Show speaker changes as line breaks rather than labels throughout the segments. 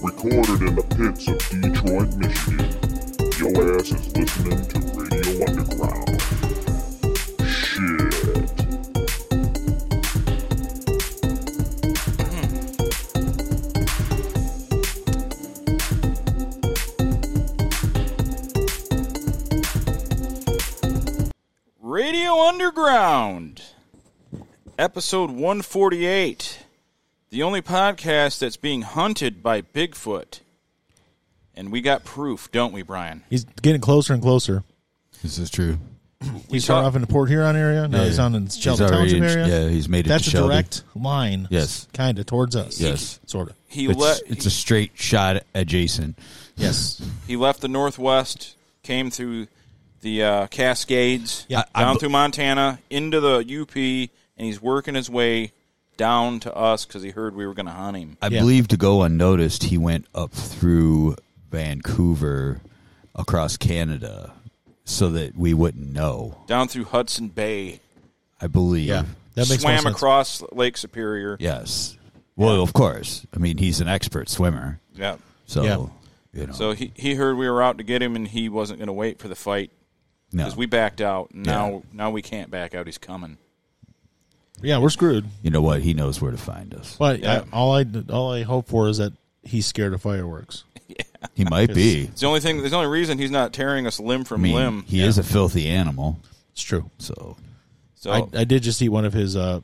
Recorded in the pits of Detroit, Michigan. Your ass is listening to Radio Underground. Shit.
Radio Underground, episode 148. The only podcast that's being hunted by Bigfoot. And we got proof, don't we, Brian?
He's getting closer and closer.
This is true.
We start
talk-
off in the Port Huron area. Now he's on in Shelby
already
Township
in-
area.
Yeah, he's made it
That's
to
a
Shelby.
direct line.
Yes.
kind of towards us.
Yes.
sort of.
He
It's,
let
it's a straight shot adjacent.
Yes,
he left the Northwest, came through the uh, Cascades,
Yeah.
I- I
down
bel-
through Montana, into the UP, and he's working his way down to us because he heard we were going to hunt him.
I
Yeah.
believe to go unnoticed, he went up through Vancouver, across Canada, so that we wouldn't know.
Down through Hudson Bay,
I believe.
yeah, that makes more
swam
sense.
across Lake Superior.
Yes. Well, of course. I mean, he's an expert swimmer,
Yeah.
so
Yeah.
you know.
So he, he heard we were out to get him, and he wasn't going to wait for the fight
no,
because we backed out. And now
Yeah.
now we can't back out. He's coming.
Yeah, we're screwed.
you know what? He knows where to find us.
But
Yeah.
I, all I all I hope for is that he's scared of fireworks.
He might be.
It's the only thing. There's the only reason he's not tearing us limb
I
from
mean,
limb.
he is a filthy animal.
It's true.
So
So
I, I did just eat one of his uh,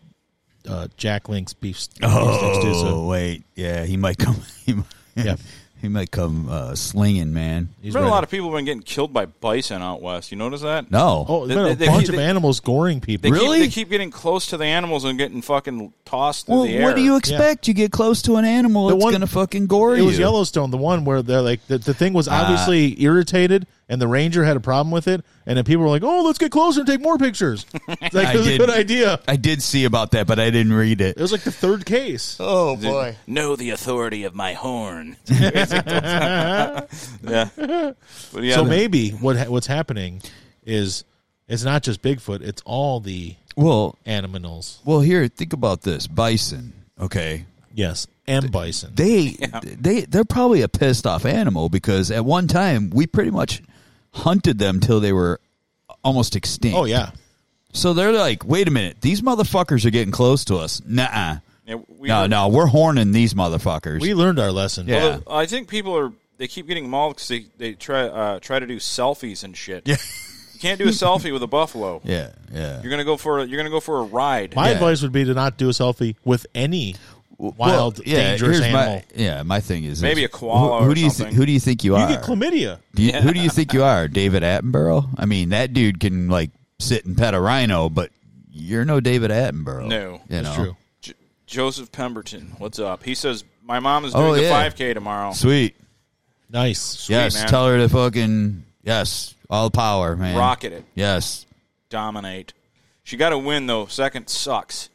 uh, Jack Link's beef. s- beef sticks too, so
Oh wait, yeah, he might come. He might,
Yeah.
he might come uh, slinging, man.
he's
been a
ready.
lot of people been getting killed by bison out west. You notice that?
No,
Oh, there's
They-
been a
they- they
bunch
keep-
of
they-
animals goring
They
people.
Really?
Keep, they keep getting close to the animals and getting fucking tossed through
well,
the air.
what do you expect? You get close to an animal,
The
it's
one-
gonna fucking gore
It
you. Ah.
was Yellowstone, the one where they're like the, the thing was obviously irritated, and the ranger had a problem with it, and then people were like, "Oh, let's get closer and take more pictures." It's like
I
it was a
did-
good idea.
I did see about that, but I didn't read it.
It was like the third case.
Oh boy,
Know the authority of my horn. yeah. But yeah,
so
the-
maybe what ha- what's happening is it's not just Bigfoot; it's all the
well,
animals.
well, here, think about this: bison. Okay,
Yes, and bison.
they they they're probably a pissed off animal because at one time we pretty much hunted them till they were almost extinct.
oh yeah,
So they're like, wait a minute, these motherfuckers are getting close to us. Nah.
yeah, we
no,
were-
no, we're horning these motherfuckers.
we learned our lesson.
Yeah.
Well, I think people are they keep getting mauled because they, they try uh, try to do selfies and shit.
Yeah.
you can't do a selfie with a buffalo.
yeah, yeah.
You're gonna go for a, you're gonna go for a ride.
My
Yeah.
advice would be to not do a selfie with any wild,
Well, yeah,
dangerous
here's my-
animal.
yeah, my thing is
Maybe
this.
a koala
Who, who
or
do you
something.
Who do you think you,
You
are?
get chlamydia.
Do you- Who do you think you are, David Attenborough? I mean, that dude can like sit and pet a rhino, but you're no David Attenborough.
No.
you
That's
know?
true.
J- Joseph Pemberton, what's up? He says my mom is doing
Oh,
the
yeah.
5K tomorrow.
Sweet.
Nice.
yes,
man.
tell her to fucking yes, all power, man.
Rocket it,
Yes.
dominate. She got to win though. Second sucks.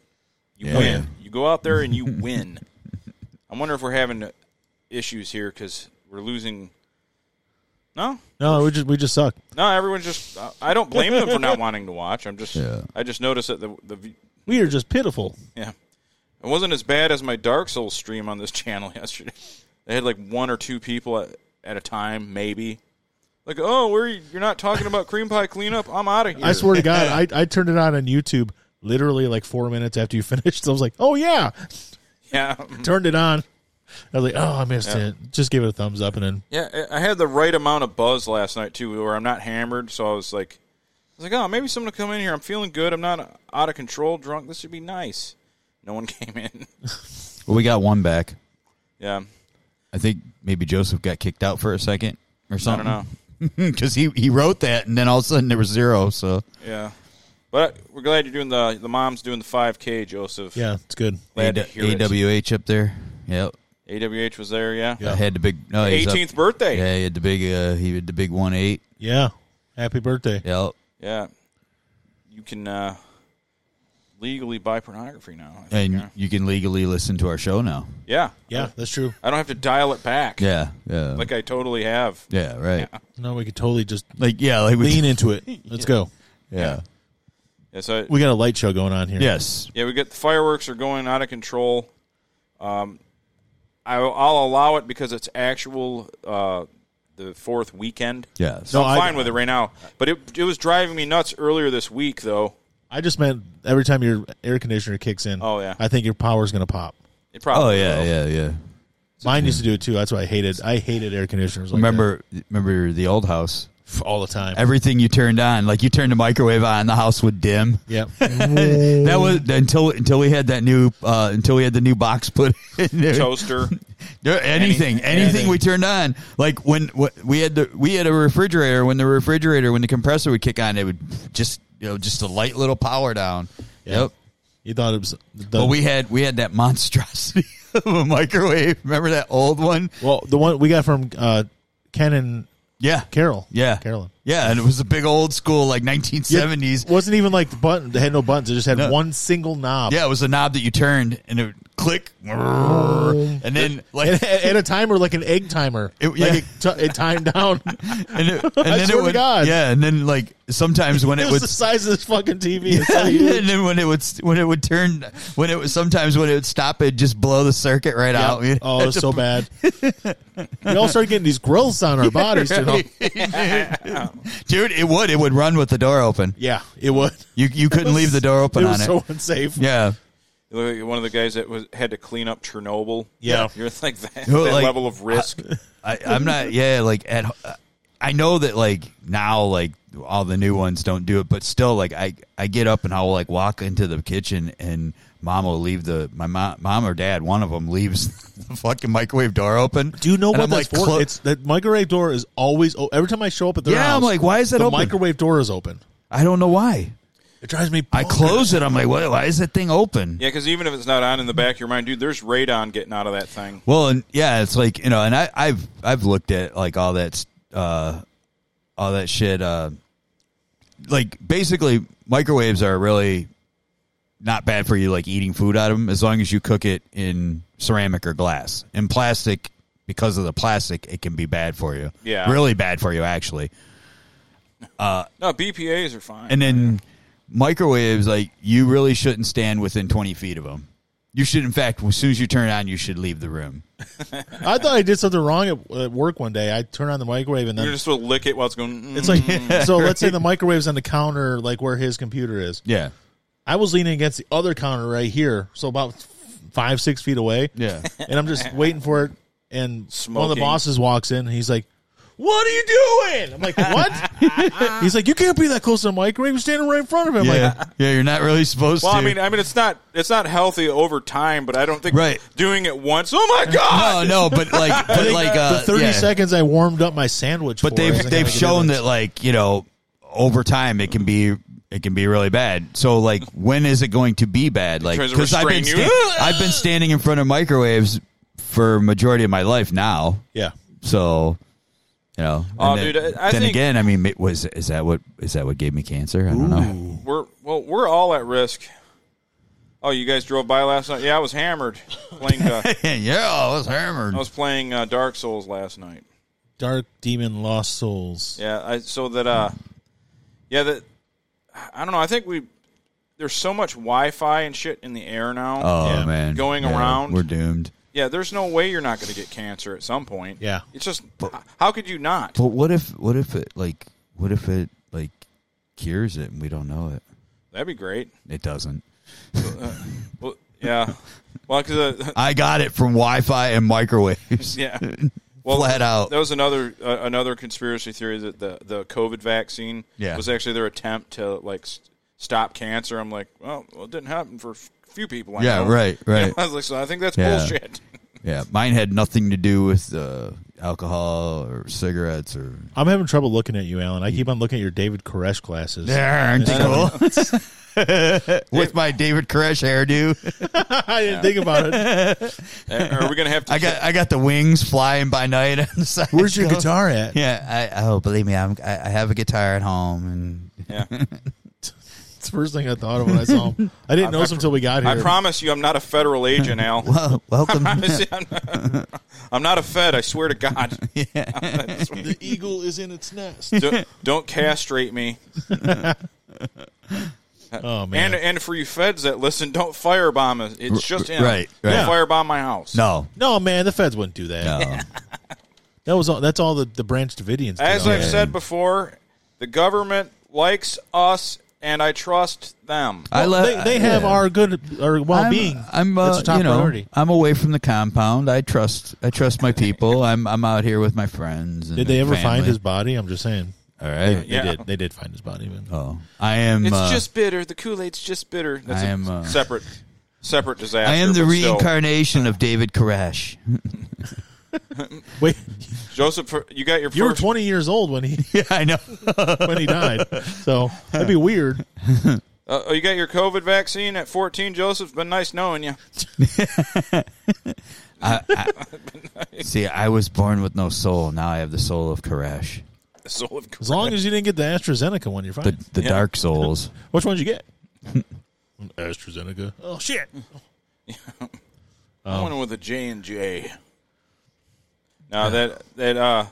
You
Yeah.
win. You go out there and you win. I wonder if we're having issues here because we're losing. No,
No, we just we just suck.
No, everyone's just. I- I don't blame them for not wanting to watch. I'm just.
Yeah.
I just noticed that the the v-
We are just pitiful.
yeah, it wasn't as bad as my Dark Souls stream on this channel yesterday. They had like one or two people at, at a time, maybe. Like, oh, where you, you're not talking about cream pie cleanup? I'm out of here.
I swear to God, I, I turned it on on YouTube literally like four minutes after you finished. I was like, oh yeah,
Yeah,
turned it on. I was like, oh, I missed it. Just give it a thumbs up and then
yeah. I I had the right amount of buzz last night too, where I'm not hammered. So I was like, I was like, oh, maybe someone will come in here. I'm feeling good. I'm not out of control, drunk. This would be nice. No one came in.
Well, we got one back.
yeah,
I think maybe Joseph got kicked out for a second or
I
something.
don't know.
because he, he wrote that and then all of a sudden there was zero so
Yeah, but we're glad you're doing the the mom's doing the 5K, Joseph.
yeah, it's good.
glad
A-
to hear it.
awh up there yep
AWH was there. Yeah,
Yeah.
I had the big no, he's up-
18th birthday. Yeah.
yeah he had the big uh, he had the big one eight
Yeah. Happy birthday.
yep
you can uh, legally buy pornography now. I think,
and
yeah.
you can legally listen to our show now
yeah,
Yeah, that's true.
I don't have to dial it back.
yeah yeah
like I totally have.
yeah right
No, we could totally just
like yeah like we
lean into it. Let's go.
yeah
Yeah, so I-
We got a light show going on here.
yes
yeah, we got the fireworks are going out of control. Um, I, I'll allow it because it's actual uh, the fourth weekend.
Yeah.
So
No,
I'm
I-
fine with it right now. But it, it was driving me nuts earlier this week, though.
I just meant every time your air conditioner kicks in.
Oh, yeah.
I think your power's gonna pop.
It probably
oh yeah,
will.
yeah, yeah.
Mine used to do it too. That's why I hated. I hated air conditioners. Like
Remember, remember the old house.
that f- all the time.
Everything you turned on, like you turned the microwave on, the house would dim.
yep.
That was until until we had that new uh, until we had the new box put in there.
Toaster.
Yeah, anything, anything,
anything.
we turned on, like when wh- we had the we had a refrigerator. When the refrigerator, when the compressor would kick on, it would just you know just a light little power down.
Yeah.
Yep.
you thought it was. The,
But we had we had that monstrosity of a microwave. Remember that old one?
well, the one we got from uh, Ken and
Yeah.
Carol.
Yeah.
Carolyn.
Yeah, and it was a big old school like nineteen seventies.
It wasn't even like the button. They had no buttons. It just had
No.
one single knob.
Yeah, it was a knob that you turned and it would click, and then
And,
like
and a timer like an egg timer.
It-
Like
yeah.
it, t- it timed down.
and, it, and then
swear
it
to
would
God.
yeah, and then like sometimes when
it
it
was
would
the size of this fucking TV. It's
Yeah,
not even-
and then when it would when it would turn when it was sometimes when it would stop it'd just blow the circuit right out
Yep. Oh, it was so bad. we all started getting these growths on our bodies. you know?
dude it would it would run with the door open
Yeah, it would.
you you couldn't leave the door open
it
on
was
it
so unsafe.
yeah
Like One of the guys that was had to clean up Chernobyl.
Yeah.
You're like that,
No,
that
like-
level of risk.
I, I'm not yeah like at I know that like now like all the new ones don't do it but still like I I get up and I'll like walk into the kitchen and mom will leave the my mom mom or dad one of them leaves the fucking microwave door open
Do you know
And
what
I'm
that's
like,
for?
clo-
it's that microwave door is always. Oh, every time I show up at their
Yeah, I'm
house,
like, why is that
the
open?
microwave door is open?
I don't know why
It drives me.
I
bonkers.
close it. I'm like, why, why is that thing open?
Yeah, because even if it's not on in the back of your mind, dude, there's radon getting out of that thing.
Well, and yeah, it's like you know, and I, I've I've looked at like all that uh, all that shit. Uh, like basically, microwaves are really not bad for you, like eating food out of them, as long as you cook it in ceramic or glass. In plastic, because of the plastic, it can be bad for you.
Yeah.
really bad for you, actually.
No, BPAs are fine.
And then microwaves, like you really shouldn't stand within 20 feet of them. You should, in fact, as soon as you turn it on, you should leave the room.
I thought I did something wrong at, at work one day. I turned on the microwave and then
You're just supposed to lick it while it's going. mm.
it's like. so let's say the microwave's on the counter, like where his computer is.
Yeah.
I was leaning against the other counter right here, so about f- five, six feet away.
Yeah.
and I'm just waiting for it. And one of
Smoking.
the bosses walks in, and he's like, "What are you doing?" I'm like, "What?" he's like, "You can't be that close to the microwave. You're standing right in front of him." I'm
Yeah.
Like,
yeah, you're not really supposed
well,
to.
I mean, I mean, it's not it's not healthy over time, but I don't think
Right.
doing it once. Oh my god!
no, no, but like, but like, uh,
the 30
yeah.
seconds I warmed up my sandwich.
But
for
they've
is like,
they've
like,
shown that like you know over time it can be it can be really bad. So like, when is it going to be bad? Like,
tries to
because I've been
restrain you.
sta- I've been standing in front of microwaves for majority of my life now.
yeah.
So, you know. and
Oh,
then,
dude, I- I
then
think-
again, I mean, ma- was is that what is that what gave me cancer? I don't know.
We're well, we're all at risk. Oh, you guys drove by last night. Yeah, I was hammered playing. Uh,
yeah, I was hammered.
I was playing uh, Dark Souls last night.
Dark Demon Lost Souls.
Yeah, I, so that uh, yeah, that I don't know. I think we there's so much Wi-Fi and shit in the air now.
oh
Yeah.
man,
Going
Yeah,
around.
we're doomed.
yeah, there's no way you're not going to get cancer at some point.
Yeah.
it's just h- how could you not?
But what if what if it like what if it like cures it and we don't know it?
That'd be great.
It doesn't.
Well, yeah, well, because uh,
I got it from Wi-Fi and microwaves.
yeah. Well,
Flat out.
That was another uh, another conspiracy theory that the, the COVID vaccine
Yeah.
was actually their attempt to like st- stop cancer. I'm like, well, well, it didn't happen for a few people. I
Yeah,
know.
right, right.
I was like, so I think that's
Yeah.
bullshit.
Yeah, mine had nothing to do with uh, alcohol or cigarettes or.
I'm having trouble looking at you, Alan. I keep on looking at your David Koresh glasses.
aren't they cool? with my David Koresh hairdo,
I didn't think about it.
Uh, Are we gonna have to?
I got I got the wings flying by night on the side.
Where's your guitar at?
Yeah, I oh believe me, I'm, I I have a guitar at home and
yeah.
It's the first thing I thought of when I saw him. I didn't notice until we got here.
I promise you, I'm not a federal agent, Al.
well, oh, welcome.
Promise you, I'm not- I'm not a Fed. I swear to God.
the eagle is in its nest.
Don't, don't castrate me.
Oh man.
And and for you feds that listen, don't firebomb us. It's just him.
right, right.
Don't
Yeah.
firebomb my house.
No,
no man, the feds wouldn't do that.
no.
That was all, that's all the, the Branch Davidians. did.
As I've
Yeah.
said before, the government likes us, and I trust them.
I love.
they, they have our good our well being.
I'm, uh,
that's a top
you know,
priority.
I'm away from the compound. I trust. I trust my people. I'm. I'm out here with my friends. and
Did they ever
family.
find his body? I'm just saying.
All right.
Yeah.
They did. They did find his body. But
Oh, I am.
It's
uh,
just bitter. The Kool Aid's just bitter. That's
I
a
am, uh,
separate, separate disaster.
I am the
but still.
reincarnation of David Koresh.
wait,
Joseph, you got your
you were
first.
20 years old when he
yeah, I know.
when he died. So that'd be weird.
uh, oh, you got your COVID vaccine at 14. Joseph's been nice knowing you.
See, I was born with no soul. Now I have the soul of Koresh,
The soul of
As long as you didn't get the AstraZeneca one, you're fine.
the the
Yeah.
dark souls.
Which one did you get? AstraZeneca. Oh shit.
I went with a J and J. Now that that uh,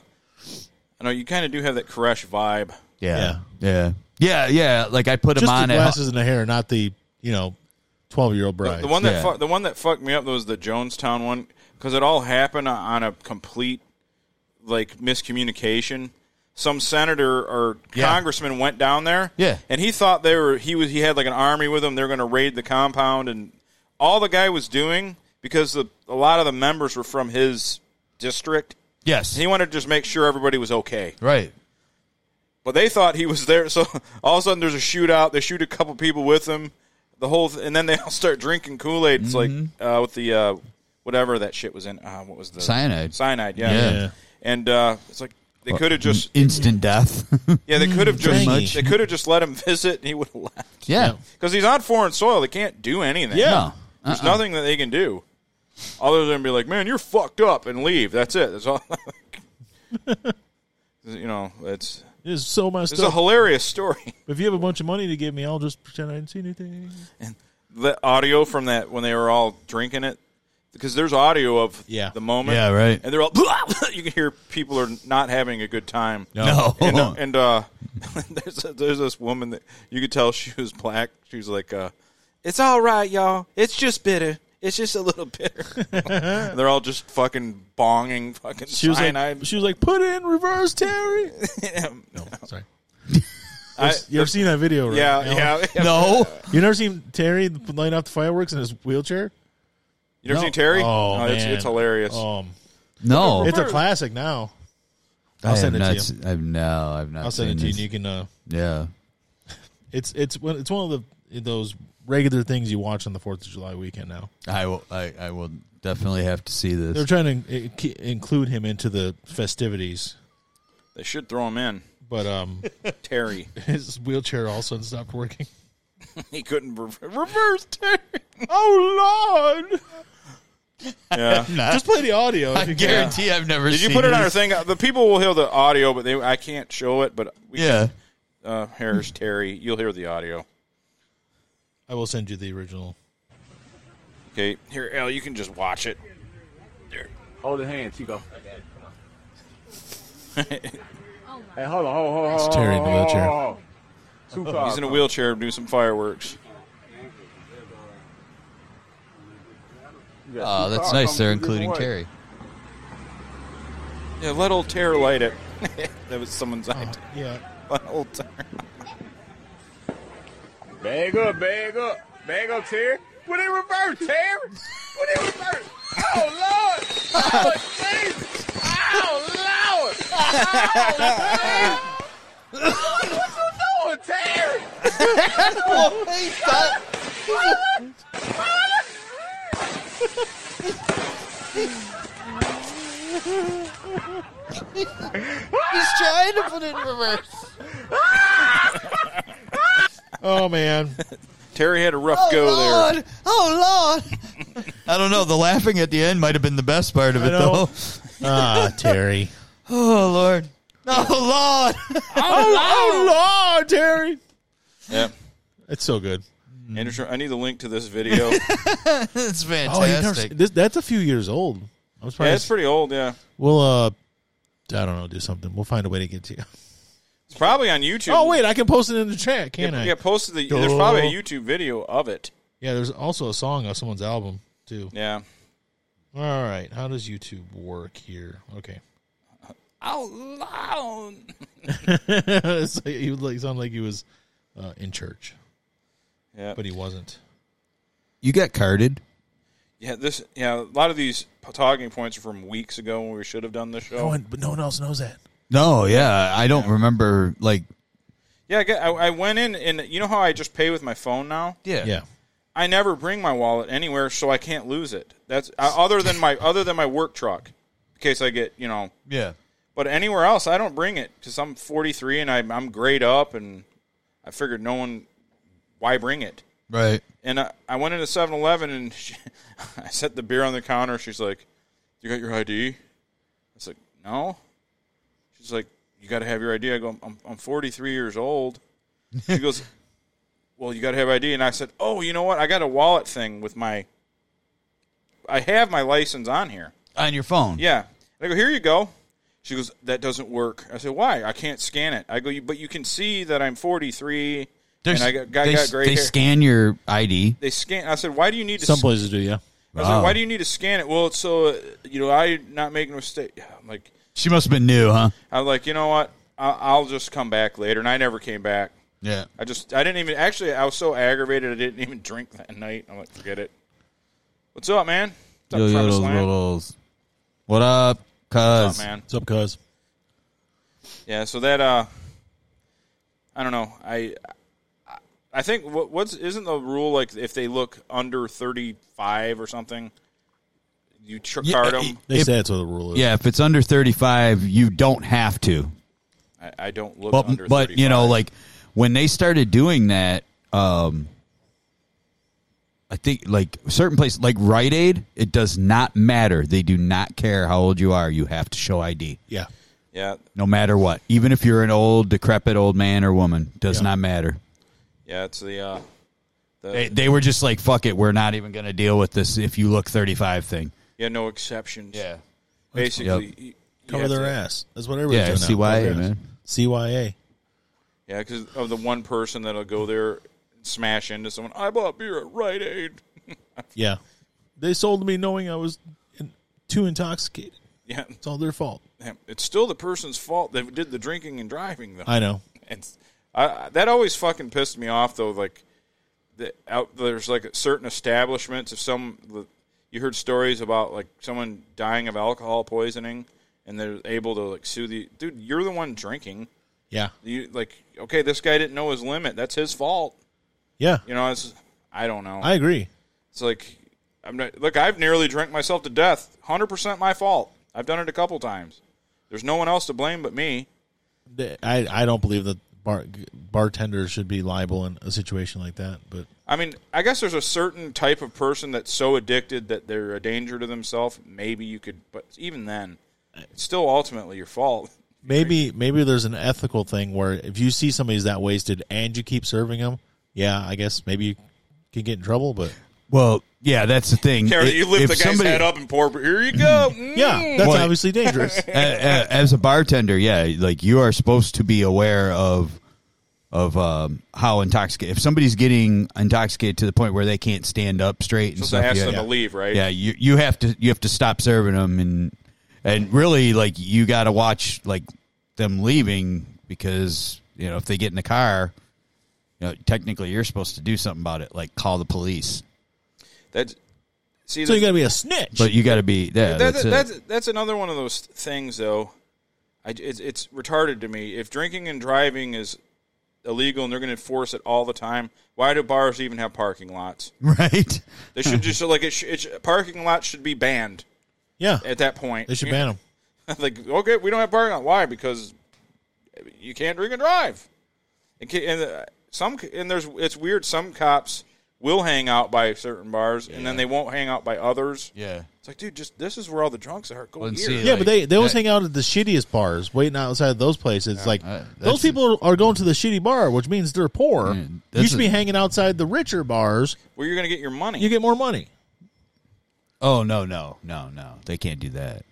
I know you kind of do have that Koresh vibe.
Yeah. yeah, yeah, yeah, Like I put him
Just the
on at
glasses and the hair, not the you know, 12 year old bride.
The one that
Yeah.
fu- the one that fucked me up was the Jonestown one because it all happened on a complete like miscommunication. Some senator or
Yeah.
congressman went down there,
Yeah.
and he thought they were he was he had like an army with him. They're going to raid the compound, and all the guy was doing because the, a lot of the members were from his district.
yes,
He wanted to just make sure everybody was okay.
right.
But they thought he was there, so all of a sudden there's a shootout. They shoot a couple people with him. The whole, th- and then they all start drinking Kool Aid. It's
Mm-hmm.
like uh, with the uh, whatever that shit was in. Uh, what was the
Cyanide.
Cyanide, yeah.
Yeah.
Yeah.
mm,
And uh, it's like they could have just,
instant death.
yeah, they could have just,
much.
they could have just let him visit, and he would have left
yeah,
because he's on foreign soil. They can't do anything.
Yeah. Uh-uh.
No.
there's nothing that they can do other than be like, man, you're fucked up and leave. That's it. That's all. you know, it's
is so messed
it's a
up.
hilarious story.
if you have a bunch of money to give me, I'll just pretend I didn't see anything.
the audio from that when they were all drinking it because there's audio of
Yeah.
the moment
Yeah, right.
and they're all you can hear people are not having a good time
No.
and, uh, and uh there's, there's this woman that you could tell she was black she's like uh it's all right y'all it's just bitter it's just a little bitter And they're all just fucking bonging fucking
She was
cyanide
like, she was like, put it in reverse, Terry. no, sorry.
I-
You ever seen that video? Right?
yeah,
No.
yeah yeah
no.
You never seen Terry light off the fireworks in his wheelchair?
you ever
No.
seen Terry
Oh,
No, it's,
man.
it's hilarious
Um,
No,
it's a classic now.
I
I'll send it
have
to
not
you.
s- I've no, I've not.
I'll send it to you.
seen
And you can. Uh,
this. Yeah,
it's it's one- it's one of the those regular things you watch on the Fourth of July weekend now.
I will. I, I will definitely have to see this.
They're trying to in- ki- include him into the festivities,
they should throw him in
but um,
Terry
his wheelchair all of a sudden stopped working.
he couldn't re- reverse Terry
Oh Lord!
yeah
Just play the audio. if
I
you can.
guarantee I've never.
Did you
seen
put it on our
this.
thing? The people will hear the audio, but they I can't show it. But we
Yeah.
can, uh, here's Terry. You'll hear the audio.
I will send you the original.
Okay, here, Al, you can just watch it.
Hold the hand, Chico. hey, hold on, hold on, hold on.
It's Terry in the wheelchair.
hold on. Too far.
He's in a wheelchair doing some fireworks.
You got
Oh,
too
that's
far
nice.
from
They're
the different
including
way.
Terry.
Yeah, let old Terry light it. that was someone's idea.
Yeah,
Let old Terry.
Bag up, bag up, bag up, Terry. Put it in reverse, Terry. Put it in reverse. Oh Lord! Oh Jesus! Oh Lord! Oh Jesus! What you doing, Terry?
Oh man,
Terry had a rough go there.
Oh Lord! I don't know. The laughing at the end might have been the best part of it,
know.
though.
ah Terry.
Oh Lord! Oh Lord!
Oh, Lord, Terry.
Yeah.
It's so good.
Anderson, I need the link to this video. yeah,
It's
Oh, you've never
fantastic.
seen- this, that's a few years old. I was probably
it's pretty old. Yeah,
we'll uh, I don't know, do something. We'll find a way to get to you.
it's Probably on YouTube.
Oh wait, I can post it in the chat,
yeah,
can't I?
yeah, posted the. There's probably a YouTube video of it.
Yeah, there's also a song on someone's album too.
Yeah.
All right, how does YouTube work here? Okay,
Out loud.
It's like- he would like sound like he was uh, in church,
Yeah.
but he wasn't.
You got carded.
Yeah. This. Yeah. A lot of these p- talking points are from weeks ago when we should have done the show.
one, but no one else knows that.
No, yeah, I don't remember. Like,
Yeah. I, get- I I went in and you know how I just pay with my phone now.
Yeah,
I never bring my wallet anywhere, so I can't lose it. That's uh, other than my other than my work truck, in case I get you know.
yeah.
But anywhere else, I don't bring it because I'm 43 and I, I'm grayed up, and I figured no one why bring it.
Right.
And I, I went into 7-Eleven and she, I set the beer on the counter. She's like, "You got your ID?" I was like, "No." She's like, "You got to have your ID." I go, "I'm I'm 43 years old." She goes, "Well, you got to have ID." And I said, "Oh, you know what? I got a wallet thing with my. I have my license on here.
On your phone.
Yeah." And I go, "Here you go." She goes, "That doesn't work." I said, "Why? I can't scan it." I go, "You- "But you can see that I'm 43."
There's-
and I got, got,
they,
got gray
they
hair.
scan your ID.
they scan. I said, "Why do you need to
some
scan
places do.
I
Yeah,
was like,
Wow.
why do you need to scan it? Well, it's so uh, you know, I not making a mistake. I'm like,
She must have been new, huh?
I'm like, you know what? I- I'll just come back later, and I never came back.
Yeah.
I just, I didn't even. Actually, I was so aggravated, I didn't even drink that night. I'm like, forget it. What's up, man? What's up, Travis Land?
What up,
What's
cuz?
up, man?
what's up, cuz?
Yeah. So that, uh, I don't know. I, I- I think what, what's isn't the rule like if they look under 35 or something, you ch-
Yeah, eh,
card
it-
them.
They
If-
say that's what the rule is.
Yeah, if it's under 35, you don't have to.
I, I don't look
But
under.
but you know
35.
like when they started doing that um I think like certain places like Rite Aid, it does not matter. They do not care how old you are. You have to show ID
yeah.
yeah.
no matter what. Even if you're an old decrepit old man or woman, does
Yeah.
not matter.
Yeah, it's the uh, the
They, they were just like fuck it, we're not even going to deal with this if you look 35 thing.
yeah no exceptions. basically
Yep.
you- you
Cover
have
their
to-
ass. That's what everybody's
Yeah,
doing now.
CYA,
Cover their ass.
man.
CYA.
Yeah, because of the one person that'll go there, and smash into someone. I bought beer at Rite Aid.
Yeah, they sold me knowing I was in, too intoxicated.
Yeah,
It's all their fault.
it's still the person's fault that did the drinking and driving though.
I know.
It's I, I- that always fucking pissed me off though. Like, the, out there's like certain establishments. If some you heard stories about like someone dying of alcohol poisoning, and they're able to like sue the dude. You're the one drinking.
Yeah,
You like okay, this guy didn't know his limit. That's his fault.
yeah.
You know, it's I don't know.
I agree.
it's like I'm not, look. I've nearly drank myself to death. Hundred percent my fault. I've done it a couple times. There's no one else to blame but me.
The- I I don't believe that bar, bartenders should be liable in a situation like that. But
I mean, I guess there's a certain type of person that's so addicted that they're a danger to themselves. Maybe you could, but even then, it's still ultimately your fault.
maybe maybe there's an ethical thing where if you see somebody's that wasted and you keep serving them, yeah, I guess maybe you can get in trouble. But
Well, yeah, that's the thing.
Terry,
If-
you lift
if
the guy's
somebody-
head
Mm-hmm.
up and pour. Here you go. Mm.
yeah, that's
Well,
obviously dangerous.
A- a- as a bartender, yeah, like you are supposed to be aware of of um, how intoxicated. If somebody's getting intoxicated to the point where they can't stand up straight and
Supposed to
stuff,
ask
yeah,
them
yeah.
to leave, right?
Yeah, you you have to you have to stop serving them and and really like you got to watch like them leaving because you know if they get in the car, you know technically you're supposed to do something about it, like call the police.
That's see.
so
the-
you got to be a snitch.
But you got to be yeah,
that,
that's,
that-
it.
that's, that's another one of those things, though. I, it's, it's retarded to me. If drinking and driving is illegal and they're going to enforce it all the time, why do bars even have parking lots?
right.
They should just like it. Sh- it sh- parking lots should be banned
yeah,
at that point.
they should ban them.
like okay, we don't have parking lot. Why? Because you can't drink and drive. And, ca- and uh, some c- and there's it's weird. Some cops will hang out by certain bars and then they won't hang out by others.
Yeah.
It's like, dude, just this is where all the drunks are. Go
Well, and
here.
see,
Yeah,
like,
but they they always
that-
hang out at the shittiest bars, waiting outside those places. like
uh,
those
that's-
people are going to the shitty bar, which means they're poor.
Yeah, that's
you should be
a-
hanging outside the richer bars.
where you're going to get your money.
You get more money.
Oh no, no, no, no! They can't do that.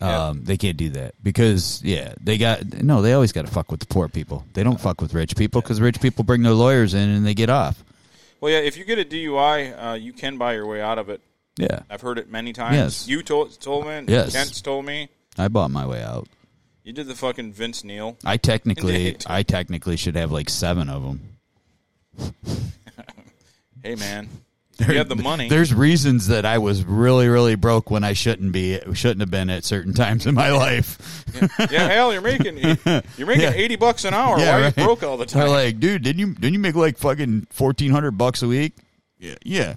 Um, They can't do that because yeah, they got no. They always got to fuck with the poor people. They don't fuck with rich people because rich people bring their lawyers in and they get off.
Well, yeah, if you get a DUI, uh, you can buy your way out of it.
Yeah,
I've heard it many times.
Yes.
You told told me.
Yes.
Kent's told me.
I bought my way out.
You did the fucking Vince Neil.
I technically,
Indeed.
I technically should have like seven of them.
Hey man, you have the money.
There's reasons that I was really, really broke when I shouldn't be, shouldn't have been at certain times in my life.
yeah, hell, you're making you're making
Yeah.
eighty bucks an hour.
Yeah,
Why
right.
are you broke all the
They're
time?
like, dude, didn't you didn't you make like fucking fourteen hundred bucks a week? Yeah, yeah,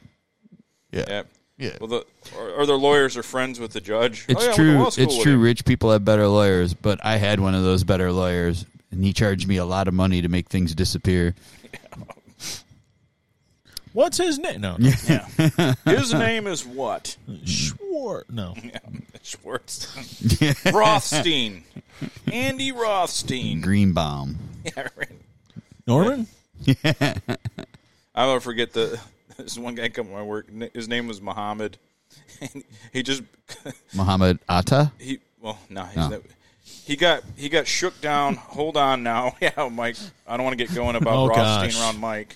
yeah.
yeah.
Yeah.
Well, the or, or their lawyers are friends with the judge. Oh,
It's
yeah, I went to
true.
law
It's
school with
true.
him.
Rich people have better lawyers, but I had one of those better lawyers, and he charged me a lot of money to make things disappear.
What's his name? No,
His name is what?
Schwar. No,
Schwartz. Rothstein. Andy Rothstein.
Greenbaum.
Yeah, right.
Norman.
I'll never forget the this one guy come to my work. n- His name was Muhammad. And he just
Muhammad Atta.
he well no he's that, he got he got shook down. Hold on now, yeah, Mike. I don't want to get going about
Oh,
Rothstein
gosh.
around Mike,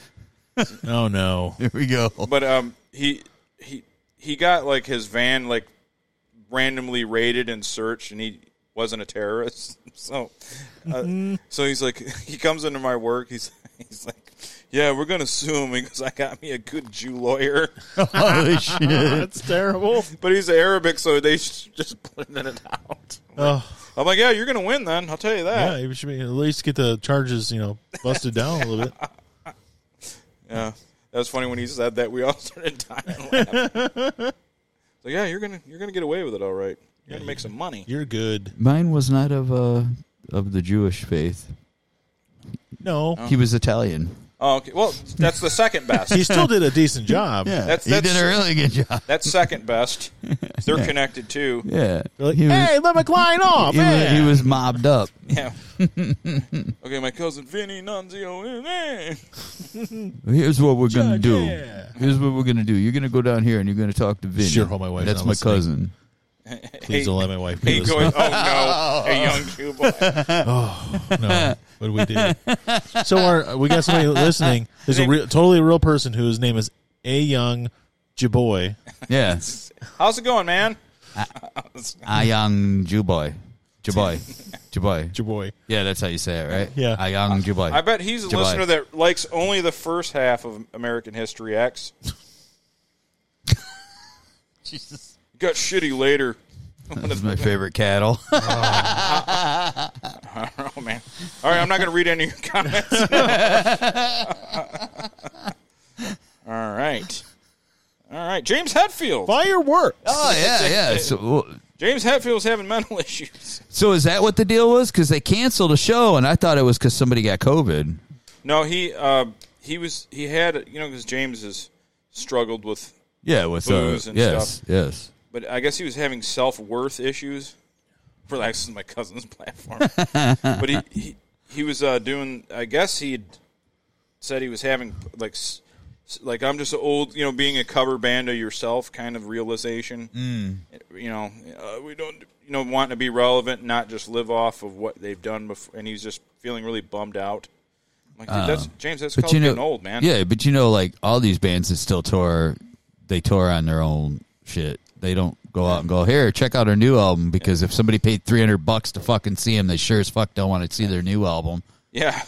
Oh no.
Here we go.
but um he he he got like his van like randomly raided and searched, and he wasn't a terrorist. So
Mm-hmm.
uh, so he's like he comes into my work. He's he's like. Yeah, we're gonna sue him because I got me a good Jew lawyer.
Holy shit.
That's terrible.
But he's Arabic, so they sh- just blended it out.
Oh,
I'm like, yeah, you're gonna win then. I'll tell you
yeah.
that.
You should be, at least get the charges, you know, busted down a little bit.
Yeah. that was funny when he said that. We all started dying. laughing. so yeah, you're gonna you're gonna get away with it, all right. You're gonna make some money.
You're good.
Mine was not of uh of the Jewish faith.
No,
Uh-huh.
He was Italian.
Oh, okay. Well, that's the second best.
he still did a decent job.
Yeah,
That's-
he
that's-
did a really good job.
that's second best. They're connected too.
Yeah,
They're like,
he was,
hey, let McLean off.
he, was,
man."
he was mobbed up.
Yeah. okay, my cousin Vinny Nunzio. eh.
Here's what we're gonna do.
yeah.
Here's what we're gonna do. You're gonna go down here and you're gonna talk to Vinny.
Sure hope my wife's
That's
not
my
listening.
cousin.
Please don't let my wife
Hey,
be
going, oh no, a young Jew boy.
No, what do we do? So our we got somebody listening. There's a real, totally real person whose name is A Young Jaboy.
Yeah, Ah,
How's it going, man?
Ayang Juboy, Juboy, Juboy.
Jaboy.
Yeah, that's how you say it, right? Ah,
Yeah.
Ayang Juboy.
I bet he's a
July.
listener that likes only the first half of American History X. Jesus. Got shitty later.
That's my favorite cattle.
Oh man. All right, I'm not going to read any of your comments. All right. All right, James Hetfield.
Fireworks.
oh yeah, yeah. So,
James Hetfield's having mental issues.
so is that what the deal was? Because they canceled a show, and I thought it was because somebody got COVID.
No, he uh, he was he had you know because James has struggled with,
Yeah,
uh,
with
Booze and
yes,
stuff.
yes.
but I guess he was having self worth issues. For like, this is my cousin's platform, but he he, he was uh, doing. I guess he had said he was having like s- s- like I'm just an old you know being a cover band of yourself kind of realization. You know, uh, we don't you know wanting to be relevant, not just live off of what they've done before. And he's just feeling really bummed out. I'm like, dude, that's James. That's called getting old, man.
Yeah, but you know, like all these bands that still tour, they tour on their own shit. They don't go out and go here. Check out our new album because if somebody paid three hundred bucks to fucking see them, they sure as fuck don't want to see their new album.
Yeah.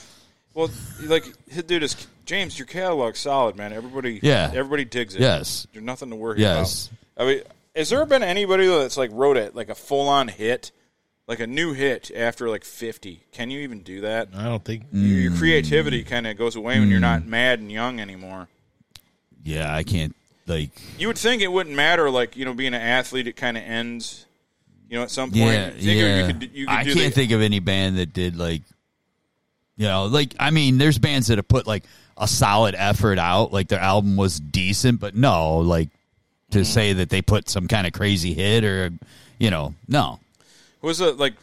Well, like, hey, dude, is James, your catalog's solid, man. Everybody,
Yeah.
everybody digs it.
Yes.
there's nothing to worry
Yes.
about. I mean, has there been anybody that's like wrote it like a full on hit, like a new hit after like fifty? Can you even do that?
I don't think.
Your, your creativity kind of goes away when you're not
Mm.
mad and young anymore.
Yeah, I can't. Like,
You would think it wouldn't matter, like you know, being an athlete, it kind of ends. You know, at some point,
yeah,
You think
yeah.
you could, you could
I
do
can't
the,
think of any band that did like, you know, like I mean, there's bands that have put like a solid effort out, like their album was decent, but no, like to
Mm-hmm.
say that they put some kind of crazy hit or, you know, no.
Was it like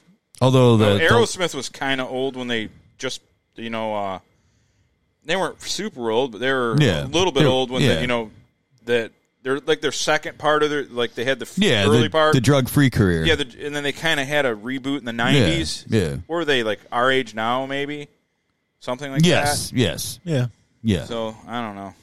Although
Oh,
the, the-
Aerosmith was kind of old when they just, you know, uh, they weren't super old, but they were
Yeah.
a little bit
They-
old when,
yeah.
the, you know, that They're like their second part of their like they had the f-
Yeah,
early
the,
part.
the drug free career.
yeah, the, and then they kind of had a reboot in the nineties.
yeah.
were they like our age now? Maybe something like
yes, yes,
Yeah.
yeah.
that. So I don't know.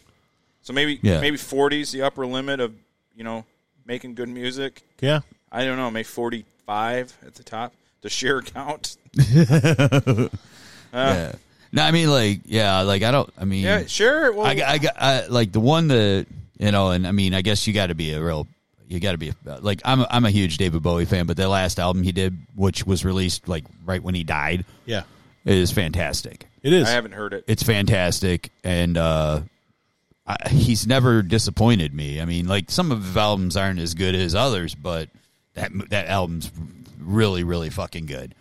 So maybe
Yeah.
maybe forties the upper limit of you know making good music.
Yeah.
I don't know, maybe 45 at the top. The share count.
yeah. No, I mean like yeah, like I don't. I mean,
Yeah, sure. Well,
I, got- I, got- I like the one that you know, and I mean, I guess you got to be a real, you got to be a- like I'm. A, I'm a huge David Bowie fan, but the last album he did, which was released like right when he died,
Yeah.
is fantastic.
It is.
I haven't heard it.
It's fantastic, and uh, I, he's never disappointed me. I mean, like some of his albums aren't as good as others, but that that album's really, really fucking good.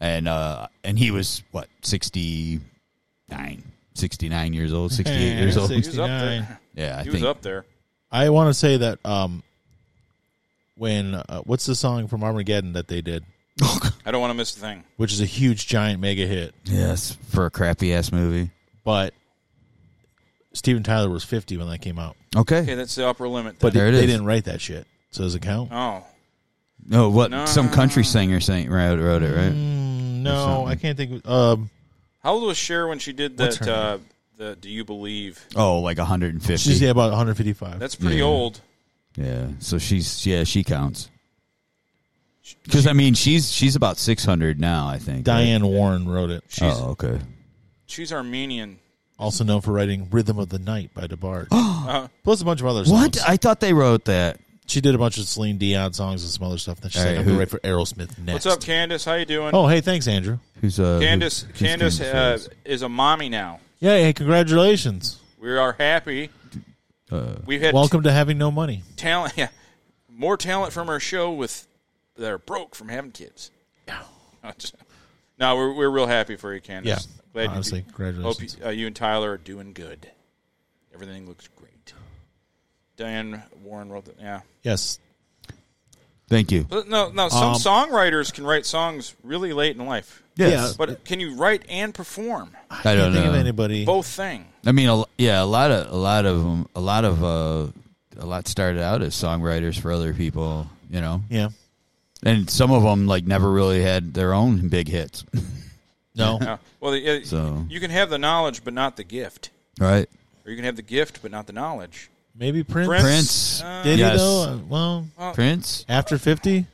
And uh, and he was what 69, 69 years old, sixty eight years old.
He was up
69.
there.
Yeah, I
he was
think
up there.
I want to say that um, when uh, what's the song from Armageddon that they did,
I don't want to miss a thing.
which is a huge giant mega hit,
Yes, for a crappy ass movie.
but Steven Tyler was 50 when that came out,
Okay.
Okay, that's the upper limit.
but
Then.
There it
they
is.
didn't write that shit, so does it count?
oh,
No, what
No.
some country singer sang wrote, wrote it, right?
Mm.
no, I can't think. of Um,
how old was Cher when she did
What's
that?
her
Uh, the Do you believe?
Oh, like 150.
she's yeah, about 155.
That's pretty
Yeah.
old.
yeah. So she's yeah, she counts. Cuz I mean, she's she's about 600 now, I think. right?
Diane Warren wrote it,
She's
Oh, okay.
she's Armenian.
also known for writing "Rhythm of the Night" by DeBarge, plus a bunch of other songs.
What? I thought they wrote that.
She did a bunch of Celine Dion songs and some other stuff. Then she
All
said,
right,
"I'm gonna
who-
write for Aerosmith next."
What's up, Candace? How you doing?
Oh, hey, thanks, Andrew.
Who's uh who-
Candace.
who's
Candace uh,
Candace?
is a mommy now.
Yeah, hey, congratulations.
We are happy.
Uh,
We've had
Welcome to having no money.
talent. Yeah, more talent from our show with that are broke from having kids. no, we're we're real happy for you, Candace.
Yeah.
Glad you-
Honestly,
Hope
congratulations.
you, uh, you and Tyler are doing good. Everything looks great. Diane Warren wrote that. Yeah,
Yes.
Thank you.
but no, no. Some
Um,
songwriters can write songs really late in life,
Yes.
Yeah.
but can you write and perform
I
Can't think
don't know. Oh.
of anybody.
both thing?
I mean, a, l- yeah, a lot of a lot of 'em- a lot of uh a lot started out as songwriters for other people, you know.
Yeah.
and some of them like never really had their own big hits
No.
Uh, well, the, uh,
So-
you can have the knowledge but not the gift,
right
or you can have the gift but not the knowledge.
Maybe Prince.
prince
Uh,
Did
Yes.
he though? Uh, Well,
prince
after fifty,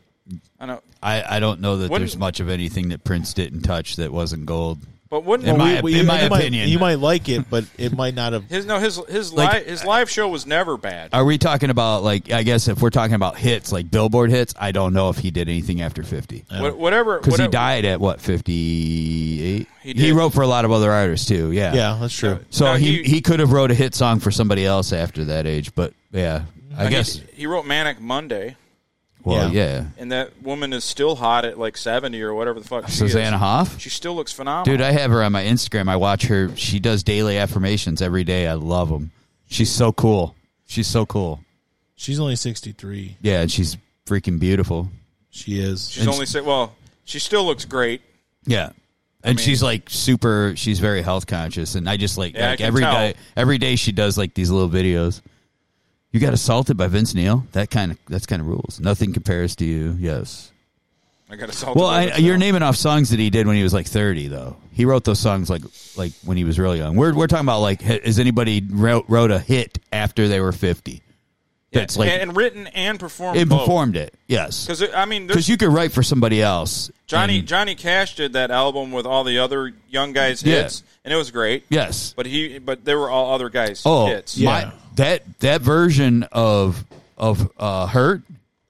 I know,
I, I don't know that
Wouldn't-
there's much of anything that prince didn't touch that wasn't gold
but wouldn't
Am I-
Well,
in
you-
my
you might-
opinion.
you might like it, but it might not have.
his no his his
Like,
live his live show was never bad.
are we talking about like i guess if we're talking about hits like billboard hits i don't know if he did anything after 50
Wha- whatever,
because he
Uh, whatever-
died at what 58
He
he,
did.
wrote for a lot of other artists too yeah
Yeah, that's true.
so
No,
he,
he-
he, could have wrote a hit song for somebody else after that age but yeah i
he-
guess
he wrote Manic Monday.
well
Yeah.
yeah,
and that woman is still hot at like 70 or whatever the fuck she
susanna
is.
hoff
She still looks phenomenal.
Dude, I have her on my Instagram. I watch her. She does daily affirmations every day. I love them. She's so cool. She's so cool.
She's only sixty three.
Yeah, and she's freaking beautiful.
She is.
She's only say, well, she still looks great.
Yeah. And she's like super. She's very health conscious, and I just like,
Yeah, I
like
can
every
tell.
day. Every day she does like these little videos. You got assaulted by Vince Neil. That kind of that's kind of rules. Nothing compares to you. Yes.
I got assaulted.
Well,
by
I,
this
you're
girl.
naming off songs that he did when he was like 30, though. He wrote those songs like like when he was real young. We're we're talking about like h- has anybody wrote, wrote a hit after they were 50? That's like
and, and written and performed.
and performed it. Yes,
Because I mean, there's
because you could write for somebody else.
Johnny
and-
Johnny Cash did that album with all the other young guys
Yeah.
hits, and it was great.
yes.
But he, but they were all other guys
oh,
hits.
my
Yeah.
that that version of of uh, hurt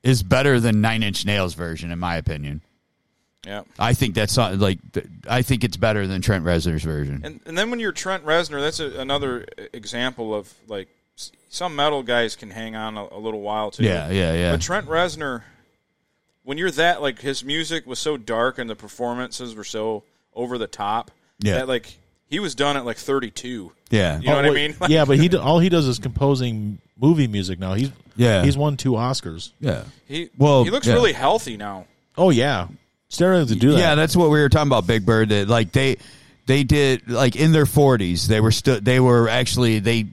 is better than Nine Inch Nails version, in my opinion.
Yeah.
I think that's not- like th- I think it's better than Trent Reznor's version.
And and then when you're Trent Reznor, that's a, another example of like s- some metal guys can hang on a, a little while too.
yeah, yeah, yeah.
But Trent Reznor, when you're that like his music was so dark and the performances were so over the top.
Yeah.
That like he was done at like 32.
yeah.
You know what I
Well,
mean?
yeah, but he do- all he does is composing movie music now. He's
Yeah.
He's won two Oscars.
Yeah.
He
Well,
he looks
yeah.
really healthy now.
Oh yeah, steroids to do that.
Yeah, that's what we were talking about, Big Bird. That like they they did like in their forties, they were still they were actually they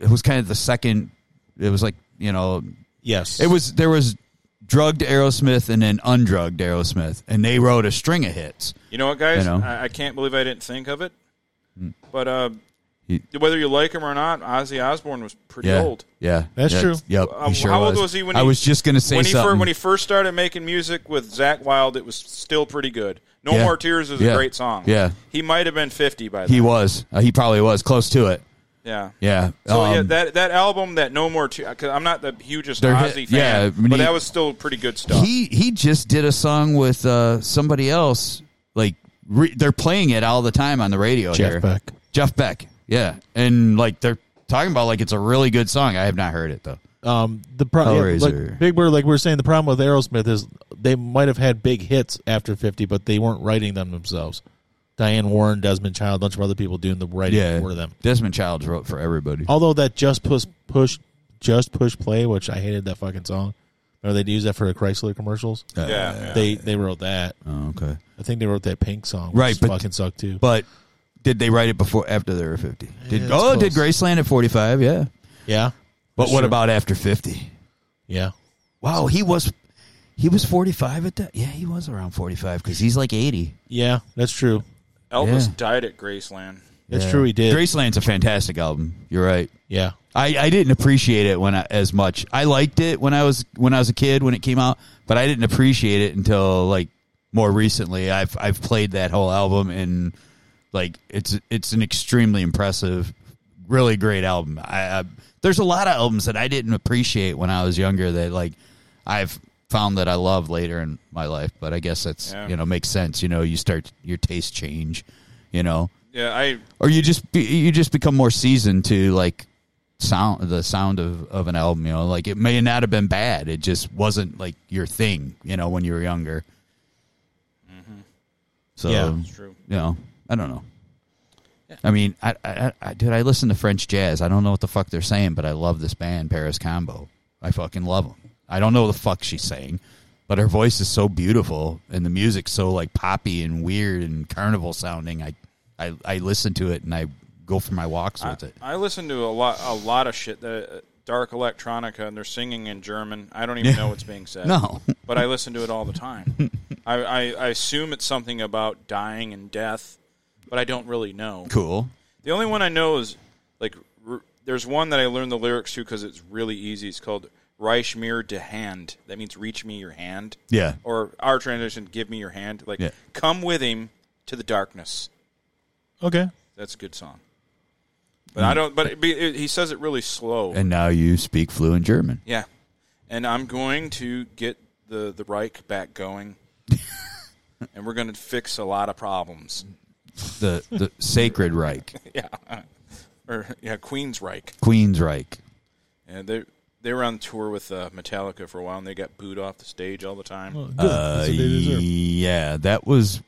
it was kind of the second it was like you know,
Yes,
it was there was drugged Aerosmith and then undrugged Aerosmith, and they wrote a string of hits.
You know what, guys?
You know. Hmm.
I, I can't believe I didn't think of it. But uh,
He-
whether you like him or not, Ozzy Osbourne was pretty
Yeah,
old.
yeah,
That's true.
Yep,
Uh,
he sure
how old
was.
was he when
I
he-
was just gonna say
when he,
something.
fir- when he first started making music with Zach Wild, it was still pretty good. No
Yeah.
More Tears is
Yeah.
a great song.
Yeah.
He might have been 50 by then.
he was, uh, he probably was close to it.
yeah.
Yeah.
So yeah,
Um,
that that album, that No More Tears, because I'm not the hugest
They're
Ozzy
hit-
fan,
yeah, I mean,
but
he-
that was still pretty good stuff.
He he just did a song with uh, somebody else. Like re- they're playing it all the time on the radio.
Jeff
here.
Beck.
Jeff Beck. Yeah, and like they're talking about like it's a really good song. I have not heard it though.
um, the problem. Yeah,
Hellraiser.
like Big Bird, like we were saying, the problem with Aerosmith is they might have had big hits after fifty, but they weren't writing them themselves. Diane Warren, Desmond Child, a bunch of other people doing the writing for them. Oh.
Desmond Childs wrote for everybody.
Although that just push push just push play, which I hated that fucking song. Or they'd use that for the Chrysler commercials.
Uh,
yeah, yeah.
They they wrote that.
Oh, okay.
I think they wrote that Pink song, which
Right, but-
fucking sucked too.
But did they write it before after they were fifty? Did
Yeah, it's
oh did
close.
Graceland at forty five? Yeah.
yeah,
But what
Sure.
about after fifty?
yeah.
Wow, he was he was forty five at that. Yeah, he was around forty five because he's like eighty.
Yeah, that's true.
Elvis
yeah.
died at Graceland.
That's true. He did.
Graceland's a fantastic album. You're right.
yeah,
I, I didn't appreciate it when I, as much. I liked it when I was when I was a kid when it came out, but I didn't appreciate it until like more recently. I've I've played that whole album and like it's it's an extremely impressive, really great album. I, I there's a lot of albums that I didn't appreciate when I was younger that like I've found that I love later in my life. But I guess that's
Yeah.
you know makes sense. You know, you start your taste change. You know,
Yeah, I
or you just be, you just become more seasoned to like sound the sound of, of an album you know like it may not have been bad it just wasn't like your thing you know when you were younger so
Yeah.
you
it's true.
know i don't know i mean I, I i dude i listen to french jazz i don't know what the fuck they're saying but i love this band paris combo i fucking love them i don't know the fuck she's saying but her voice is so beautiful and the music's so like poppy and weird and carnival sounding i i, I listen to it and i go for my walks with it
I listen to a lot a lot of shit that uh, dark electronica and they're singing in German. I don't even know what's being said.
No.
but I listen to it all the time. I, I, I assume it's something about dying and death, but I don't really know.
cool
The only one I know is like r- there's one that I learned the lyrics to because it's really easy. It's called "Reich mir de Hand." That means "Reach me your hand."
Yeah.
Or our translation, "Give me your hand." Like,
Yeah.
come with him to the darkness.
okay.
That's a good song. But I don't. But it, be- it, he says it really slow.
Mm. and now you speak fluent german
yeah, and I'm going to get the the Reich back going, and we're going to fix a lot of problems.
the the sacred reich
Or yeah, Queen's Reich,
queen's reich
and they they were on tour with uh, Metallica for a while, and they got booed off the stage all the time.
Good.
Uh,
That's what they deserve.
yeah, that was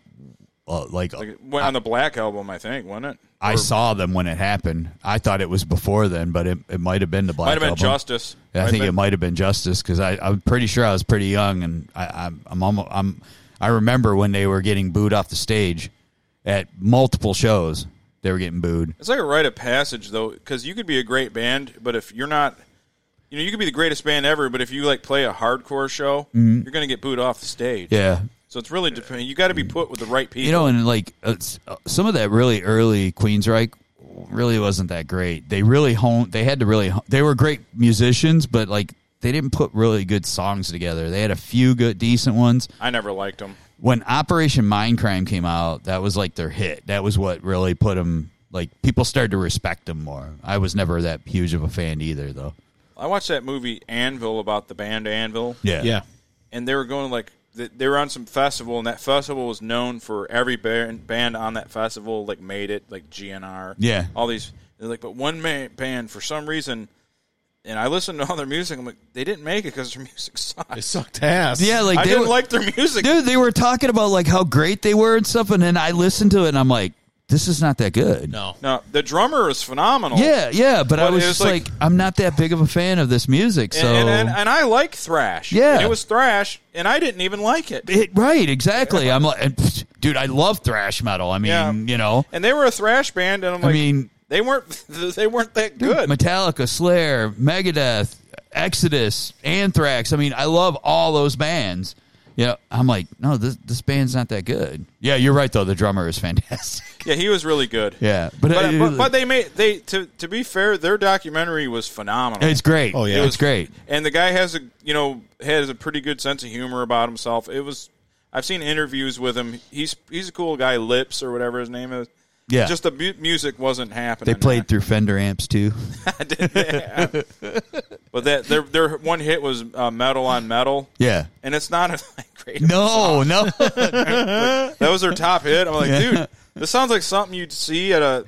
uh, like,
like it went on the Black album, I think, wasn't it?
I saw them when it happened. I thought it was before then, but it, it might have been the
Might
Black
have been
Album.
Justice.
I
Might
think
have
it
been-
might have been Justice because I I'm pretty sure I was pretty young and I I'm I'm, almost, I'm I remember when they were getting booed off the stage at multiple shows. They were getting booed.
It's like a rite of passage, though, because you could be a great band, but if you're not, you know, you could be the greatest band ever, but if you like play a hardcore show, you're going to get booed off the stage.
Mm-hmm. Yeah,
So it's really depending. You got to be put with the right people.
you know, and like it's, uh, some of that really early Queensryche really wasn't that great. They really honed. They had to really. hone- They were great musicians, but like they didn't put really good songs together. They had a few good, decent ones.
I never liked them.
When Operation Mindcrime came out, that was like their hit. That was what really put them. Like people started to respect them more. I was never that huge of a fan either, though.
I watched that movie Anvil about the band Anvil,
Yeah,
yeah.
and they were going like th- they were on some festival, and that festival was known for every band, band on that festival like made it, like GNR,
Yeah.
all these. They're like, but one man, band for some reason, and I listened to all their music. I'm like, they didn't make it because their music sucked.
It sucked ass.
yeah. Like
I
they
didn't
were-
like their music.
dude they were talking about like how great they were and stuff and then i listened to it and i'm like this is not that good
No.
No, the drummer is phenomenal.
yeah yeah but, i
But
was
it was
just like, i'm not that big of a fan of this music
And,
so
and, and, and I like thrash.
Yeah.
And it was thrash, and I didn't even like it.
it, right exactly i'm like and, pfft, dude i love thrash metal i mean
Yeah.
you know
And they were a thrash band, and I'm
i
like,
mean
They weren't. They weren't that good.
Metallica, Slayer, Megadeth, Exodus, Anthrax. I mean, I love all those bands. You know, I'm like, no, this this band's not that good. Yeah, you're right though. The drummer is fantastic.
Yeah, he was really good.
Yeah,
But, but, but they made they to to be fair, their documentary was phenomenal.
it's great.
Oh, yeah. It
it's
was-
great.
and the guy has a you know has a pretty good sense of humor about himself. It was I've seen interviews with him. He's he's a cool guy, Lips or whatever his name is.
Yeah.
just the mu- music wasn't happening.
They played through Fender amps too.
but that their their one hit was uh, Metal on Metal,
Yeah.
and it's not a like, great.
No, no.
That was their top hit. I'm like, dude, this sounds like something you'd see at a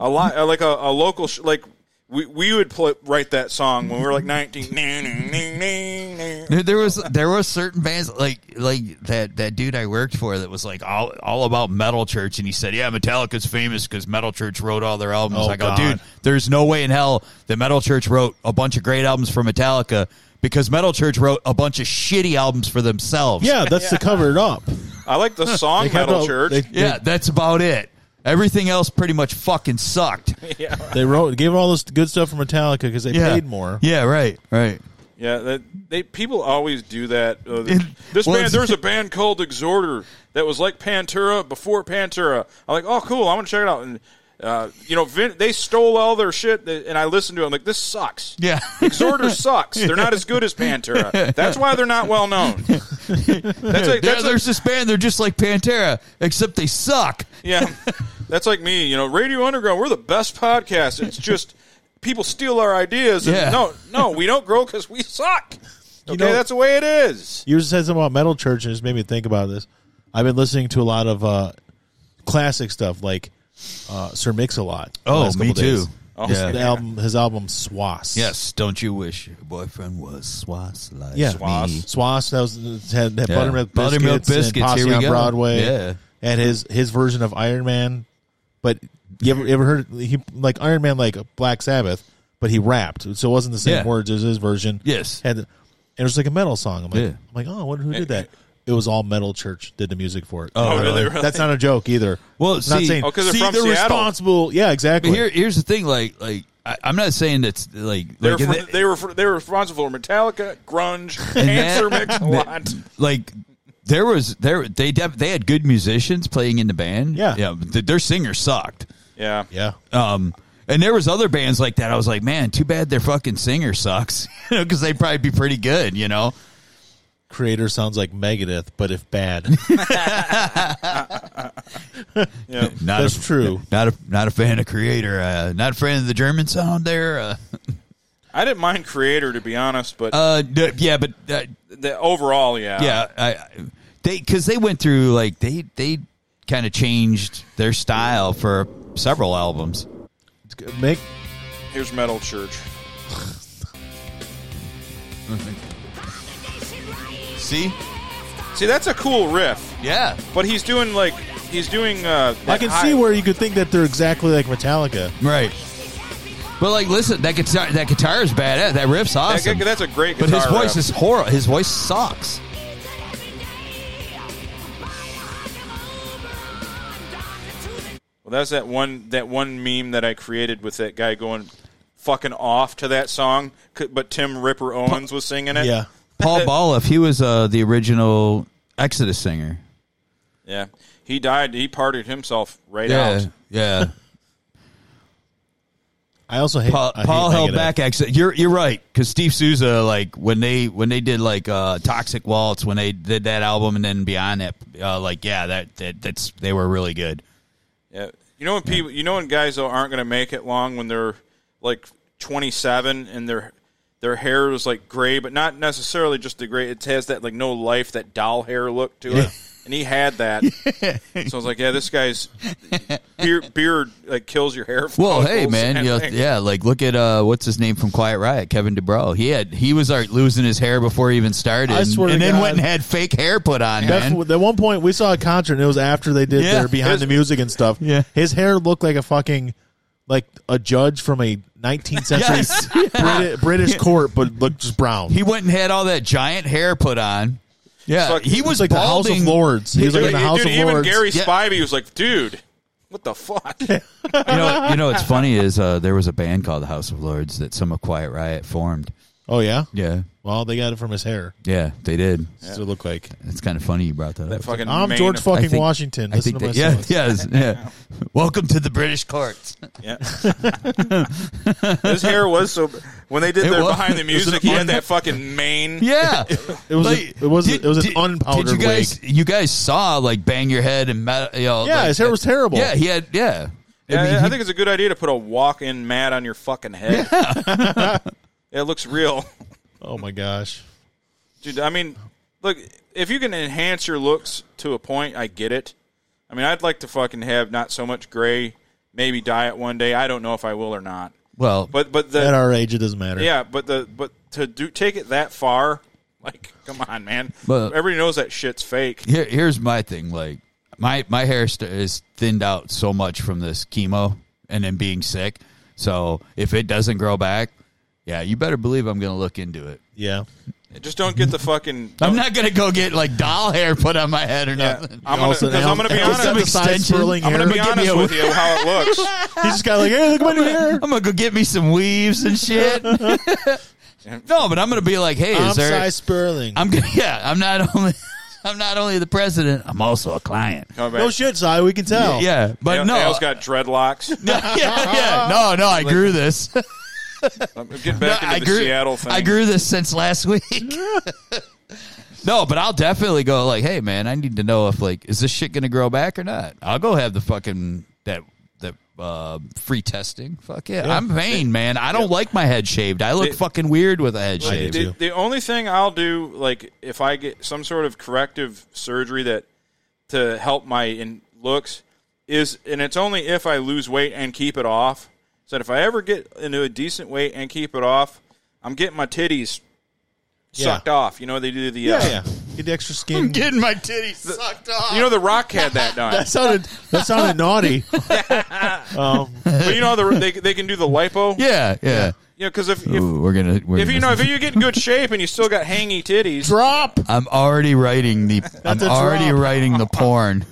a lot like a, a local sh- like. We, we would play, write that song when we were like 19.
There there was there was certain bands like like that that dude I worked for that was like all all about Metal Church and he said yeah Metallica's famous because Metal Church wrote all their albums.
Oh,
I go
God.
dude, there's no way in hell that Metal Church wrote a bunch of great albums for Metallica because Metal Church wrote a bunch of shitty albums for themselves.
Yeah, that's to cover it up.
I like the song
They have
Metal
a-
Church.
They,
yeah, that's about it. Everything else pretty much fucking sucked.
they wrote, gave all this good stuff for Metallica because they
Yeah,
paid more.
Yeah, right, right.
Yeah, that, they people always do that. Uh,
It-
this
well,
band,
it's-
there's a band called Exhorter that was like Pantera before Pantera. I'm like, oh, cool, I'm gonna check it out. And uh, you know, Vin, they stole all their shit, that- and I listened to it. I'm like, this sucks.
Yeah.
Exhorter sucks. They're not as good as Pantera. That's why they're not well known. That's like,
There-
that's like,
there's this band. They're just like Pantera, except they suck.
yeah, that's like me. You know, Radio Underground. We're the best podcast. It's just people steal our ideas. And
Yeah.
No, no, we don't grow because we suck. Okay,
know-
that's the way it is.
You just said something about Metal Church and it just made me think about this. I've been listening to a lot of uh, classic stuff like uh, Sir Mix-a-Lot. the
Oh,
last couple
me
days.
too.
Oh,
His, album, his album Swass.
Yes, don't you wish your boyfriend was swass like
Yeah.
me?
Swass.
Swass. That was had, had
Yeah.
buttermilk biscuits,
Buttermilk
and
Biscuits,
Posse
here we
on
go.
Broadway.
Yeah.
and his his version of Iron Man. But you ever, you ever heard he like Iron Man like Black Sabbath, but he rapped, so it wasn't the same
Yeah.
words as his version.
Yes.
had and it was like a metal song. I'm like,
Yeah. Eh,
I'm like, oh, I wonder who did that. It was all Metal Church did the music for it.
Oh,
By the
really?
way. That's not a joke either.
Well,
I'm not
see-
saying
Oh,
'cause they're
see,
from
they're
Seattle.
responsible. Yeah, exactly.
But here, here's the thing: like, like I, I'm not saying that's like,
They
like
were,
in
fr-
the-
they were fr- they were responsible for Metallica, grunge,
in
cancer
that-
mix a lot.
Like there was there they def, they had good musicians playing in the band.
Yeah.
yeah. but th- their singer sucked.
Yeah,
yeah.
Um, and there was other bands like that. I was like, man, too bad their fucking singer sucks. you know, because they'd probably be pretty good. You know.
Creator sounds like Megadeth, but if bad,
yeah.
Not
That's
a,
true.
Not a not a fan of Creator. Uh, not a fan of the German sound there. Uh,
I didn't mind Creator to be honest, but
uh d- yeah, but uh,
the overall, yeah,
yeah, I, I- they because they went through like they they kind of changed their style for several albums.
make
Here's Metal Church.
See,
See, that's a cool riff,
yeah,
but he's doing like he's doing. Uh,
I
that
can
high-
see where you could think that they're exactly like Metallica.
right. But like, listen, that guitar that guitar is badass. That riff's
that-
awesome.
that's a great
but
guitar.
his voice
riff.
is horrible. His voice sucks.
Well, that's that one that one meme that I created with that guy going fucking off to that song, c- but Tim Ripper Owens was singing it.
Yeah.
Paul Baloff, he was uh, the original Exodus singer.
yeah. He died. He partied himself right out.
yeah.
I also hate
Paul,
I hate
Paul held
Megadeth.
back. eh, Actually, you're you're right because Steve Souza, like when they when they did like uh, Toxic Waltz, when they did that album, and then beyond that, uh, like yeah, that, that that's they were really good.
Yeah. You know when people, you know when guys though aren't going to make it long when they're like 27 and their their hair is like gray, but not necessarily just the gray. It has that like no life, that doll hair look to it. And he had that, so I was like, "Yeah, this guy's beard, beard like kills your hair."
Oh,
Well, hey
follicles
man,
and
you know,
everything.
yeah, like look at uh, what's his name from Quiet Riot, Kevin DeBro. He had he was like, losing his hair before he even started,
I swear to
and then
God.
went and had fake hair put on.
That's,
Man.
at one point, we saw a concert, and it was after they did
Yeah.
their behind the music and stuff.
Yeah.
his hair looked like a fucking like a judge from a 19th century
Yes.
Briti- British court, but looked just brown.
He went and had all that giant hair put on. Yeah,
It's like-
he
was
was
like the House
balding.
of Lords. He was like in
Dude,
the House
dude,
of
even
Lords.
Gary
Yeah.
Spivey was like, "Dude, What the fuck?
You know, you know what's funny is uh, there was a band called the House of Lords that some of Quiet Riot formed.
Oh yeah.
Yeah,
Well, they got it from his hair.
yeah, they did.
So it looked like
It's kind of funny you brought that,
That
up.
fucking
I'm
Maine-
George fucking
I think-
Washington.
I
Listen
think
to my
that, yeah,
songs.
yes, yeah. Welcome to the British courts.
Yeah. His hair was so. When they did
It
their
was-
behind the
it was
music,
an
he had
un-
that fucking mane.
Yeah,
It was a- it was a- it was an unpowdered
Did you guys you guys saw like bang your head and met, you know,
Yeah,
like-
his hair was terrible.
Yeah, he had yeah.
Yeah, I,
mean,
I think it's a good idea to put a walk-in mat on your fucking head. it looks real,
Oh my gosh.
dude. I mean, look, if you can enhance your looks to a point, I get it. I mean, I'd like to fucking have not so much gray, maybe dye it one day. I don't know if I will or not.
well,
But but the
At our age, it doesn't matter.
Yeah, but the but to do take it that far, like come on, man.
But-
Everybody knows that shit's fake.
here, here's my thing. Like my my hair st- is thinned out so much from this chemo and then being sick. So if it doesn't grow back, yeah, you better believe I'm gonna look into it.
Yeah.
Just don't get the fucking.
I'm not gonna go get like doll hair put on my head or
Yeah,
nothing.
I'm gonna,
Also,
'cause I'm gonna be
Al-
honest.
Al-
I'm
Al- side
extension.
swirling
I'm
hair.
gonna be
give me
honest
a-
with you how it looks.
He's just kind of like, hey, look at my new hair.
I'm gonna go get me some weaves and shit. no, but I'm gonna be like, hey,
I'm
is there?
Cy Sperling.
I'm gonna yeah. I'm not only I'm not only the president. I'm also a client.
Come back.
no shit, Cy. We can tell.
Yeah, but
Al-
no,
Al's got dreadlocks.
yeah, yeah, no, no. I grew this.
I'm getting back into
No, I
the
grew,
Seattle thing.
I grew this since last week. no, but I'll definitely go like, hey man, I need to know if like is this shit gonna grow back or not. I'll go have the fucking that that uh, free testing. Fuck yeah. I'm vain, man. I don't like my head shaved. I look
They-
fucking weird with a head
Like,
shaved.
the, the only thing I'll do, like, if I get some sort of corrective surgery that to help my in looks, is, and it's only if I lose weight and keep it off. So if I ever get into a decent weight and keep it off, I'm getting my titties sucked off. You know they do the uh,
Yeah. yeah. Get the extra skin.
Getting my titties sucked off.
You know the Rock had that done,
that sounded that sounded naughty. um,
but you know the, they they can do the lipo.
yeah, yeah.
you know because if, if
Ooh, we're gonna. We're
if
gonna
you know if you get in good shape and you still got hangy titties,
drop.
I'm already writing the. I'm
a drop.
already writing the porn.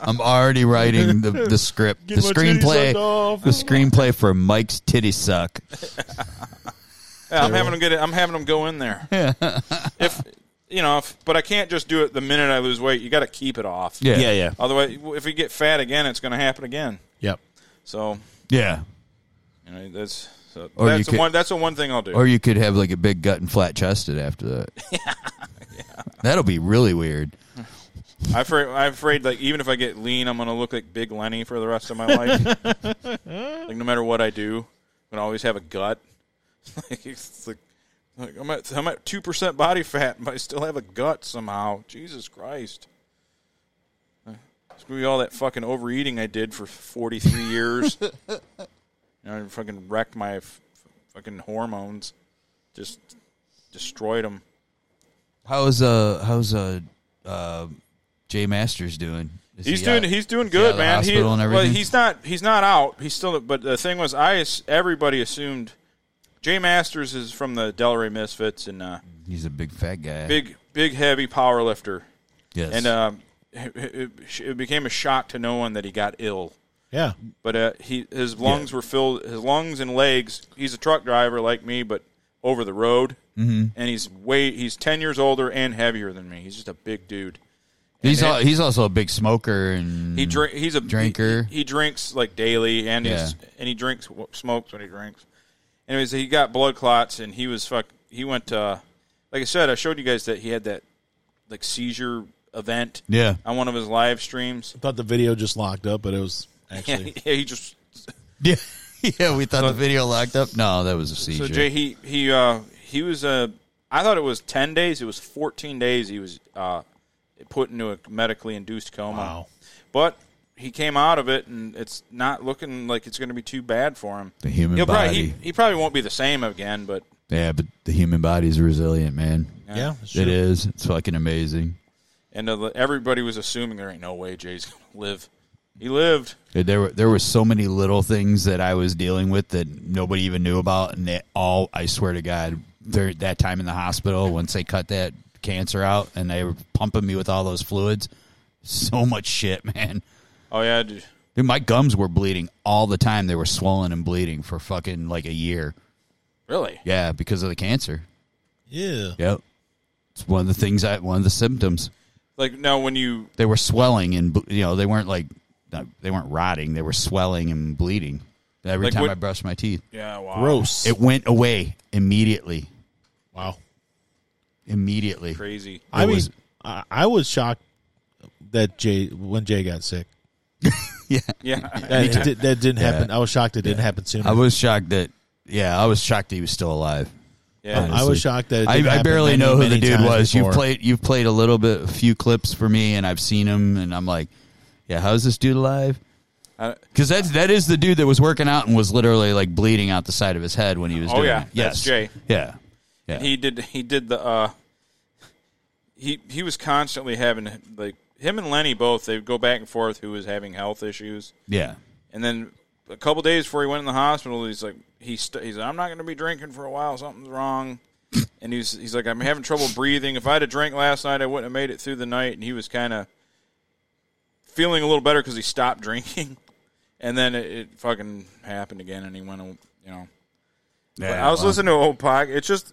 I'm already writing the, the script,
Get
the
my titties
screenplay,
sucked off.
the screenplay for Mike's titty suck.
Yeah, I'm having them get it. I'm having them go in there. if you know, if, but I can't just do it the minute I lose weight. You got to keep it off.
Yeah,
Yeah, yeah.
Otherwise, if you get fat again, it's going to happen again.
Yep.
So
yeah.
you know, that's so
Or you
that's the
could-
one. That's the one thing I'll do.
Or you could have like a big gut and flat chested after that. That'll be really weird.
I'm afraid, I'm afraid, like even if I get lean, I'm going to look like Big Lenny for the rest of my life. like no matter what I do, I'm going to always have a gut. like, it's like, like I'm at I'm at two percent body fat, but I still have a gut somehow. Jesus Christ! It's gonna be all that fucking overeating I did for 43 years. you know, I fucking wrecked my f- fucking hormones, just destroyed them.
How's uh How's uh, uh Jay Masters doing? Is
He's
he
doing
out?
he's doing
he out
good,
of the
man. He,
hospital and
well,
everything?
he's not he's not out. He's still. But the thing was, I as- everybody assumed Jay Masters is from the Delray Misfits and uh,
He's a big fat guy.
big big heavy power lifter,
yes.
and um, it, it, it became a shock to no one that he got ill.
Yeah.
But uh, he his lungs were filled. His lungs and legs. He's a truck driver like me, but over the road. Mm-hmm. And he's way he's ten years older and heavier than me. He's just a big dude.
he's
and
al- he's also a big smoker and
He drink. He's a
Mm. Drinker.
He, he drinks like daily, and he's
Yeah.
and he drinks w- smokes when he drinks. Anyways, he got blood clots, and he was fuck. He went. Uh, like I said, I showed you guys that he had that like seizure event.
Yeah.
On one of his live streams.
I thought the video just locked up, but it was
Yeah,
actually
he just
Yeah, yeah. We thought the video locked up. No, that was a seizure.
so Jay. He he uh he was uh I thought it was ten days. It was fourteen days. He was uh put into a medically induced coma.
wow.
But he came out of it, and it's not looking like it's going to be too bad for him.
The human
He'll probably-
body.
he, he probably won't be the same again, but
yeah, but the human body's resilient, man.
Yeah. it's
It
true.
is. It's fucking amazing.
and uh, everybody was assuming there ain't no way Jay's going to live. He lived.
Dude, There were there were so many little things that I was dealing with that nobody even knew about, and they all I swear to God, there that time in the hospital once they cut that cancer out and they were pumping me with all those fluids, so much shit, man.
Oh yeah, dude.
Dude, my gums were bleeding all the time. They were swollen and bleeding for fucking like a year.
Really?
Yeah, because of the cancer.
Yeah.
Yep. It's one of the things I one of the symptoms.
Like now, when you
They were swelling and ble- you know, they weren't like not- they weren't rotting, they were swelling and bleeding. Every
Like
time
what-
I brushed my teeth,
yeah, wow.
Gross.
it went away immediately.
wow.
Immediately.
crazy.
I mean,
was-
I, I was shocked that Jay when Jay got sick.
Yeah,
That, it did, that didn't happen. I was shocked it didn't happen sooner.
I was shocked that yeah, I was shocked that he was still alive.
yeah.
I was shocked that it
I,
didn't
I
happen
barely
many,
know who the
many
dude
times
was.
before.
You've played you've played a little bit a few clips for me and I've seen him and I'm like, Yeah, how's this dude alive?
I-
Because that's that is the dude that was working out and was literally like bleeding out the side of his head when he was
Oh,
doing
yeah.
it.
That's Jay.
Yeah. Yeah.
He did. He did the. uh He he was constantly having like him and Lenny both. They would go back and forth. Who was having health issues?
yeah.
And then a couple days before he went in the hospital, he's like, he st- he's like, I'm not going to be drinking for a while. Something's wrong. And he's he's like, I'm having trouble breathing. If I had a drink last night, I wouldn't have made it through the night. And he was kind of feeling a little better because he stopped drinking. And then it, it fucking happened again, and he went, you know. But I was listening to an old podcast. It's just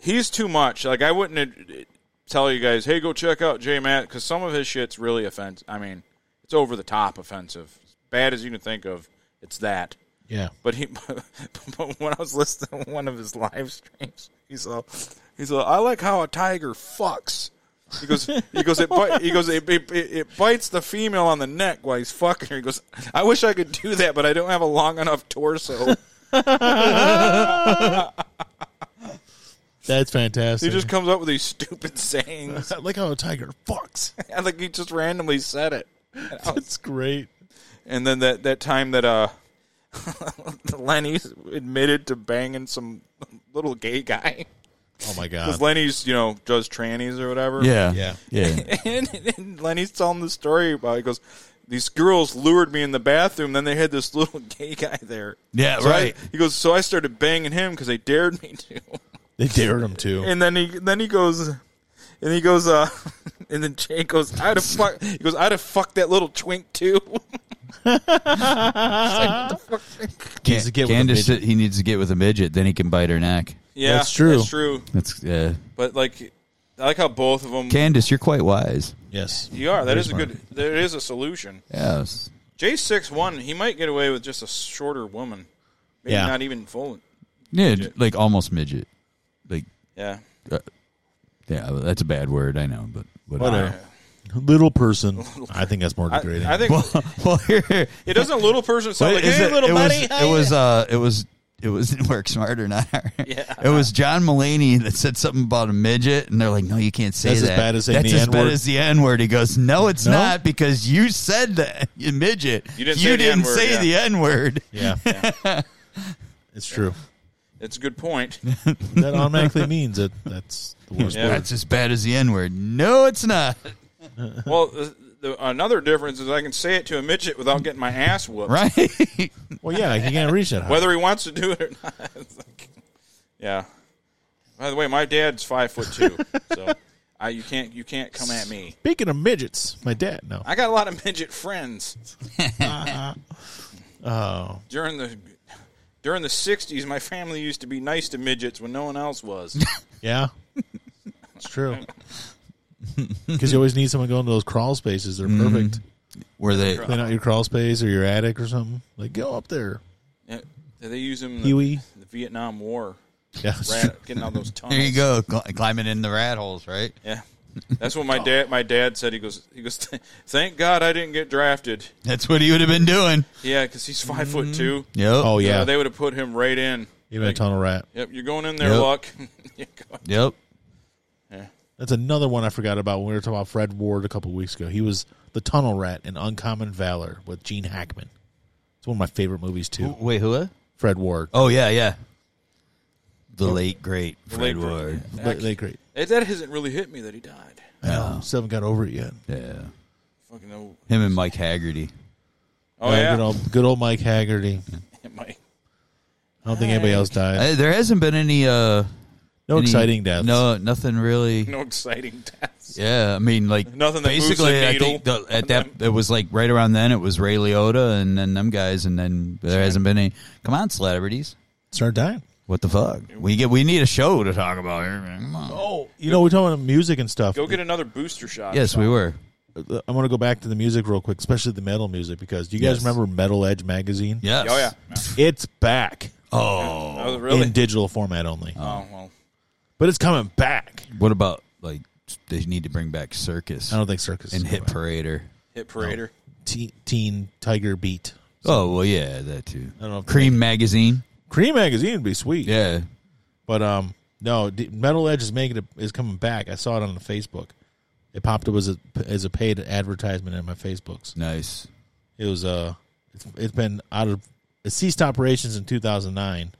he's too much. Like I wouldn't ad- tell you guys, hey, go check out J Matt because some of his shit's really offensive. I mean, it's over the top offensive, as bad as you can think of. It's that.
Yeah.
But he, but when I was listening to one of his live streams, he's all, he's all, I like how a tiger fucks. He goes, he goes, it, bite, he goes, it, it, it, it bites the female on the neck while he's fucking her. He goes, I wish I could do that, but I don't have a long enough torso.
That's fantastic.
He just comes up with these stupid sayings.
I like how a tiger fucks.
I think he just randomly said it.
That's great.
And then that, that time that uh, Lenny admitted to banging some little gay guy.
Oh my god.
Because Lenny's, you know, does trannies or whatever.
Yeah.
Yeah.
Yeah.
and, and Lenny's telling the story about he goes, these girls lured me in the bathroom. Then they had this little gay guy there.
Yeah,
So I-
right.
he goes, so I started banging him because they dared me to.
They dared him to.
And then he then he goes, and he goes, uh, and then Jay goes, I'd have fuck. He goes, I'd have fucked that little twink too.
Needs to get with a
Candace
midget.
said he needs to get with a midget, then he can bite her neck.
yeah,
That's true.
That's true.
That's uh,
But like, I like how both of them.
Candace, you're quite wise.
Yes.
you are. That
Very
is a
smart.
good. There is a solution.
Yes.
J six one. He might get away with just a shorter woman. Maybe
Yeah.
not even full.
Yeah, like almost midget. Like
Yeah.
yeah, well, that's a bad word, I know, but
Whatever. Little person. I think that's more
I,
degrading.
I think
Well, well here,
it doesn't little person sound like
Wait, is
hey
it,
little
it
buddy.
Was,
how
it
you
was.
doing?"
Uh, it was. It was work smarter, not harder.
Yeah.
It was John Mulaney that said something about a midget, and they're like, "No, you can't say
That's as
that.
bad as saying
That's
the
as
N-word.
bad as the N word." He goes, "No, it's
No?
not because you said that you midget.
You didn't say the
didn't
N-word,
say
yeah.
the N word.
yeah. it's true.
it's a good point.
That automatically means that that's the worst.
Yeah.
That's as bad as the N word. No, it's not.
well, the, the, another difference is I can say it to a midget without getting my ass whooped,
Right?
Well, yeah, he can't reach that. high.
whether he wants to do it or not. It's like- yeah. By the way, my dad's five foot two, so I, you can't you can't come at me.
Speaking of midgets, my dad. No.
I got a lot of midget friends
Oh,
during the. During the '60s, my family used to be nice to midgets when no one else was.
yeah. It's true. Because you always need someone going to those crawl spaces. They're perfect.
Were they?
Clean out your crawl space or your attic or something. Like go up there,
Yeah, they use them in the,
Huey.
the Vietnam War,
Yeah. it's true.
rat, getting out those tunnels.
There you go, cl- climbing in the rat holes. Right?
Yeah, that's what my dad. My dad said he goes. He goes. Thank God I didn't get drafted.
That's what he would have been doing.
Yeah, because he's 5
Mm-hmm.
foot two.
Yep.
Oh
You know,
yeah.
they would have put him right in.
Even a tunnel rat.
Yep, you're going in there,
Yep.
Luck. You're going-
Yep.
That's another one I forgot about when we were talking about Fred Ward a couple weeks ago. He was the tunnel rat in Uncommon Valor with Gene Hackman. It's one of my favorite movies too.
Wait, who?
Fred Ward.
Oh yeah, yeah. The late great
late great-
Fred Ward.
Late, late great.
Eh, that hasn't really hit me that he died.
I still haven't got over it yet.
Yeah,
Fucking oh,
him and Mike Haggerty.
oh
Uh,
yeah,
good old, good old Mike Haggerty.
It might-
I don't think anybody else died.
Uh, there hasn't been any uh,
No
any-
exciting deaths.
No, nothing really.
No exciting deaths.
Yeah, I mean, like
Nothing that moves the
basically. I
needle.
think the, at that it was like right around then. It was Ray Liotta and then them guys, and then there hasn't been any. Come on, celebrities.
Start dying.
What the fuck? We get we need a show to talk about here. man. Come on.
Oh, you know, we're talking about music and stuff.
Go get another booster shot.
yes, we were.
I want to go back to the music real quick, especially the metal music, because do you guys
Yes.
remember Metal Edge magazine?
Yes.
Oh yeah.
It's back
Oh.
Oh really?
in digital format only,
oh well.
but it's coming back.
What about like they need to bring back Circus
I don't think Circus is
and Hit
coming back.
Parader?
Hit Parader.
Teen, teen Tiger Beat.
Oh well, yeah, that too.
don't know if-
Cream magazine.
Cream magazine would be sweet.
Yeah.
But um, no, D- Metal Edge is making it is coming back. I saw it on the Facebook. It popped up as a as a paid advertisement in my Facebooks.
Nice.
It was uh, it's, it's been out of it ceased operations in 2009,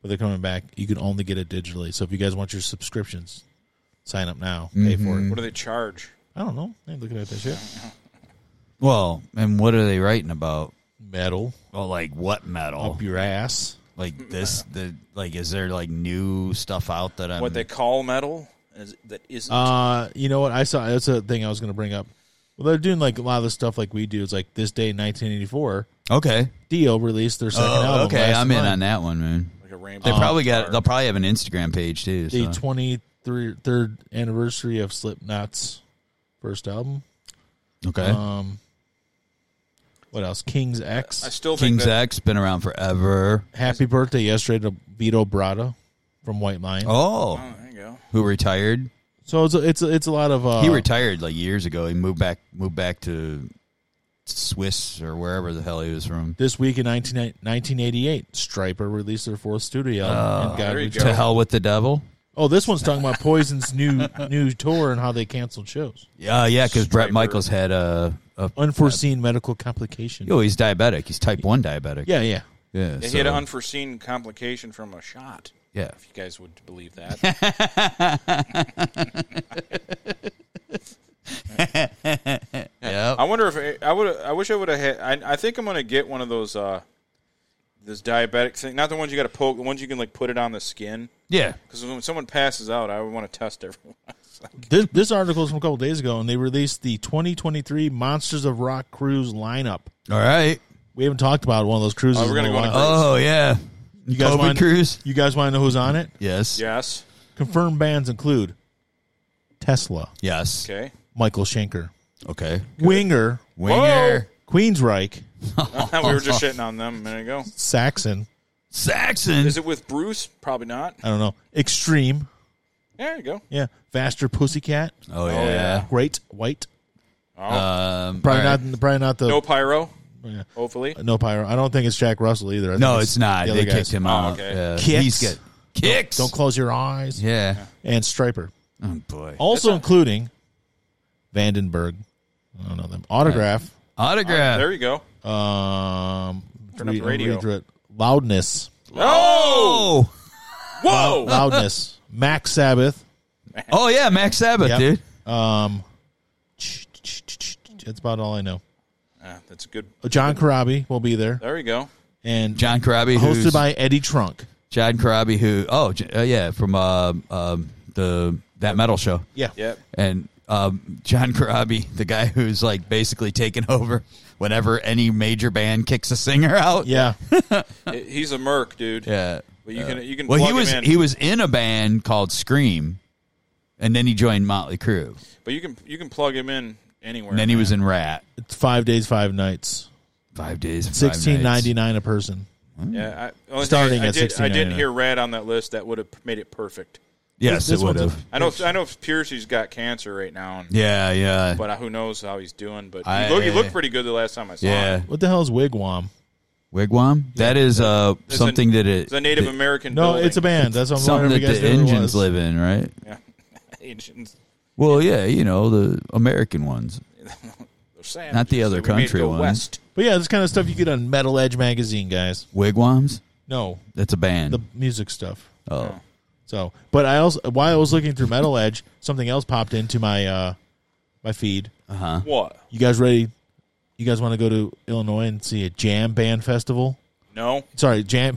but they're coming back. You can only get it digitally. So if you guys want your subscriptions, sign up now. Pay for
What
it.
do they charge?
I don't know. I ain't looking at this shit.
Well, and what are they writing about?
Metal
Well, like what metal?
up your ass.
Like this? The like is there like new stuff out that I'm?
What they call metal is that isn't.
Uh, you know what? I saw that's a thing I was going to bring up. Well, they're doing like a lot of the stuff like we do. It's like this day in 1984,
okay.
Dio released their second
Oh,
album.
okay,
Last
I'm in
Month.
on that one, man.
like a rainbow.
They probably got.
car.
They'll probably have an Instagram page too.
the
so.
23 third anniversary of Slipknot's first album.
Okay.
Um, what else? King's
I
X.
still think
King's
that
X been around forever.
Happy birthday yesterday to Vito Brada from White Lion.
Oh,
Oh, there you go.
who retired?
So it's a, it's a, it's a lot of uh,
he retired like years ago. He moved back moved back to Swiss or wherever the hell he was from.
this week in 19, 1988. Striper released their fourth studio
Oh,
album. and God
there you
We
go.
Trust-
To hell with the devil.
Oh, this one's talking about Poison's new new tour and how they canceled shows.
Yeah, yeah, because Brett
Striper.
Michaels had a, a
Unforeseen medical complications.
yo. He's diabetic. He's type one diabetic.
Yeah, yeah.
yeah.
Yeah,
so-
he had an unforeseen complication from a shot.
yeah.
If you guys would believe that.
Yep.
I wonder if I would. I wish I would have had. I, I think I'm gonna get one of those. uh This diabetic thing, not the ones you got to poke, the ones you can like put it on the skin.
Yeah.
Because when someone passes out, I would want to test everyone.
This, this article is from a couple days ago, and they released the 2023 Monsters of Rock cruise lineup.
All right.
We haven't talked about one of those cruises.
Oh, we're gonna
in a
go on a
while.
Oh yeah.
You guys
COVID
want-
cruise?
You guys want to know who's on it?
Yes.
yes.
Confirmed bands include Tesla,
Yes.
Okay.
Michael Schenker,
Okay.
Winger,
Winger.
Queensryche,
we were just shitting on them a minute ago.
Saxon.
Saxon.
Is it with Bruce? Probably not.
I don't know. Extreme.
There you go.
Yeah. Faster Pussycat.
oh yeah.
Great White.
Oh.
Um,
Probably
all right.
not. Probably not the
No pyro.
Yeah.
Hopefully.
No pyro. I don't think it's Jack Russell either. I think
No, it's not.
the
they
other guys.
kicked him out.
okay.
Yeah.
Kicks.
He's got kicks.
Don't close your eyes.
yeah.
And Striper.
Oh boy.
Also including Vandenberg. I don't know them. Autograph.
Autograph.
There you go.
Um,
Turn up the radio.
read through it. Loudness.
Oh!
oh.
Whoa!
uh,
Loudness. Max Sabbath.
Oh yeah, Max Sabbath,
Yep.
dude.
Um, that's about all I know.
Ah, that's a good.
John Karabi will be there,
There you go.
and
John Corabi, who's
hosted by Eddie Trunk.
John Corabi, who oh J- uh, yeah, from uh, um, the that metal show,
Yeah,
Yep.
and um, John Corabi, the guy who's like basically taking over whenever any major band kicks a singer out.
yeah.
He- He's a merc, dude.
yeah. Uh,
But you can you can.
Well,
plug
he was
him in,
he was in a band called Scream, and then he joined Motley Crue,
But you can you can plug him in anywhere.
and then he
man.
was in Rat.
It's five days, five nights,
Five days, and five
sixteen ninety
nights.
nine a person.
Yeah. I, only
Starting
thing, I, I
at
did,
16,
I didn't
yeah.
hear Rad on that list. That would have made it perfect.
Yes,
This
it would
one's a-
have.
I know I know Piercy's got cancer right now, and,
Yeah, yeah,
but uh, who knows how he's doing? But
I-
he, look, he looked pretty good the last time I saw
yeah.
him.
What the hell is wigwam?
Wigwam. That is uh
It's
something
a,
that it
it's a Native
that-
American.
No,
building.
it's a band. That's what I'm
something
wondering
that
if you guys
the
knew what it
engines
was.
live in, right?
Yeah. Asians.
Well, yeah, you know the American ones.
They're savages.
Not the other
They made it
country
go
one.
West.
But yeah, this kind of stuff you get on Metal Edge magazine, guys.
Wigwams.
No,
That's a band.
the music stuff.
oh,
So, but I also while I was looking through Metal Edge, something else popped into my uh my feed.
What?
You guys ready? You guys want to go to Illinois and see a jam band festival?
No.
Sorry, jam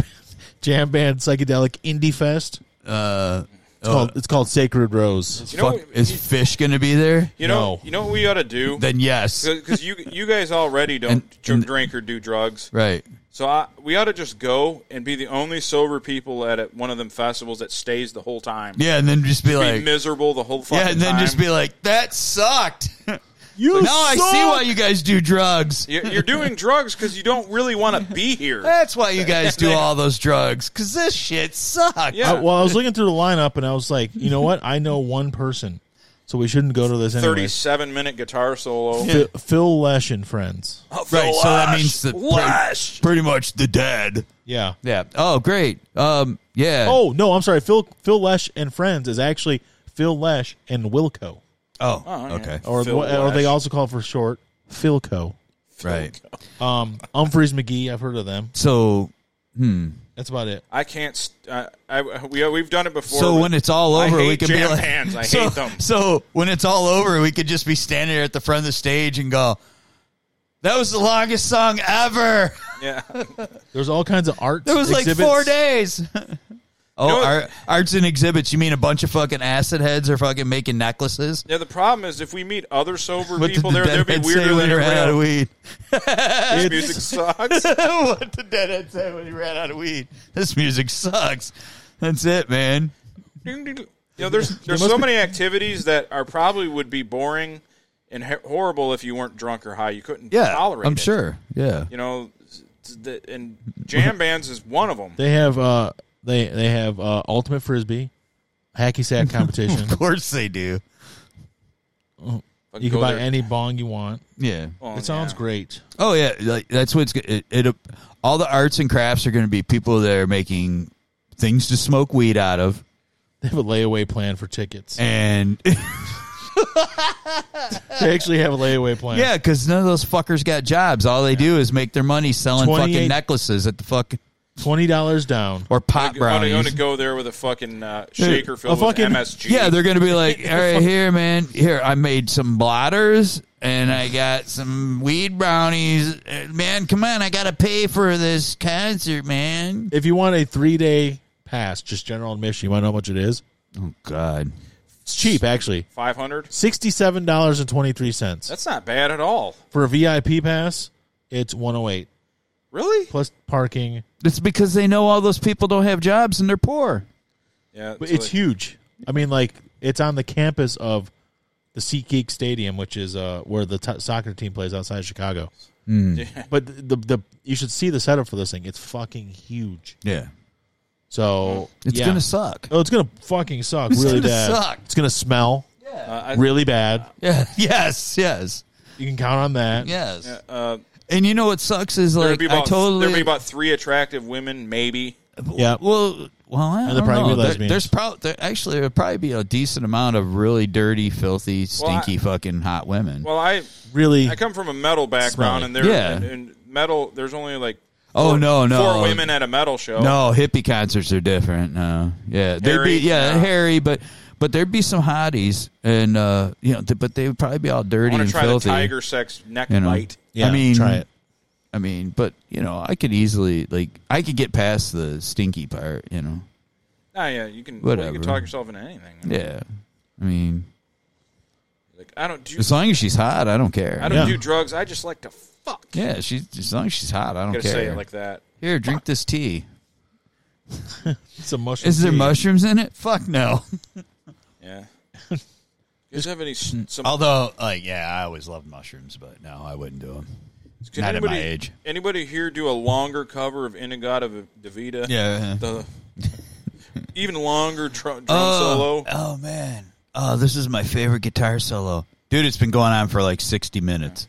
jam band psychedelic indie fest.
uh,
It's, called, it's called Sacred Rose.
You know
Fuck,
what-
is fish going to be there?
You know,
No.
you know what we ought to do
Then yes.
because you you guys already don't
And-
dr-
and-
drink or do drugs.
Right.
So I, we ought to just go and be the only sober people at, at one of them festivals that stays the whole time.
Yeah, and then just be
Be
like,
miserable the whole fucking
yeah, and then
time.
just be like, that sucked.
You
now I see why you guys do drugs.
You're, you're doing drugs because you don't really want to be here.
That's why you guys do all those drugs because this shit sucks.
Yeah.
Uh, well, I was looking through the lineup and I was like, you know what? I know one person, so we shouldn't go to this anyway.
Thirty-seven minute guitar solo.
Phi- Phil Lesh and friends.
Oh,
Right. So that
Lush.
means the
Lush.
pretty, pretty much the dead.
Yeah.
Yeah. Oh, great. Um. Yeah.
Oh no, I'm sorry. Phil Phil Lesh and friends is actually Phil Lesh and Wilco,
Oh.
yeah.
okay.
or
Phil
or they
Lesh.
also call it for short Philco.
Right.
Um, Humphreys McGee, I've heard of them.
So
That's about it.
I can't. St- I, I, we we've done it before.
so when it's all
I
over,
hate
we can be
jam
like,
bands. I
so,
hate them.
So when it's all over, we could just be standing there at the front of the stage and go, "That was the longest song ever.
yeah,
There's all kinds of art.
There was like four days." Oh,
know what-
ar- arts and exhibits. You mean a bunch of fucking acid heads are fucking making necklaces?
yeah. The problem is if we meet other sober
What
people
did
there, they'll
the
be
deadhead say
weirder
when
than
he ran out of
around.
weed?
This music sucks.
what the deadhead said when he ran out of weed. This music sucks. That's it, man.
you know, there's there's so many activities that are probably would be boring and he- horrible if you weren't drunk or high. You couldn't tolerate.
I'm
it.
sure. Yeah.
You know, s- the- and jam bands is one of them.
They have uh, they they have uh, ultimate frisbee, hacky sack competition.
Of course they do.
you can buy any bong you want.
Yeah.
It sounds great.
Oh yeah, like, that's what's go- it, it. All the arts and crafts are going to be people that are making things to smoke weed out of,
They have a layaway plan for tickets.
and
They actually have a layaway plan.
yeah, because none of those fuckers got jobs. All they do is make their money selling
28
fucking necklaces at the fuck
twenty dollars down.
or pot
I'm going to
brownies.
go there with a fucking uh, shaker
a
filled
fucking-
with MSG.
Yeah, they're gonna be like, all right, here, man, here. I made some blotters and I got some weed brownies. Uh, Man, come on, I gotta pay for this concert, man.
If you want a three day pass, just general admission, you want to know how much it is?
Oh God,
It's cheap actually.
five hundred.
Sixty seven dollars and twenty three cents.
That's not bad at all.
For a VIP pass, it's one oh eight.
Really?
Plus parking.
it's because they know all those people don't have jobs and they're poor.
Yeah,
But
so
it's
like-
huge. I mean like it's on the campus of the SeatGeek Stadium, which is uh, where the t- soccer team plays outside Chicago.
Hmm.
But the, the you should see the setup for this thing. It's fucking huge.
Yeah,
So
it's
yeah.
gonna suck.
Oh, it's gonna fucking suck.
It's
really
gonna
bad.
suck.
It's gonna smell
Uh, I-
really bad.
Yeah, yes, yes,
You can count on that.
yes.
uh,
And you know what sucks is
there'd
like
be about
I totally
there'd be about three attractive women, maybe.
Yeah.
Well, well, I
they'd
don't
probably be
know. There-
lesbians.
there's probably there, actually there'd probably be a decent amount of really dirty, filthy,
I-
stinky, fucking hot women.
Well, I
Really.
I come from a metal background,
Smelly.
and there
Yeah.
and, and metal. There's only like
Oh,
four-
no, no.
four women at a metal show.
No, hippie concerts are different. No, yeah, there'd
Hairy?
be yeah,
No.
hairy, but but there'd be some hotties, and uh, you know, th- but they would probably be all
I
dirty
want
and
to try
filthy.
the tiger sex neck
you know,
bite.
yeah,
I mean,
try it.
I mean, but you know, I could easily like I could get past the stinky part. You know,
Ah, yeah, you can. well, you
Whatever.
can talk yourself into anything.
yeah. I mean,
Like I don't do
as long as she's hot, I don't care.
I don't
Yeah.
do drugs. I just like to fuck.
Yeah, she's as long as she's hot, I don't
gotta
care.
say it like that.
Here, drink this tea.
It's a mushroom.
Is there
tea.
mushrooms in it? Fuck no.
Yeah. You guys have any s- some?
Although, like, yeah, I always loved mushrooms, but no, I wouldn't do them.
can
not at my
anybody,
age.
Anybody here do a longer cover of Inagata Davida?
Yeah.
The even longer tr- drum
Oh,
solo.
oh man. Oh, this is my favorite guitar solo. Dude, it's been going on for like 60 minutes.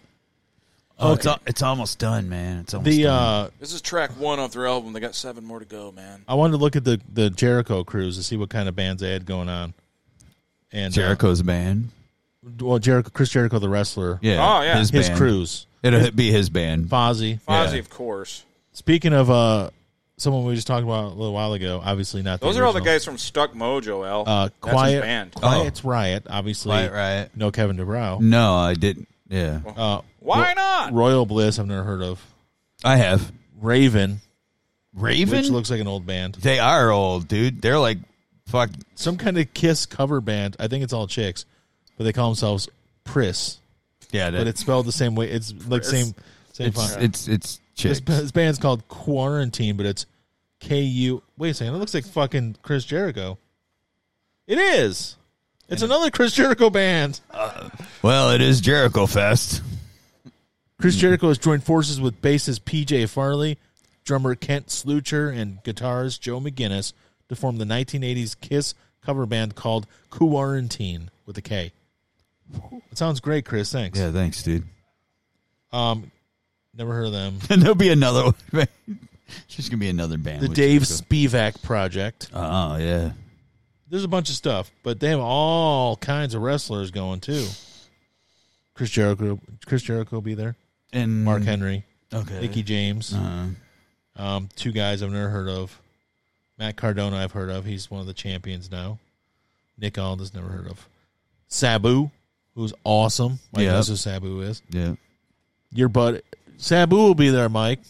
Oh, it's, al- it's almost done, man. It's almost
The
done.
uh,
This is track one off their album. They got seven more to go, man.
I wanted to look at the the Jericho cruise to see what kind of bands they had going on. And uh,
Jericho's band.
well, Jericho, Chris Jericho, the wrestler.
Yeah.
Oh, yeah.
His,
His
band.
cruise.
It'll be his band.
Fozzy.
Fozzy,
Yeah.
of course.
Speaking of uh, someone we just talked about a little while ago. Obviously not.
Those are all the
original.
guys from Stuck Mojo, Al.
Uh,
That's his
Quiet.
band.
Quiet's Riot. Obviously.
Quiet Oh. Riot.
No Kevin DeBrow.
No, I didn't. Yeah.
Uh,
Why
Ro-
not?
Royal Bliss. I've never heard of.
I have.
Raven,
Raven?
which looks like an old band.
They are old, dude. They're like Fuck.
Some kind of Kiss cover band. I think it's all chicks, but they call themselves Priss.
Yeah, that,
But it's spelled the same way. It's like same same
it's,
font.
it's it's
this,
chicks.
this band's called Quarantine, but it's K U. Wait a second, it looks like fucking Chris Jericho. It is. It's another Chris Jericho band.
Well, it is Jericho Fest.
Chris Jericho has joined forces with bassist PJ Farley, drummer Kent Slucher, and guitarist Joe McGinnis to form the 1980s Kiss cover band called Quarantine with a K. It sounds great, Chris. Thanks.
Yeah, thanks, dude.
Um, never heard of them.
And there'll be another one. It's just gonna be another band.
The
with
Dave
Jericho.
Spivak Project.
Oh yeah.
There's a bunch of stuff, but they have all kinds of wrestlers going too. Chris Jericho, Chris Jericho will be there.
And
Mark Henry,
Okay.
Mickey James.
Uh,
Um, two guys I've never heard of. Matt Cardona I've heard of. He's one of the champions now. Nick Aldis never heard of. Sabu, who's awesome. Mike
Yeah.
knows who Sabu is.
yeah.
Your bud Sabu will be there, Mike.
The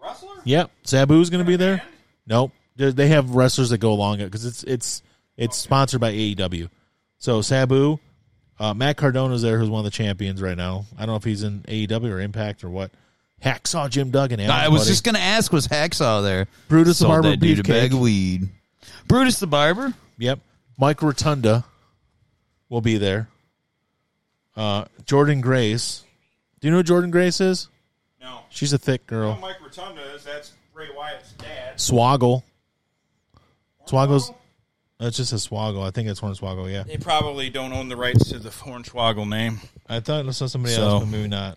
wrestler?
Yep. Sabu's gonna be there. Nope. There- They have wrestlers that go along it because it's it's it's sponsored by AEW. So Sabu, uh, Matt Cardona's there, who's one of the champions right now. I don't know if he's in AEW or Impact or what. Hacksaw Jim Duggan. Adam's
I was
buddy.
just gonna ask, was Hacksaw there?
Brutus the
Sold
Barber
that dude a
Beefcake.
bag of weed. Brutus the Barber.
Yep. Mike Rotunda will be there. Uh, Jordan Grace. Do you know who Jordan Grace is?
No.
She's a thick
You know who
girl.
Mike Rotunda is. That's Ray Wyatt's dad.
Swoggle. Swaggle's. That's just a swoggle. I think it's Hornswoggle, yeah.
They probably don't own the rights to the Hornswoggle name.
I thought I saw somebody
So-
else, but maybe not.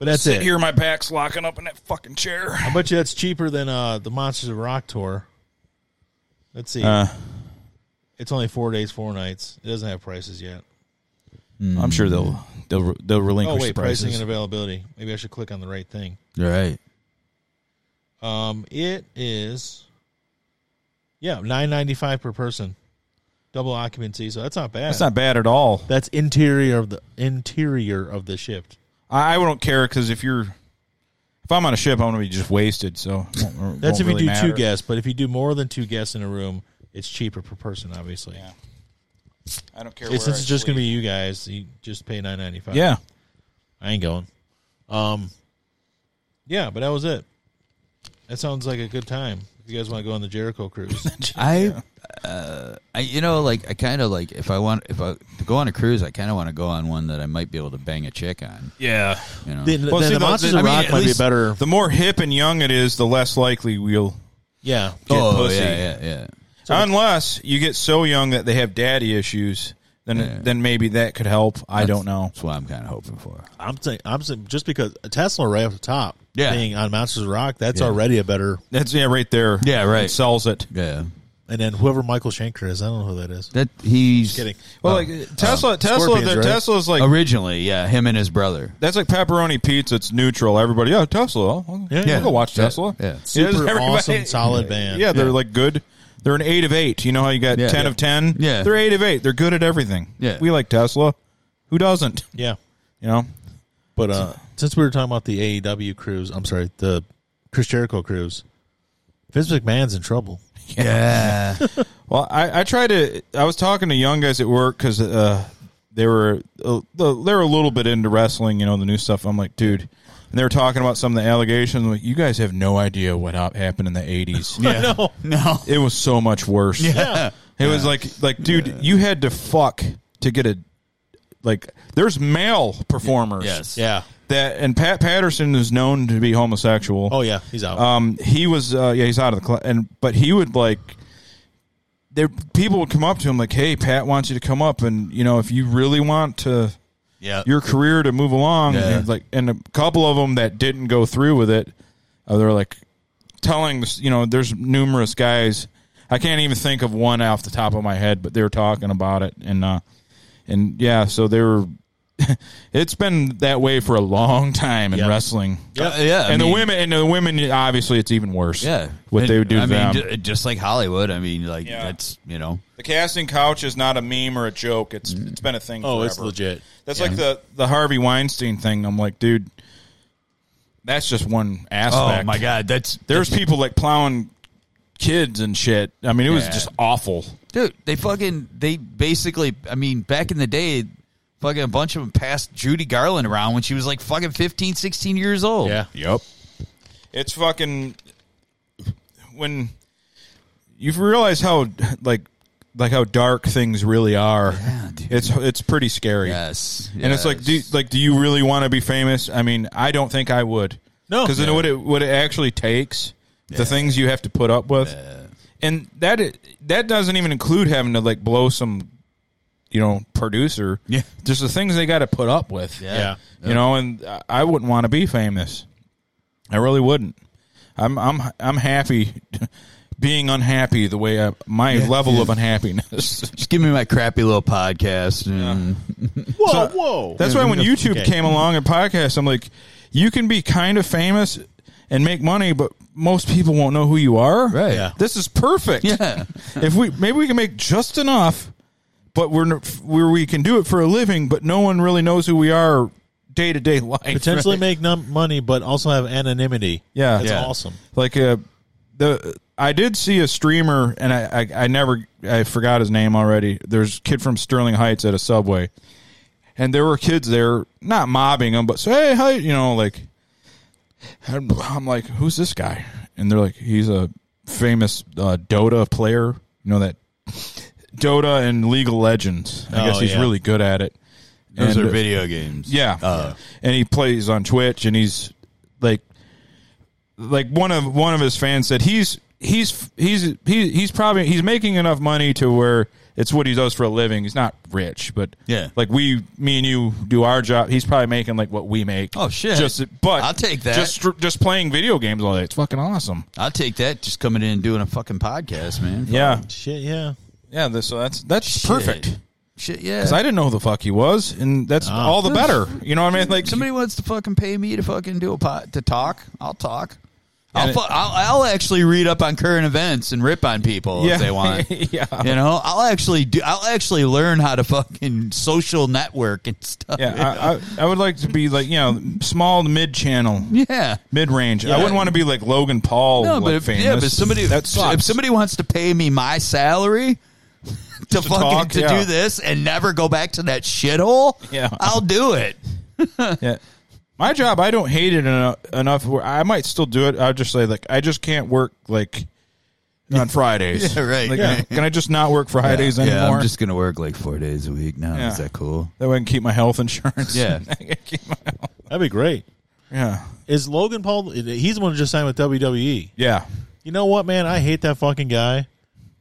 But that's
Sit
it.
here, my back's locking up in that fucking chair.
I bet you that's cheaper than uh, the Monsters of Rock tour. Let's see.
Uh,
it's only four days, four nights. It doesn't have prices yet.
I'm sure they'll they'll they'll
Oh,
relinquish
wait,
the prices.
pricing and availability. Maybe I should click on the right thing.
Right.
Um, it is, yeah, nine ninety five per person, double occupancy. So that's not bad.
That's not bad at all.
That's interior of the interior of the shift.
I, I don't care because if you're if I'm on a ship, I'm gonna be just wasted. So it won't- won't
That's if
really
you do
matter.
two guests, but if you do more than two guests in a room, it's cheaper per person. Obviously,
Yeah, I don't care. where
It's- since
I
it's just going to be
sleep.
you guys, you just pay nine ninety five.
yeah.
I ain't going. Um, yeah, but that was it. That sounds like a good time. If you guys want to go on the Jericho cruise,
I, uh, I, you know, like I kind of like if I want if I to go on a cruise, I kind of want to go on one that I might be able to bang a chick on.
Yeah.
You know,
then,
Well,
then
see,
the
the-
Monsters
the- I
of
mean,
Rock
at
might be
least
better.
The more hip and young it is, the less likely we'll
yeah,
get
oh
pussy.
yeah, yeah, yeah.
Unless you get so young that they have daddy issues, then then maybe that could help. I don't know.
That's what I'm kind of hoping for.
I'm saying I'm saying just because a Tesla right off the top,
Yeah.
being on Monsters of Rock, that's already a better.
That's yeah, right there.
Yeah, right.
It sells it.
Yeah,
And then whoever Michael Shanker is, I don't know who that is.
that he's
Kidding. Uh,
Well,
Oh.
like Tesla, Tesla,
Scorpions,
the,
right?
Tesla's like
originally, yeah, him and his brother.
that's like pepperoni pizza. It's neutral. Everybody, yeah, Tesla. I'll,
Yeah.
I'll go watch
Yeah.
Tesla.
Yeah.
Super
everybody-
awesome, solid band.
Yeah, they're like good. They're an eight of eight. You know how you got
Yeah.
ten
Yeah.
of ten.
Yeah.
they're eight of eight. They're good at everything.
Yeah.
we like Tesla. Who doesn't?
yeah.
You know.
But uh, since we were talking about the AEW cruise, I'm sorry, the Chris Jericho cruise, Vince McMahon's in trouble.
Yeah,
Well, I, I tried to. I was talking to young guys at work because uh, they were uh, they're a little bit into wrestling, you know, the new stuff. I'm like, dude, and they were talking about some of the allegations. I'm like, you guys have no idea what hap- happened in the '80s.
Yeah. no,
no,
it was so much worse. Yeah, it was like like, dude, you had to fuck to get a like. There's male performers.
yes,
yeah,
that and Pat Patterson is known to be homosexual.
oh yeah, he's out.
Um, he was uh, yeah, he's out of the club, and but he would like there people would come up to him like, "Hey, Pat wants you to come up, and you know if you really want to
yeah.
your career to move along,
Yeah.
and like and a couple of them that didn't go through with it, uh, they're like telling this, you know, there's numerous guys. I can't even think of one off the top of my head, but they were talking about it, and uh, and yeah, so they were. it's been that way for a long time in
Yeah.
wrestling
Uh, yeah, I
and
mean-
the women and the women obviously it's even worse.
Yeah,
what
And,
they would do to
I
them.
mean, ju- just like Hollywood. I mean, like
Yeah.
that's you know,
the casting couch is not a meme or a joke. It's it's been a thing.
oh, it's
forever.
legit.
That's like the the Harvey Weinstein thing. I'm like, dude, that's just one
oh
aspect.
my god, that's
There's people like plowing kids and shit. I mean, it was just awful.
dude. They fucking they basically. I mean, back in the day, fucking a bunch of them passed Judy Garland around when she was like fucking 15, 16 years old.
Yeah.
Yep. It's fucking when you've realized how like like how dark things really are.
Yeah, dude.
It's it's pretty scary.
Yes.
And it's like, do,
yes.
like, do you really want to be famous? I mean, I don't think I would.
No.
because what it what it actually takes, the things you have to put up with, and that i- that doesn't even include having to like blow some, you know, producer.
Yeah.
just the things they got to put up with.
Yeah.
you know, and I- I wouldn't want to be famous. I really wouldn't. I'm I'm I'm happy being unhappy the way I, my level of unhappiness.
Just give me my crappy little podcast. and-
Whoa, whoa.
That's why when YouTube
Okay.
came along and podcasts, I'm like, you can be kind of famous and make money, but most people won't know who you are.
Right.
Yeah.
This is perfect.
Yeah.
if we maybe we can make just enough, but we're n- where we can do it for a living, but no one really knows who we are day to day life.
potentially make num- money, but also have anonymity.
Yeah.
that's
Yeah.
awesome.
like uh, the I did see a streamer, and I, I I never I forgot his name already. There's a kid from Sterling Heights at a subway, and there were kids there, not mobbing him, but say, hey, hi, you know, like I'm, I'm like, who's this guy? And they're like, he's a famous uh, Dota player, you know that Dota and League of Legends. I
Oh,
guess he's
yeah.
really good at it.
Those
And,
are
uh,
video games.
yeah.
Uh,
and he plays on Twitch and he's like like one of one of his fans said he's he's he's he, he's probably he's making enough money to where it's what he does for a living. He's not rich, but
Yeah.
like we, me and you do our job. He's probably making like what we make.
Oh, shit.
Just but
I'll take that. Oh,
Just just playing video games all day. It's fucking awesome.
I'll take that. Just coming in and doing a fucking podcast, man.
Yeah,
Shit, yeah.
yeah. This, so that's that's
Shit.
perfect.
Shit, yeah.
Because I didn't know who the fuck he was, and that's all the better. You know what I mean? Like
Oh. somebody wants to fucking pay me to fucking do a pot to talk, I'll talk. I'll,
And it-
fu- I'll I'll actually read up on current events and rip on people
Yeah.
if they want.
Yeah.
You know, I'll actually do. I'll actually learn how to fucking social network and stuff.
Yeah, I, I, I would like to be like you know small to mid channel,
yeah.
mid range. I
Yeah.
wouldn't want to be like Logan Paul.
No,
like,
but if,
Oh, famous.
yeah, but somebody
that sucks.
if somebody wants to pay me my salary to, fucking
talk,
to
yeah.
do this and never go back to that shithole,
Yeah.
I'll do it.
yeah. my job, I don't hate it enough, enough. Where I might still do it. I'll just say like I just can't work like on Fridays.
Yeah, right,
Like,
right.
Can I just not work Fridays anymore?
I'm just gonna work like four days a week now.
Yeah.
Is that cool?
that way I can keep my health insurance.
Yeah.
I can keep my health.
That'd be great.
yeah,
Is Logan Paul? He's the one who just signed with WWE.
yeah.
You know what, man? I hate that fucking guy,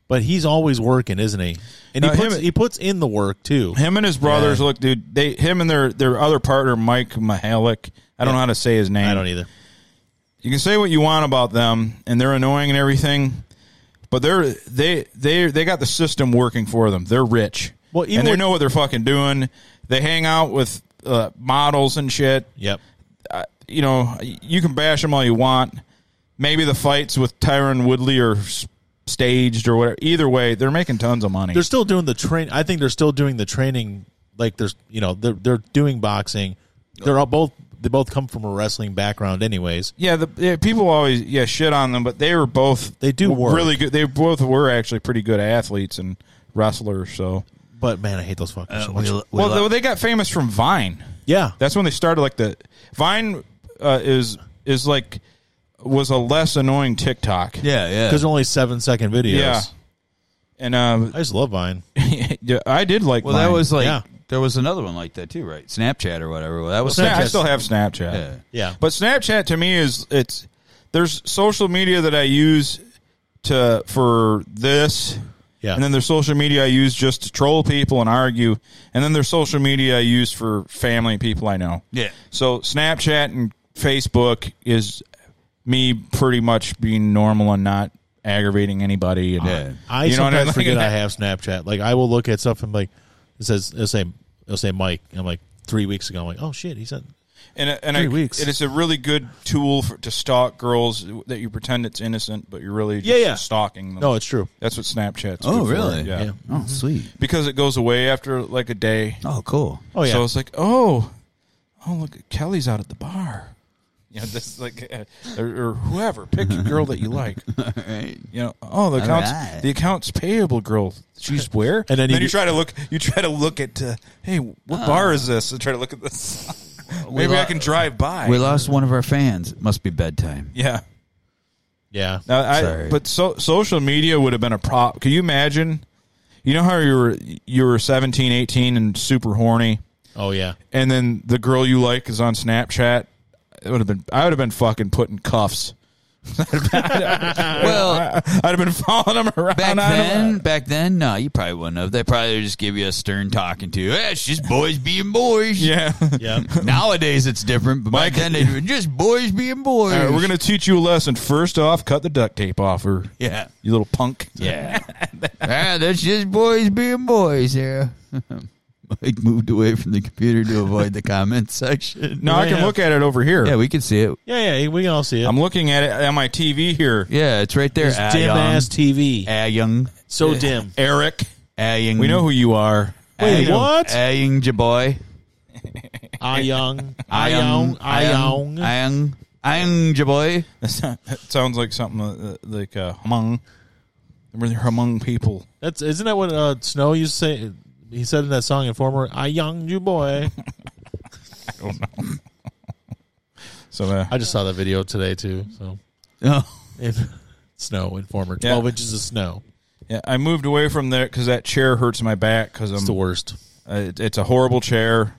but he's always working, isn't he? And he
No, him-
puts he puts in the work too.
Him and his brothers.
Yeah.
Look, dude. They him and their their other partner, Mike Mihalik. I don't know how to say his name.
I don't either.
you can say what you want about them and they're annoying and everything but they're they they they got the system working for them they're rich
Well, even
and they
with-
know what they're fucking doing they hang out with uh, models and shit
Yep.
uh, you know you can bash them all you want maybe the fights with tyron woodley are s- staged or whatever either way they're making tons of money
They're still doing the train. I think they're still doing the training. Like there's, you know, they're they're doing boxing. They're all both. They both come from a wrestling background, anyways.
yeah, the yeah, people always yeah shit on them, but they were both
They do work.
really good. They both were actually pretty good athletes and wrestlers. So
But man, I hate those fuckers
Uh,
so much.
Uh, We'll-
Well,
we'll-
they- they got famous from Vine.
yeah,
That's when they started. Like the Vine uh, is is like was a less annoying TikTok.
yeah, yeah.
because they're only seven second videos.
yeah. And uh,
I just love Vine.
yeah, I did like.
Well, that
Vine.
was like
Yeah.
there was another one like that too, right? Snapchat or whatever. Well, that was
Sna- I
Snapchat.
still have Snapchat.
Yeah.
Yeah,
But Snapchat to me is it's there's social media that I use to for this.
Yeah.
And then there's social media I use just to troll people and argue. And then there's social media I use for family and people I know.
Yeah.
So Snapchat and Facebook is me pretty much being normal and not aggravating anybody. And,
Yeah.
I
you know what
sometimes
I mean?
forget I have Snapchat. Like I will look at stuff and like it says it'll say it'll say Mike. And I'm like three weeks ago. I'm like, oh shit, he said
And, a- and
Three
a-
weeks.
it is a really good tool for, to stalk girls that you pretend it's innocent, but you're really just
Yeah, yeah.
stalking them.
no, it's true.
That's what Snapchat's.
Oh,
good for,
really?
Yeah.
Yeah. Mm-hmm.
Oh, sweet.
Because it goes away after like a day.
Oh, cool.
Oh yeah,
So it's like, oh, oh look, Kelly's out at the bar. You know, this is like uh, or, or whoever pick a girl that you like. You know, oh the accounts
right.
the accounts payable girl. She's where?
And then you
you
get-
try to look. You try to look at. Uh, hey, what bar is this? And try to look at this. Maybe
Oh. lo-
I can drive by.
We lost one of our fans. It must be bedtime.
yeah.
Yeah.
Now, I,
Sorry.
but so, social media would have been a prop. Can you imagine? You know how you were you were 17, 18 and super horny,
Oh yeah.
and then the girl you like is on Snapchat. It would have been I would have been fucking putting cuffs.
Well,
I'd have been following them around.
back
I'd have-
then, back then, no, you probably wouldn't have. They probably just give you a stern talking to. Hey, it's just boys being boys.
yeah.
Yeah.
Nowadays it's different, but back
Mike-
then they were just boys being boys.
All right, we're gonna teach you a lesson. First off, cut the duct tape off, or
yeah,
you little punk.
yeah. ah, that's just boys being boys. Yeah. Mike moved away from the computer to avoid the comment section.
No, I can
Yeah.
look at it over here.
Yeah, we can see it.
Yeah, yeah, we can all see it.
I'm looking at it on my TV here.
Yeah, it's right there.
This dim
um,
ass TV.
Ah young.
So dim.
Eric,
Ah young.
we know who you are.
Wait, what?
Ah young Jaboy.
Ah young. Ah young. Ah young.
Ah young. Ah young Jaboy.
That sounds like something uh, like uh, among. Remember they're among people.
That's isn't that what uh, Snow used to say? He said in that song Informer, "I young you boy."
So uh,
I just saw that video today too. So
Oh.
if snow Informer,
Yeah.
twelve inches of snow,
yeah, I moved away from there because that chair hurts my back because
it's
I'm.
the worst.
uh, it- it's a horrible chair.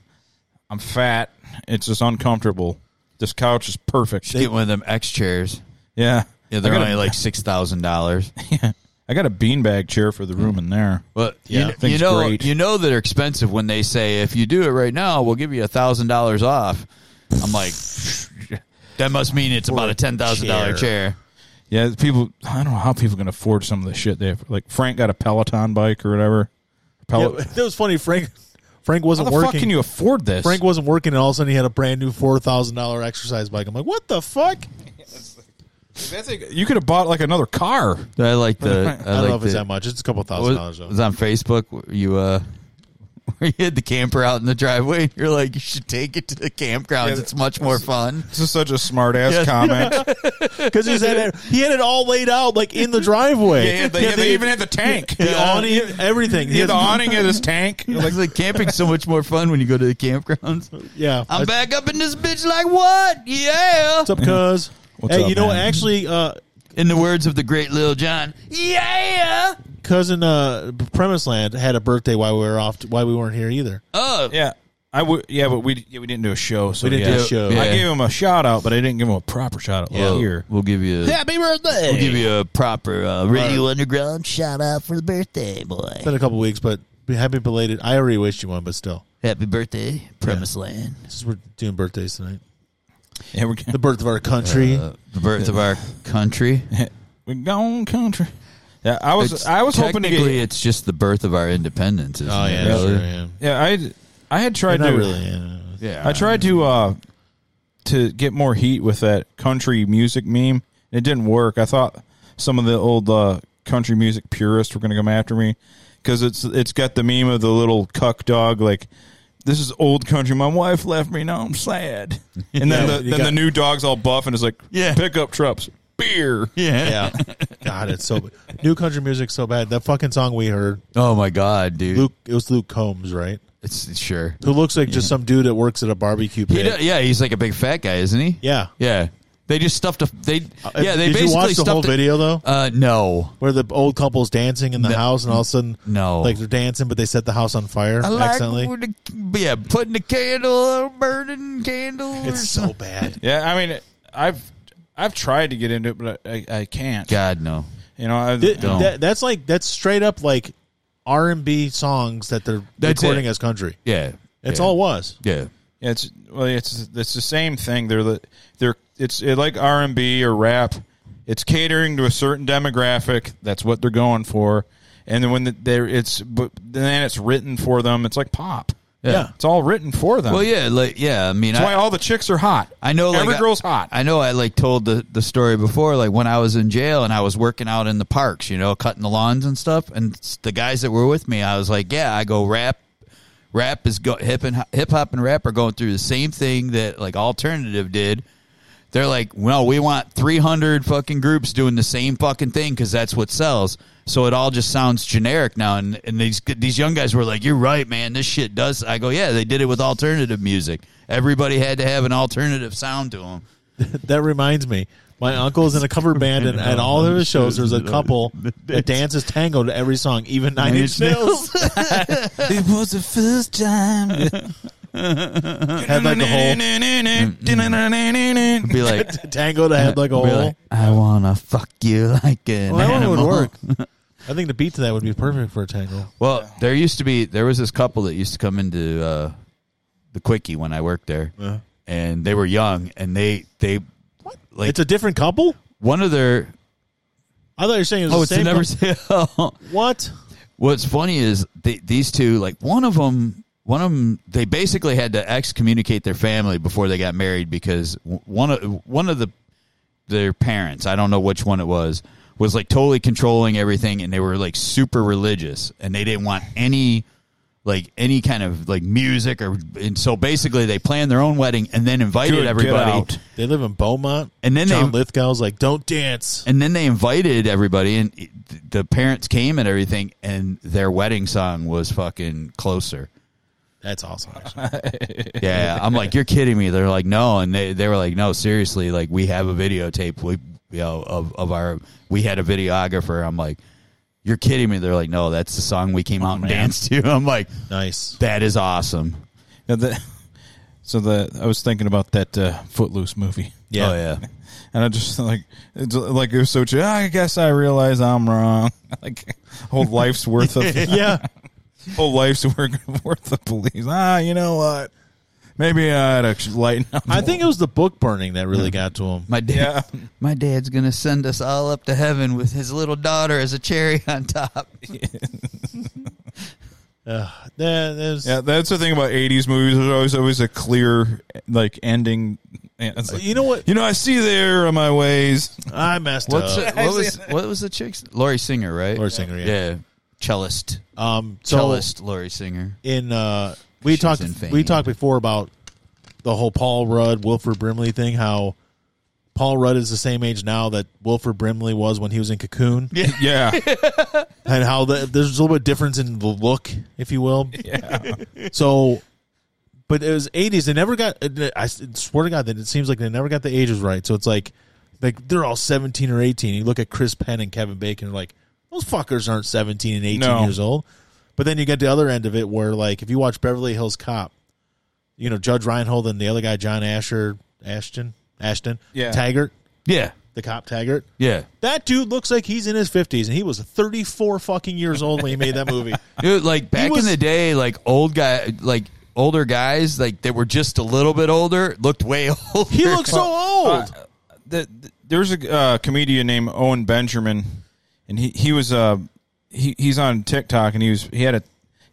I'm fat. It's just uncomfortable. This couch is perfect.
Get one of them X chairs.
yeah,
Yeah, they're
I got
only
a,
like six thousand dollars.
I got a beanbag chair for the room in there.
Well,
Yeah.
you, kn- you
Thing's
know,
great.
you know they're expensive when they say if you do it right now, we'll give you a thousand dollars off. I'm like, that must mean it's about a ten thousand dollar chair.
Yeah, people. I don't know how people can afford some of the shit they have. Like Frank got a Peloton bike or whatever.
Yeah,
Pelot.
that was funny. Frank Frank
how
wasn't
the
working.
fuck can you afford this?
Frank wasn't working, and all of a sudden he had a brand new four thousand dollar exercise bike. I'm like, what the fuck?
That's like- you could have bought like another car.
I like the. I,
I, don't
like
know if it's
the-
that much. It's a couple thousand dollars.
was,
though.
was on Facebook. where You uh, where you had the camper out in the driveway. and You're like, you should take it to the campgrounds.
Yeah,
it's much more fun.
This is such a smart ass
Yes.
comment.
Because he had it, he had it all laid out like in the driveway.
Yeah, they,
He had
they
the-
even had the tank.
the awning, everything. He
Yeah,
had
the awning of this tank.
Like, like camping's so much more fun when you go to the campgrounds.
Yeah,
I'm
I-
back up in this bitch like what? Yeah.
What's up, cuz?
What's
hey,
up,
you know,
man?
actually, uh,
In the words of the great Lil John, yeah.
cousin uh, Premise Land had a birthday while we were off. while we weren't here either.
Oh,
Yeah, I would. Yeah, but we yeah, we didn't do a show. So
We didn't
yeah.
do a show.
I
Yeah.
gave him a shout out, but I didn't give him a proper shout out
Yeah.
here.
We'll give you. A,
Happy birthday!
we'll give you a proper uh, radio
Underground shout out for the birthday boy.
It's been a couple weeks, but be happy belated. I already wished you one, but still,
Happy birthday, Premise Land.
since we're doing birthdays tonight,
Yeah, we're,
the birth of our country.
uh, the birth of our country.
we're gone country. Yeah, I was
It's-
I was hoping to
technically
get.
it's just the birth of our independence. Isn't
oh
it,
yeah,
really?
sure, yeah.
Yeah, I I had tried
Not
to
really. yeah.
yeah.
I tried to uh to get more heat with that country music meme. It didn't work. I thought some of the old uh, country music purists were going to come after me because it's it's got the meme of the little cuck dog like. This is old country. My wife left me. Now I'm sad. And then
Yeah,
the
you
then
got-
the new dog's all buff and is like,
Yeah.
pickup trucks, beer.
Yeah.
Yeah, God, it's so new country music so bad. That fucking song we heard,
Oh my god, dude.
Luke. It was Luke Combs, right?
It's it's sure.
Who looks like just some dude that works at a barbecue
He
pit.
do- yeah, he's like a big fat guy, isn't he?
Yeah. Uh,
Yeah. They just stuffed a they yeah, they
Did
basically
you watch the
stuffed
whole
it-
video though?
Uh no.
where the old couple's dancing in the house, and all of a sudden,
No.
like they're dancing, but they set the house on fire accidentally.
with the- yeah, putting the candle, burning candle. or
It's so
something.
bad.
Yeah, I mean, I've I've tried to get into it, but I, I can't.
God no.
You know, I,
Th-
Don't.
that- that's like that's straight up like R and B songs that they're
That's
recording
it.
as country.
Yeah.
It's
yeah.
all it was.
Yeah.
Yeah, it's well, it's it's the same thing. They're the- they're it's it, like R and B or rap. It's catering to a certain demographic. That's what they're going for. And then when the, they're it's but then it's written for them. It's like pop.
Yeah.
It's all written for them.
Well, yeah, like yeah. I mean,
That's why
I,
all the chicks are hot.
I know like,
every
I-
girl's hot.
I know. I like told the the story before. Like when I was in jail and I was working out in the parks, you know, cutting the lawns and stuff. And s- the guys that were with me, I was like, yeah, I go rap. Rap is go hip and hip hop and rap are going through the same thing that like alternative did They're like, well, we want 300 fucking groups doing the same fucking thing because that's what sells. So it all just sounds generic now. And, and these these young guys were like, you're right, man. This shit does. I go, yeah, they did it with alternative music. Everybody had to have an alternative sound to them.
That reminds me. My uncle is in a cover band, and at all of his shows, there's a couple that dances tango to every song, even Nine Inch Nails.
it was the first time.
Had like a whole
Mm-hmm.
Be like,
tango to head like a
be
whole.
like, I wanna fuck you like an
Well, that one would
animal."
work. I think the beat to that would be perfect for a tango.
Well, there used to be there was this couple that used to come into uh, the quickie when I worked there, and they were young, and they they like
It's a different couple.
one of their
I thought you were saying it was
oh
the
it's
same.
never
couple.
say oh.
what?
What's funny is they, these two, like one of them, one of them, they basically had to excommunicate their family before they got married because w- one of one of the their parents, I don't know which one it was, was like totally controlling everything, and they were like super religious, and they didn't want any like any kind of like music or, and so basically they planned their own wedding and then invited
Good, get
everybody
out.
They live in Beaumont,
And then
John
they-
Lithgow's like, "Don't dance."
and then they invited everybody and th- the parents came and everything and their wedding song was fucking closer
That's awesome. actually.
yeah i'm like you're kidding me they're like no and they, they were like no seriously like we have a videotape we you know of, of our we had a videographer i'm like you're kidding me they're like no that's the song we came out and danced to i'm like
Nice.
that is awesome
Now the- so the I was thinking about that uh, Footloose movie.
oh yeah
And I just like it's like it was so. ch- I guess I realize I'm wrong. Like whole life's worth of
Yeah.
whole life's work worth of police. Ah, you know what? Maybe I had to lighten up.
I think it was the book burning that really got to him.
my dad
Yeah.
my dad's gonna send us all up to heaven with his little daughter as a cherry on top
Uh, that, that was-
Yeah, that's the thing about '80s movies. There's always always a clear like ending. and it's like,
You know what?
You know, I see there on my ways.
I messed
What's
up.
the- what was what was the chick's Lori Singer, right?
Uh, Lori Singer, yeah.
Cellist.
Um, so
Cellist Lori Singer.
in uh, we
She's
talked
in Fame.
we talked before about the whole Paul Rudd Wilford Brimley thing. How Paul Rudd is the same age now that Wilford Brimley was when he was in Cocoon,
Yeah,
and how the, there's a little bit difference in the look, if you will.
yeah.
So, but it was '80s. They never got. I swear to God that it seems like they never got the ages right. So it's like, like they're all 17 or 18. You look at Chris Penn and Kevin Bacon, you're like those fuckers aren't 17 and 18
No.
years old. But then you get the other end of it, where like if you watch Beverly Hills Cop, you know Judge Reinhold and the other guy John Asher Ashton Ashton
Yeah.
Taggart,
Yeah.
the cop Taggart.
Yeah.
That dude looks like he's in his 50s, and he was 34 fucking years old when he made that movie.
Dude, like back
was-
in the day, like old guy like older guys like that were just a little bit older looked way older.
He looks so old.
the, the, there's a uh, comedian named Owen Benjamin, and he he was uh he he's on TikTok, and he was he had a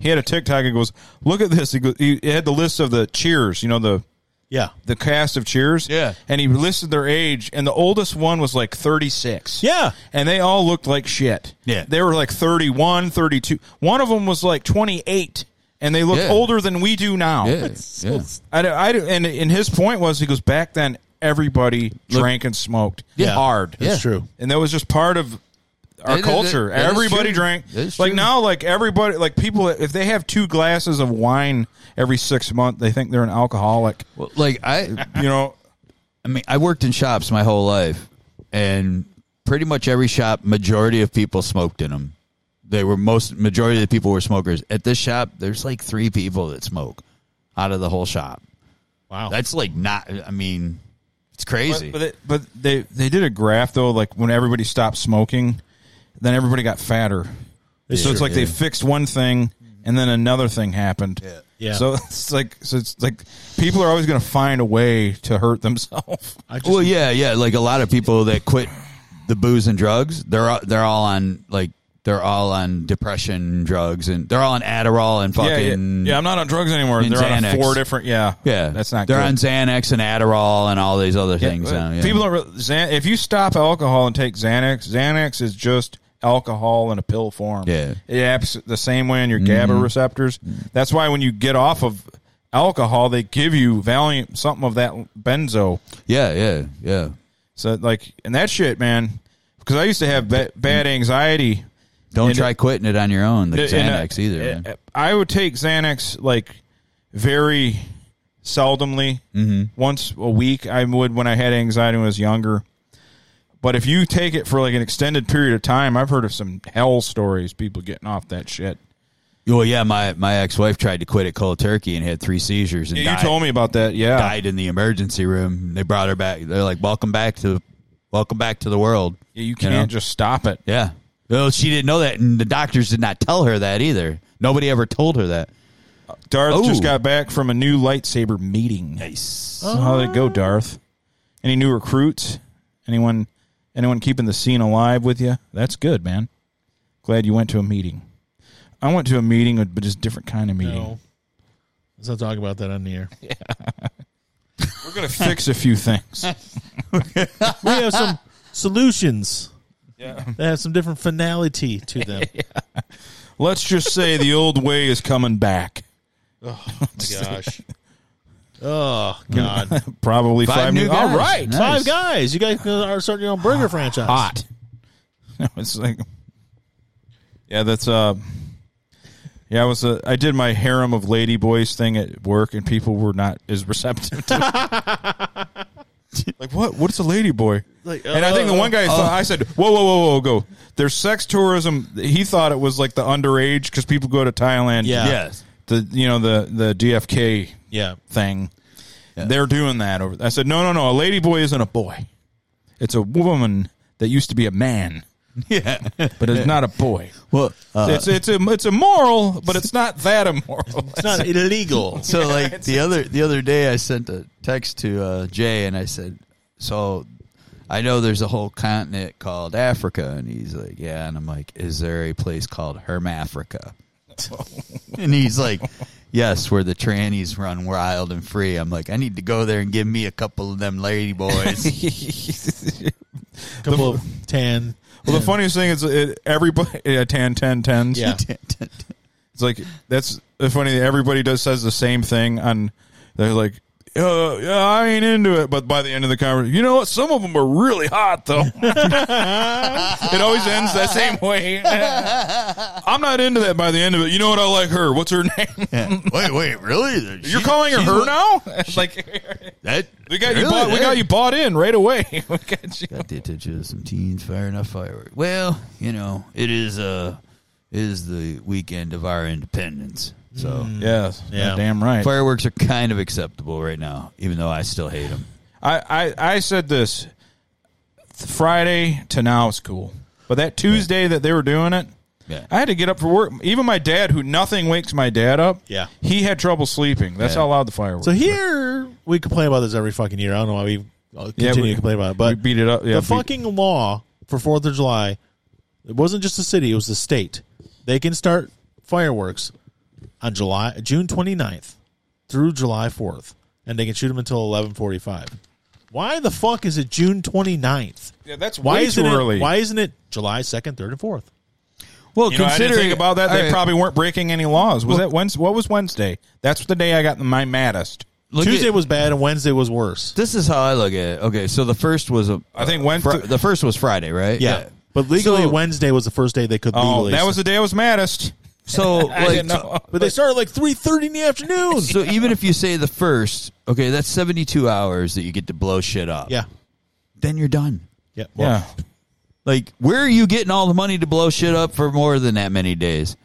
he had a TikTok. and goes, look at this. He, go, he had the list of the Cheers. You know the
yeah,
the cast of Cheers.
Yeah.
and he listed their age, and the oldest one was like 36.
Yeah.
and they all looked like shit.
Yeah.
they were like 31, 32. One of them was like 28. And they look
Yeah.
older than we do now.
yeah. yeah.
I, don't- I don't- and, and his point was he goes back then everybody drank and smoked
Yeah.
hard
Yeah.
that's true.
and that was just part of our
That is-
culture
that- that is
everybody
true.
drank
That is
like
true.
now like everybody like people if they have two glasses of wine every six months they think they're an alcoholic
Well, like I
you know
I mean, I worked in shops my whole life, and pretty much every shop, majority of people smoked in them. They were most majority of the people were smokers. At this shop, there's like three people that smoke out of the whole shop.
Wow,
That's like not. I mean, it's
but,
crazy.
but, they, but they they did a graph though like when everybody stopped smoking then everybody got fatter so it's
true,
like they fixed one thing and then another thing happened yeah
Yeah.
so it's like so it's like people are always going to find a way to hurt themselves
I just,
well, yeah, yeah. Like a lot of people that quit the booze and drugs, they're all- they're all on like they're all on depression drugs, and they're all on Adderall and
yeah, yeah,
fucking
yeah i'm not on drugs anymore
And
they're on
Xanax.
four different yeah
Yeah.
that's not
They're
good.
on Xanax and Adderall and all these other
Yeah,
things.
but
now, yeah.
People don't. Really, Xan, if you stop alcohol and take Xanax, Xanax is just alcohol in a pill form.
Yeah. Mm-hmm.
it acts the same way on your GABA receptors. That's why when you get off of alcohol, they give you Valiant, something of that benzo.
Yeah, yeah, yeah.
So like, and that shit, man. Because I used to have ba- bad anxiety.
Don't
And- uh,
try quitting it on your own, the
And, uh,
Xanax either. man.
uh, I would take Xanax like very seldomly,
Mm-hmm.
once a week. I would when I had anxiety when I was younger. But if you take it for like an extended period of time, I've heard of some hell stories. People getting off that shit.
Well, yeah, my, my ex wife tried to quit at cold turkey and had three seizures and
You
died,
told me about that. Yeah,
died in the emergency room. They brought her back. They're like, "Welcome back to, welcome back to the world."
Yeah, you
know?
can't just stop it.
Yeah. Well, she didn't know that, and the doctors did not tell her that either. Nobody ever told her that.
Darth
Oh.
just got back from a new lightsaber meeting.
Nice.
So how'd it go, Darth? Any new recruits? Anyone anyone keeping the scene alive with you? That's good, man. Glad you went to a meeting. I went to a meeting, but just different kind of meeting.
No. Let's not talk about that on the air.
We're gonna fix a few things.
We have some solutions. Yeah. They have some different finality to them.
Let's just say the old way is coming back.
Gosh. Oh God!
Probably five,
Five new guys.
All right,
Nice.
Five guys. You guys are starting your own burger franchise.
hot. it's like, yeah, that's uh, yeah, I was uh, I did my harem of lady boys thing at work, and people were not as receptive. to it. Like what? What's a lady boy?
Like, uh,
and I think the one guy thought I said, "Whoa, whoa, whoa, whoa, go!" There's sex tourism. He thought it was like the underage because people go to Thailand.
Yeah.
Yes.
the you know the the DFK
Yeah.
thing. They're doing that over. I said, no, no, no. A lady boy isn't a boy. It's a woman that used to be a man,
Yeah.
but it's not a boy.
Well, uh,
it's it's a, it's immoral, but it's not that immoral.
It's not illegal.
so like the other the other day, I sent a text to uh, Jay and I said, "So I know there's a whole continent called Africa," and he's like, "Yeah," and I'm like, "Is there a place called Hermafrica?" and he's like. Yes, where the trannies run wild and free. I'm like, I need to go there and give me a couple of them lady boys.
couple of tan.
well, the funniest thing is it, everybody yeah, tan ten tens.
Yeah.
It's like that's the funny. thing. Everybody does says the same thing, and they're like, uh, yeah, "I ain't into it." But by the end of the conversation, you know what? Some of them are really hot, though. it always ends that same way. I'm not into that. By the end of it, you know what? I like her. What's her name?
wait, wait, really?
You're calling her her now? It's like
That
we got you. Bought, we got you bought in right away. We got you.
Got the attention of some teens firing off fireworks. Well, you know, it is uh is the weekend of our independence. So
Yes.
Yeah.
Damn right.
fireworks are kind of acceptable right now, even though I still hate them.
I, I, I said this Friday to now is cool. But that Tuesday that they were doing it,
Yeah.
I had to get up for work. Even my dad, who nothing wakes my dad up,
Yeah.
he had trouble sleeping. That's
Yeah.
how loud the fireworks.
So here we complain about this every fucking year. I don't know why we uh, continue
Yeah, we-
to complain about it,
we
but
beat it up. Yeah,
the
beat-
fucking law for Fourth of July, it wasn't just the city; it was the state. They can start fireworks on July June 29th through July 4th, and they can shoot them until 11:45. Why the fuck is it June 29th?
Yeah, that's
Why
way
isn't
too
it,
early.
Why isn't it July 2nd, 3rd, and 4th?
Well,
You know, I didn't think about that. They probably weren't breaking any laws. Was that Wednesday? What was Wednesday? That's the day I got my maddest.
Tuesday was bad and Wednesday was worse.
this is how I look at it. Okay, so the first was a
I think Wednesday-
Fri- the first was Friday, right?
But legally,
So-
Wednesday was the first day they could
Oh,
legally.
that was the day I was maddest.
So
I
like
didn't know.
but they started like three thirty in the afternoon.
so even if you say the first, okay, that's 72 hours that you get to blow shit up.
yeah,
Then you're done.
yeah,
yeah.
Like, where are you getting all the money to blow shit up for more than that many days?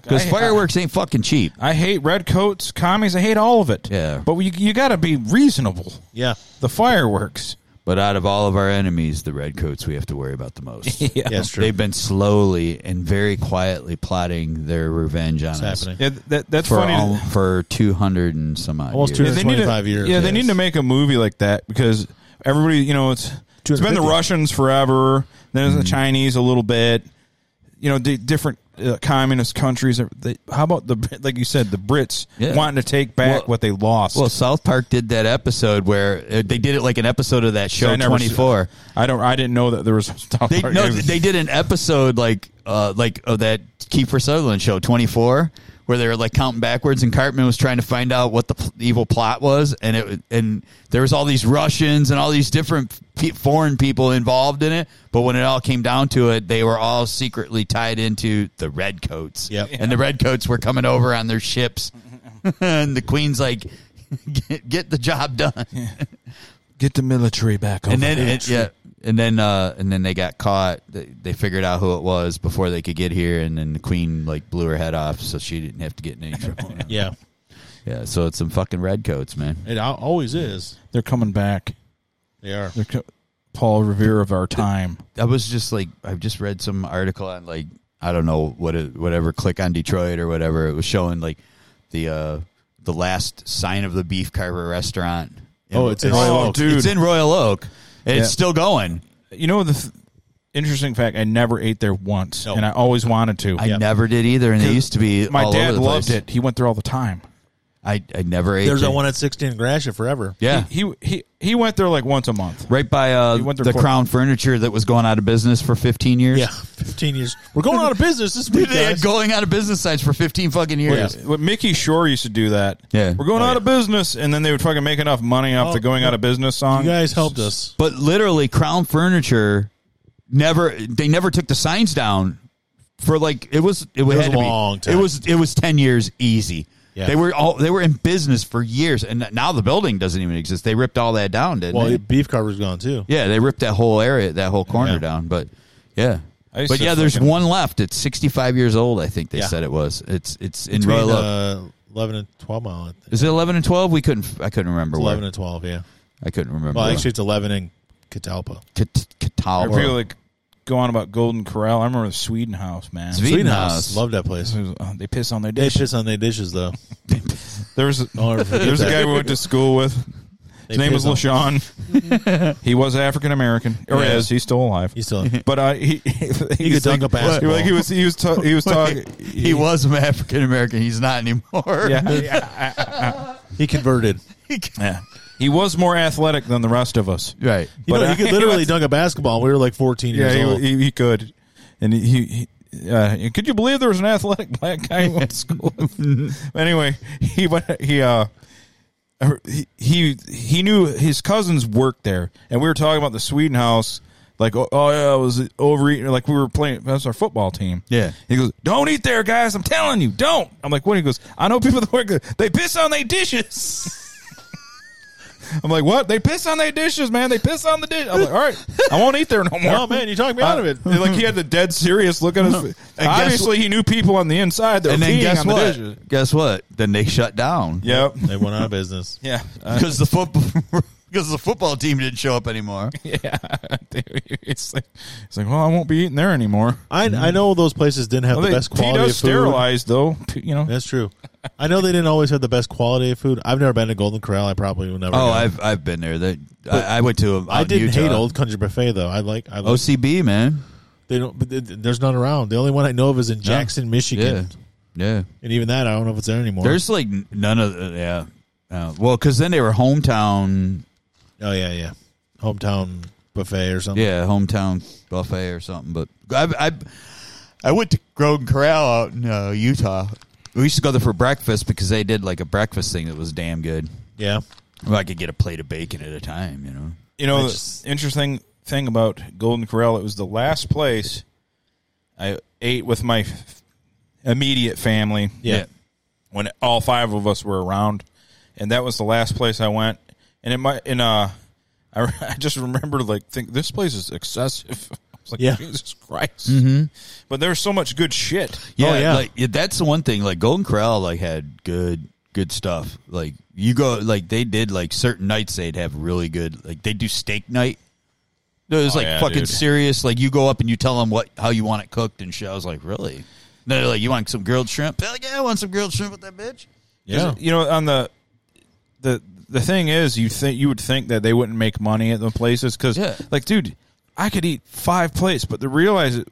Because
I-
fireworks ain't fucking cheap.
I hate redcoats, commies. I hate all of it.
Yeah.
But you, you got to be reasonable.
yeah,
The fireworks.
But out of all of our enemies, the redcoats we have to worry about the most.
yeah. That's true.
They've been slowly and very quietly plotting their revenge on
It's
us
happening.
Yeah, that, that's
for
funny.
all, for two hundred and some odd
Almost
years.
they need to,
25 years,
Yeah, they
yes.
need to make a movie like that because everybody, you know, it's it's been the
250.
Russians forever. Then it's the
Mm-hmm.
Chinese a little bit. You know, di different uh, communist countries. are- They, how about the like you said, the Brits
Yeah.
wanting to take back
Well-
what they lost?
Well, South Park did that episode where uh, they did it like an episode of that
I
show
never-
twenty four.
I don't. I didn't know that there was. South
They
Park.
no, they did an episode like uh, like of that Kiefer Sutherland show twenty four where they were like counting backwards, and Cartman was trying to find out what the pl- evil plot was, and it and there was all these Russians and all these different pe- foreign people involved in it. But when it all came down to it, they were all secretly tied into the redcoats.
Yep.
and the redcoats were coming over on their ships, and the Queen's like, get, get the job done.
Get the military back on.
and then it, yeah, and then uh, and then they got caught. They, they figured out who it was before they could get here, and then the queen like blew her head off, so she didn't have to get in any trouble.
Yeah,
yeah, so it's some fucking redcoats, man.
it al- always is.
They're coming back.
They are.
They're co- Paul Revere of our time.
I was just like, I've just read some article on like I don't know what it, whatever click on Detroit or whatever. It was showing like the uh the last sign of the beef carver restaurant.
Oh, it's in Royal Oak.
It's in Royal Oak. And It's
Yeah.
still going.
You know the th- interesting fact? I never ate there once, and I always wanted to.
I never did either, and it used to be.
My
all
dad
over the
loved
place.
it. He went there all the time.
I, I never ate.
There's
there.
that one at 16 Gratiot forever.
Yeah,
He he he went there like once a month.
right by uh,
You went there
the
for-
Crown Furniture that was going out of business for 15 years.
Yeah, 15 years. We're going out of business this
Dude,
week,
they had
guys.
going out of business signs for 15 fucking years.
What Mickey Shore used to do that.
Yeah.
we're going
Oh,
out
yeah.
of business, and then they would fucking make enough money off
Oh,
the going out of business song.
You guys helped us.
But literally, Crown Furniture never they never took the signs down for like it was it,
was
had
a
to be-
long time.
It was it was 10 years easy.
Yeah.
They were all they were in business for years, and now the building doesn't even exist. They ripped all that down, didn't
Well,
they?
beef carver's gone too.
yeah, they ripped that whole area, that whole corner
Yeah.
down. But yeah.
I used
But
to
yeah, there's
fucking-
one left. It's 65 years old, I think they
Yeah.
said it was. It's it's in
Between,
Royal Oak.
uh, 11 and 12 mile. I think.
Is it eleven and twelve? We couldn't. I couldn't remember.
It's
where.
11 and 12, yeah.
I couldn't remember.
Well,
where.
actually, it's 11 in Catalpa.
Kat-
Or
Catawba.
people like go on about Golden Corral. I remember the Sweden House, man.
Sweden
Sweet
House.
House. Love that place.
It was- oh, They piss on their
They
dish.
piss on their dishes, though.
There was
Oh,
Don't ever forget
there's a
that.
guy we went to school with.
They
His name
piss
was
on-
LaShawn. he was African American, or
Yeah.
is he's still alive?
He's still.
but uh, he he, he
could dunk a basketball.
Like he was he was ta- he was talking.
He was an African American. He's not anymore.
yeah, yeah.
He converted.
Yeah. He was more athletic than the rest of us.
Right.
You
But
know,
I-
he could literally dunk a basketball. We were like 14 years
Yeah,
old.
he, he, he could, and he. he uh, could you believe there was an athletic black guy who went to school? with? anyway, he went. He uh, er, he- he he knew his cousins worked there, and we were talking about the Sweden House. Like, oh, oh yeah, I was overeating. Like we were playing. That's our football team.
Yeah.
He goes, "Don't eat there, guys. I'm telling you, don't." I'm like, "What?" He goes, "I know people that work. there. They piss on their dishes." I'm like, "What? They piss on their dishes, man. They piss on the dish." I'm like, "All right, I won't eat there no more."
Oh, man, you talked me out of it.
Uh, like he had the dead serious look on his face.
And guess-
Obviously, he knew people on the inside that
And
were
then
peeing
guess
on
what?
the dishes.
Guess what? Then they shut down.
Yep.
They went out of business.
Yeah. Uh,
Because the football. Because the football team didn't show up anymore.
yeah. it's like it's like, well, I won't be eating there anymore.
I I know those places didn't have
Mm-hmm. Well,
the
they-
best
he
quality
does
of food.
sterilize though. You know.
That's true. I know they didn't always have the best quality of food. I've never been to Golden Corral. I probably will never.
Oh,
go.
I've I've been there. That I, I went to. out
I
in
didn't
Utah. Oh,
hate Old Country Buffet though. I like I like,
OCB man.
they don't. But th- th- there's none around. The only one I know of is in Jackson, Michigan,
Yeah, yeah.
and even that I don't know if it's there anymore.
There's like n- none of the, yeah. Uh, well, because then they were hometown.
oh yeah, yeah, hometown buffet or something.
Yeah, hometown buffet or something. But I, I, I went to Grogan Corral out in uh, Utah. We used to go there for breakfast because they did like a breakfast thing that was damn good.
yeah.
Well, I could get a plate of bacon at a time, you know.
You know,
I
the
just-
interesting thing about Golden Corral, it was the last place I ate with my f- immediate family
Yeah.
when all five of us were around, and that was the last place I went. And it might, and uh, I, re- I just remember like think this place is excessive. I was like,
Yeah. Mm-hmm.
Jesus Christ! But there's so much good shit.
Yeah,
Oh, yeah.
like yeah, that's the one thing. Like Golden Corral, like had good good stuff. Like you go, like they did, like certain nights they'd have really good. Like they do steak night. No, it was
Oh,
like
yeah,
fucking
dude.
serious. Like you go up and you tell them what how you want it cooked and shit. I was like, really? No, they're like you want some grilled shrimp? They're like, yeah, I want some grilled shrimp with that bitch.
Yeah.
You know, on the the the thing is, you think you would think that they wouldn't make money at the places because,
Yeah.
like, dude, I could eat five plates, but to realize it,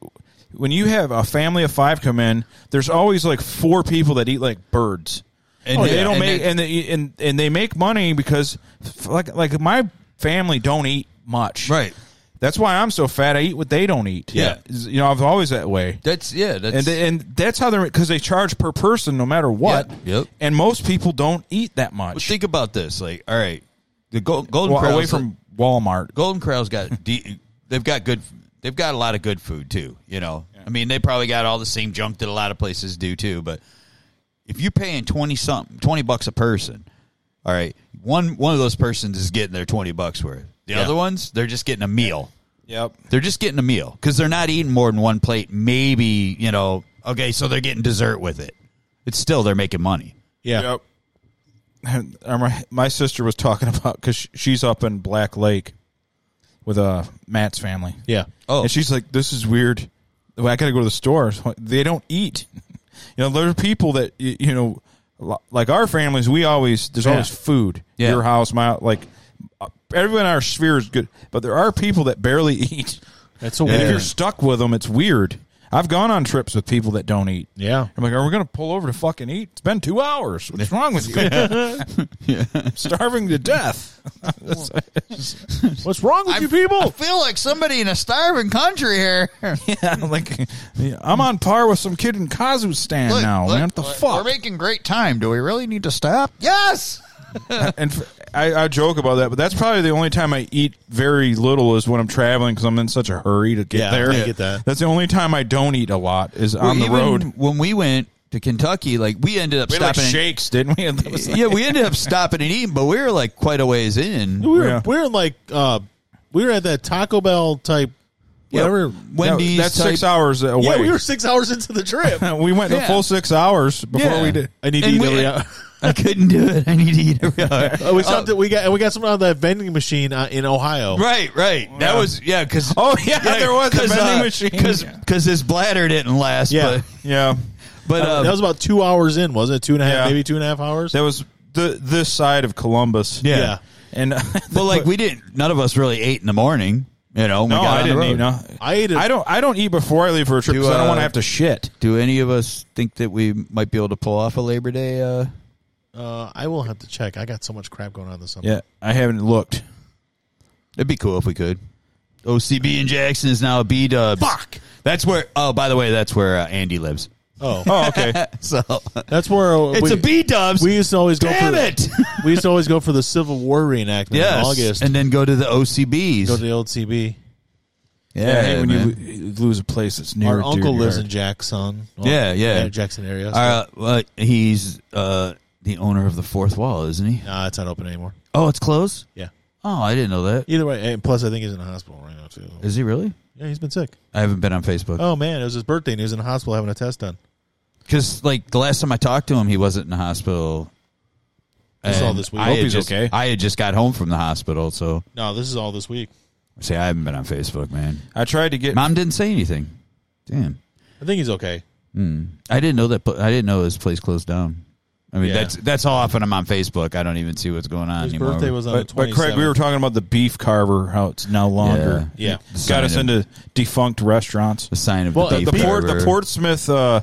when you have a family of five come in, there's always like four people that eat like birds.
And
Oh, they
yeah.
don't
And
make
then-
and they and and they make money because f- like like my family don't eat much.
Right.
That's why I'm so fat. I eat what they don't eat.
Yeah.
you know I've always that way.
That's yeah. That's
and and that's how they're because they charge per person no matter what.
Yep, yep.
And most people don't eat that
But
much.
think about this. Like, all right, the Gol- Golden
Well, away
Corral's-
from Walmart.
Golden Corral's got de- they've got good they've got a lot of good food too. You know, I mean, they probably got all the same junk that a lot of places do too. But if you're paying twenty something twenty bucks a person, all right, one one of those persons is getting their twenty bucks worth. The other ones, they're just getting a meal.
Yep.
They're just getting a meal because they're not eating more than one plate. Maybe you know, okay, so they're getting dessert with it. It's still they're making money.
Yeah.
Yep. And My, my sister was talking about because she's up in Black Lake with uh, Matt's family.
Yeah.
Oh.
and she's like, "This is weird. Well, I got to go to the store. They don't eat. You know, there are people that y- you know, li- like our families. We always there's always food.
Yeah.
Your house, my like, uh, everyone in our sphere is good, but there are people that barely eat.
That's a
And if
weird.
you're stuck with them, it's weird. I've gone on trips with people that don't eat.
Yeah.
I'm like, are we going to pull over to fucking eat? It's been two hours. What's wrong with you? I'm starving to death.
What's wrong with you
I
people?
feel like somebody in a starving country here.
yeah, like yeah, I'm on par with some kid in Kazakhstan
Look,
now,
look,
man. What the
we're-
fuck?
We're making great time. Do we really need to stop? Yes.
and f- I, I joke about that, but that's probably the only time I eat very little is when I'm traveling because I'm in such a hurry to get
Yeah,
there.
I get that.
That's the only time I don't eat a lot is on the
Well, even
road.
When we went to Kentucky, like we ended up
We had, like
stopping. and-
shakes, didn't we? That was like-
yeah, we ended up stopping and eating, but we were like quite a ways in.
We were
Yeah.
we were in like uh, we were at that Taco Bell type whatever.
Wendy's.
that's six
type-
hours away.
Yeah, we were six hours into the trip. Uh,
we went the
Yeah.
full six hours before
Yeah.
we did.
I need to
And
eat
we-
every hour.
I couldn't do it. I need to eat every hour.
Oh, we stopped. at- we got and we got something out of that vending machine uh, in Ohio.
Right, right. That was yeah. uh, Because
Oh, yeah, there was a vending machine.
Because
Yeah.
his bladder didn't last.
Yeah. Uh,
Yeah,
But, but um,
that was about two hours in, wasn't it? Two and a half,
Yeah.
maybe two and a half hours.
that was the this side of Columbus.
Yeah.
yeah.
and
but like we didn't. None of us really ate in the morning. You know. when
no,
we got
I
on the
didn't
road.
eat. No,
I ate it.
I don't. I don't eat before I leave for a trip
Do,
because I don't
uh,
want to have to shit.
Do any of us think that we might be able to pull off a Labor Day? Uh,
Uh, I will have to check. I got so much crap going on this summer.
Yeah, I haven't looked.
it'd be cool if we could. Oh, OCB in Jackson is now a B dub. Fuck. That's where. Oh, by the way, that's where uh, Andy lives.
Oh,
Oh, okay.
So
that's where uh,
it's
we,
a B dubs.
We used to always go
Damn
for
it.
we used to always go for the Civil War reenactment
yes.
in August.
And then go to the OCBs.
go to the old CB.
yeah,
yeah, I hate when
man.
you lo- lose a place that's near.
Our
dear
uncle
to
lives
your
in Jackson. Well,
Yeah, yeah.
Jackson area. so-
Uh, well, he's uh, the owner of the fourth wall, isn't he?
nah, it's not open anymore.
Oh, it's closed.
Yeah.
Oh, I didn't know that.
Either way, and plus I think he's in the hospital right now too.
Is he really?
Yeah, he's been sick.
I haven't been on Facebook.
Oh man, it was his birthday and he was in the hospital having a test done.
Because like the last time I talked to him, he wasn't in the hospital.
I saw
And
this week.
I
Hope
had
he's
just-
okay.
I had just got home from the hospital, so
No, this is all this week.
see, I haven't been on Facebook, man.
heart. I tried to get.
Mom didn't say anything. Damn,
I think he's okay.
I didn't know that. pl- I didn't know his place closed down. I mean,
Yeah.
that's that's how often I'm on Facebook. I don't even see what's going on
His
anymore.
birthday was on
but,
the
but
27th.
Craig, we were talking about the beef carver. How it's no longer.
Yeah.
Yeah.
It's got us into defunct restaurants.
the sign of
Well,
the,
the
day
The port, the
forever.
Portsmouth, uh,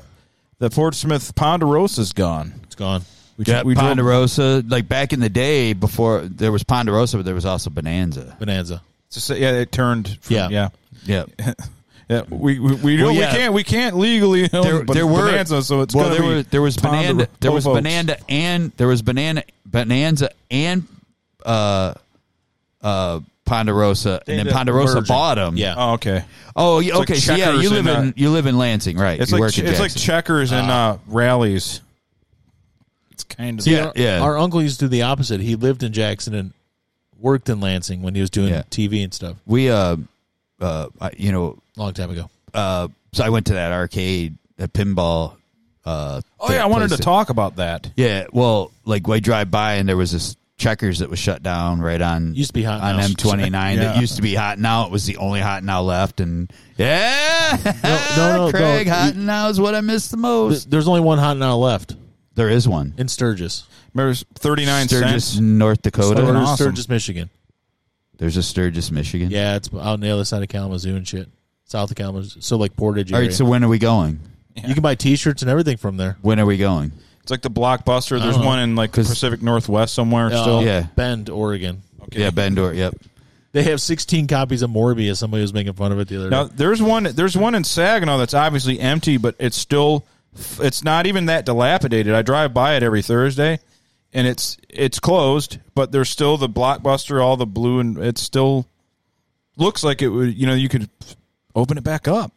the Portsmouth Ponderosa's gone.
It's gone.
We,
Yeah,
we drove-
Ponderosa. like back in the day, before there was Ponderosa, but there was also Bonanza.
Bonanza.
It's just- yeah, it turned. From,
Yeah.
yeah, yeah,
Yeah,
yeah. We we, we,
Well,
don't-
yeah.
we can't we can't legally own
there,
Bon-
there were
Oh, Bonanza, so it's
well,
gonna
there
be
were- there was
Ponder-
Bonanza, there was
Povo's.
Bonanza, and there was Banana Bonanza and uh uh Ponderosa, and then
ended up
Ponderosa
merging.
bought them.
Yeah.
Oh, okay.
Oh, yeah,
like
okay. so yeah,
checkers
you live
and,
in
uh,
you live in Lansing, right?
It's
you
like
work
it's
in
like
Jackson. Ah.
checkers and uh, rallies. It's kind of
Yeah,
our,
yeah.
Our uncle used to do the opposite. He lived in Jackson and worked in Lansing when he was doing
Yeah.
TV and stuff.
we uh uh I- you know
Long time ago.
uh so I went to that arcade, that pinball. Uh,
Oh yeah, I wanted to
talk.
talk about that.
Yeah, well, like I drive by and there was this checkers that was shut down right on
Used to be Hot
on
Now.
M twenty nine.
Yeah.
That used to be hot. Now it was the only hot now left, and yeah,
no, no,
Craig,
no.
hot now is what I miss the
Th-
most.
There's only one hot now left
There is one
in Sturgis.
Remember thirty nine
Sturgis,
cents.
North Dakota.
Or
Sturgis. awesome.
Sturgis, Michigan.
There's a Sturgis, Michigan.
Yeah, it's out on the other side of Kalamazoo and shit. South of Kalamazoo. So like Portage
All
area.
right. So when are we going?
you can buy T-shirts and everything from there.
When are we going?
It's like the blockbuster. There's
Uh-huh.
one in like the
'Cause-
Pacific Northwest somewhere.
Uh,
still,
yeah.
Bend, Oregon.
Yeah, Bendor. Yep.
They have 16 copies of Morbius. Somebody was making fun of it the other
Now
day.
there's one there's one in Saginaw that's obviously empty, but it's still it's not even that dilapidated. I drive by it every Thursday, and it's it's closed, but there's still the blockbuster, all the blue, and it still looks like it would. You know, you could open it back up.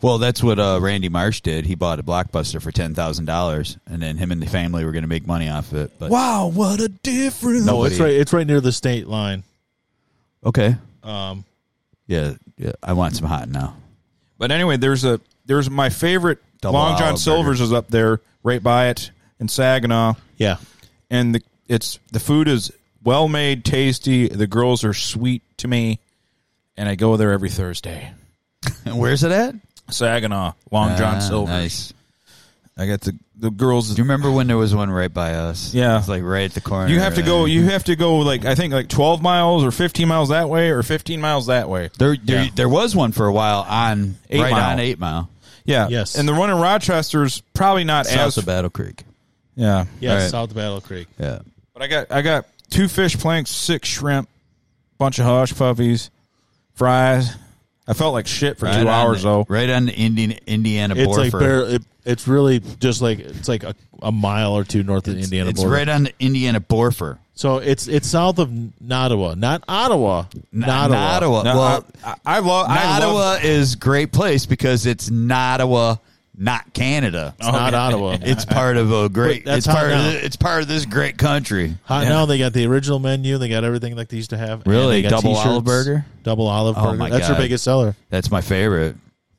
Well, that's what uh, Randy Marsh did. He bought a blockbuster for ten thousand dollars, and then him and the family were going to make money off it. But
Wow, what a difference!
No,
Oh, it's right.
nobody-
It's right near the state line.
okay,
Um,
yeah, yeah, I want some hot now.
But anyway, there's a there's my favorite
Double
Long
olive
John
burger.
Silver's is up there, right by it in Saginaw,
yeah.
and the it's the food is well made, tasty. The girls are sweet to me, and I go there every Thursday.
And where's it at?
Saginaw, Long John
Ah,
Silver's.
Nice.
I got the the girls.
Do you remember when there was one right by us?
Yeah.
it's like right at the corner.
You have to go.
and-
You have to go like I think like twelve miles or fifteen miles that way or fifteen miles that way.
There, there, there was one for a while on
Eight
right
Mile.
on Eight Mile,
Yeah.
Yes.
And the one in Rochester's probably not
south
as
of Battle Creek.
yeah
Yeah,
Alright.
South Battle Creek.
Yeah,
But I got I got two fish planks, six shrimp, bunch of hush puppies, fries. I felt like shit for
Right on
two hours
the-
though.
Right on the Indian Indiana
It's
border.
like barely, it, it's really just like it's like a, a mile or two north of the Indiana
it's
border.
right on the Indiana border.
so it's it's south of Nottawa, not Ottawa.
Not Ottawa.
No,
well,
I, I, I love I
Ottawa
love-
is great place because it's Ottawa, not Canada.
It's not Ottawa.
It's part of a great.
But that's
It's
hot
part of,
now.
the- it's part of this great country.
Hot now they got the original menu. They got everything like they used to have. and
Really?
they got
Double olive burger?
Double olive
Oh,
burger.
my
That's
God.
their biggest seller,
That's my favorite.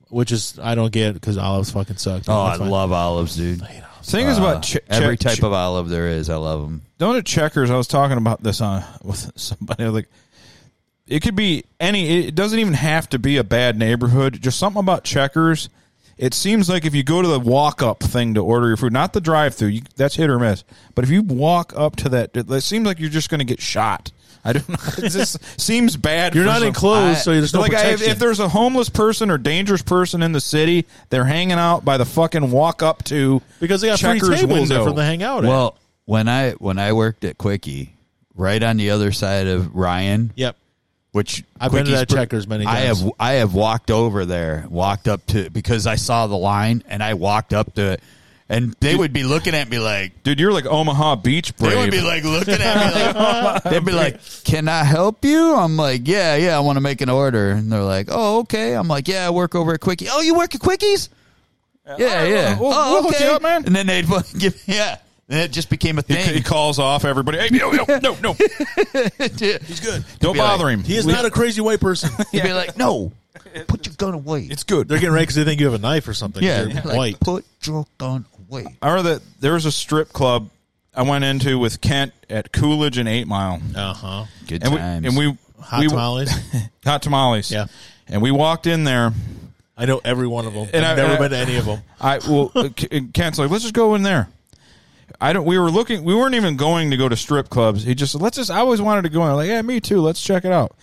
which is I don't get because olives fucking suck.
Oh, I
That's fine.
love olives, dude.
thing is
Uh,
about che-
every
che-
type of olive there is. I love them.
don't at checkers. I was talking about this on with somebody. I was Like it could be any. It doesn't even have to be a bad neighborhood. Just something about checkers. It seems like if you go to the walk up thing to order your food, not the drive through, that's hit or miss. But if you walk up to that, it, it seems like you're just going to get shot. I don't know. It just seems bad.
You're
for
not
some-
enclosed,
I-
so there's no
like I, if,
protection.
if there's a homeless person or dangerous person in the city, they're hanging out by the fucking walk up to
because they got free
Checkers
tables there
window.
for the hangout. at.
Well, when I when I worked at Quickie, right on the other side of Ryan,
yep.
which
I've been to
Quickies
that
pr-
Checkers many
I
times.
have I have walked over there, walked up to because I saw the line and I walked up to it, and they would be looking at me like
Dude, you're like Omaha Beach Brave.
they would be like looking at me like they'd be like, "Can I help you?" I'm like, "Yeah, yeah, I want to make an order," and they're like, "Oh, okay." I'm like, "Yeah, I work over at Quickie." Oh, you work at Quickies? Yeah, yeah.
we'll-
oh,
we'll hook
okay.
you up, man.
And then they'd fucking give yeah. And it just became a
He, he
thing.
calls off everybody. Hey, no, no, no, no.
He's good.
Don't
be like,
bother him.
He is not a crazy white person.
He'd be like, "No, put your gun away."
It's good.
They're getting ready because they think you have a knife or something.
Yeah,
You're
like,
white.
Put your gun away.
I remember that there was a strip club I went into with Kent at Coolidge and Eight Mile.
Uh huh.
Good
and we
times.
and we
Hot
we,
tamales.
Hot tamales.
Yeah.
And we walked in there.
I know every one of them.
And
I've
I-
never
I-
been to any of them.
I well, uh, K- Kent's like, let's just go in there. I don't. We were looking. We weren't even going to go to strip clubs. He just said, let's just. I always wanted to go in. I'm like, yeah, me too. Let's check it out.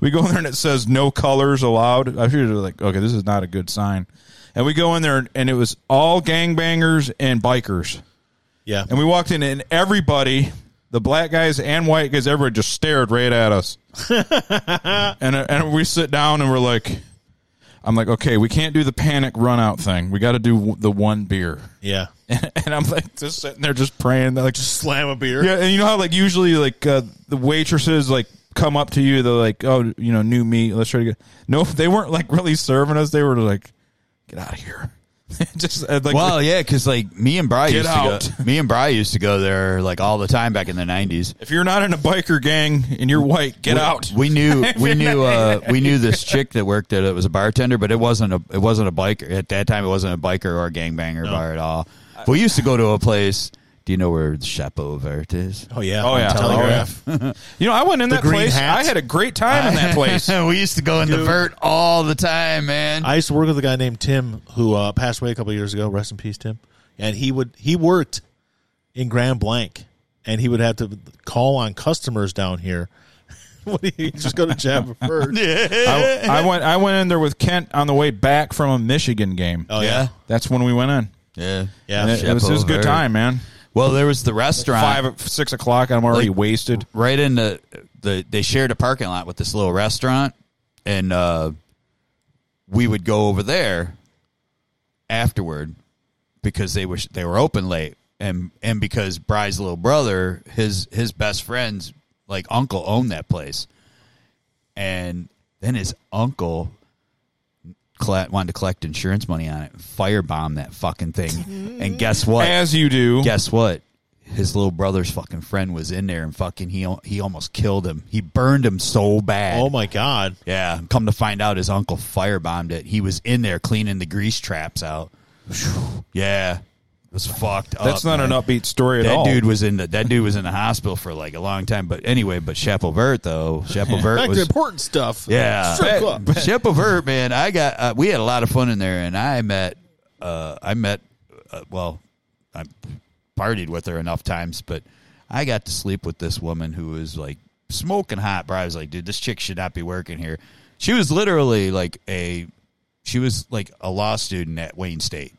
We go in there and it says no colors allowed. I feel like, okay, this is not a good sign. And we go in there and it was all gangbangers and bikers.
Yeah.
And we walked in and everybody, the black guys and white guys, everybody just stared right at us. and and we sit down and we're like, I'm like, okay, we can't do the panic run out thing. We got to do the one beer.
Yeah.
And, and I'm like just sitting there, just praying. They're like, just
Slam a beer.
yeah. And you know how like usually like uh, the waitresses like come up to you, they're like, oh, you know, new meat. Let's try to get. No, they weren't like really serving us. They were like, get out of here. just uh, like
well, yeah, because like me and Bry
Get
used to go,
out.
me and Bry used to go there like all the time back in the nineties.
if you're not in a biker gang and you're white, get out.
We knew we knew uh, we knew this chick that worked at it was a bartender, but it wasn't a it wasn't a biker at that time. It wasn't a biker or a gangbanger bar at all. We used to go to a place. Do you know where Chapeau Vert is?
Oh yeah.
Oh yeah,
Telegraph.
Oh, yeah. you know, I went in that
green
place.
hats.
I had a great time in that place.
we used to go in the Vert all the time, man.
I used to work with a guy named Tim who uh, passed away a couple years ago. Rest in peace, Tim. And he would he worked in Grand Blanc, and he would have to call on customers down here. what do you just go to Java first?
I, I went. I went in there with Kent on the way back from a Michigan game.
Oh yeah,
That's when we went in.
yeah,
yeah.
And it, it was, it was a good time, man.
Well, there was the restaurant
Five, six o'clock. I'm already
Like-
wasted.
right in the, the they shared a parking lot with this little restaurant and uh we would go over there afterward because they were they were open late and and because Bry's little brother his his best friend's like uncle owned that place and then his uncle colle- wanted to collect insurance money on it firebombed that fucking thing and guess what
As you do.
guess what? His little brother's fucking friend was in there and fucking he he almost killed him. He burned him so bad.
Oh my god!
Yeah, come to find out, his uncle firebombed it. He was in there cleaning the grease traps out. Yeah, it was fucked up.
That's not
man.
an upbeat story at
That
all.
dude was in the that dude was in the hospital for like a long time. But anyway, but Chapelvert though Chapelvert
Back to
was
important stuff.
yeah.
Strip club.
Shep Overt, man, I got uh, we had a lot of fun in there, and I met, uh, I met, uh, well, I partied with her enough times, but I got to sleep with this woman who was like smoking hot. But I was like, dude, this chick should not be working here. She was literally like a, she was like a law student at Wayne State.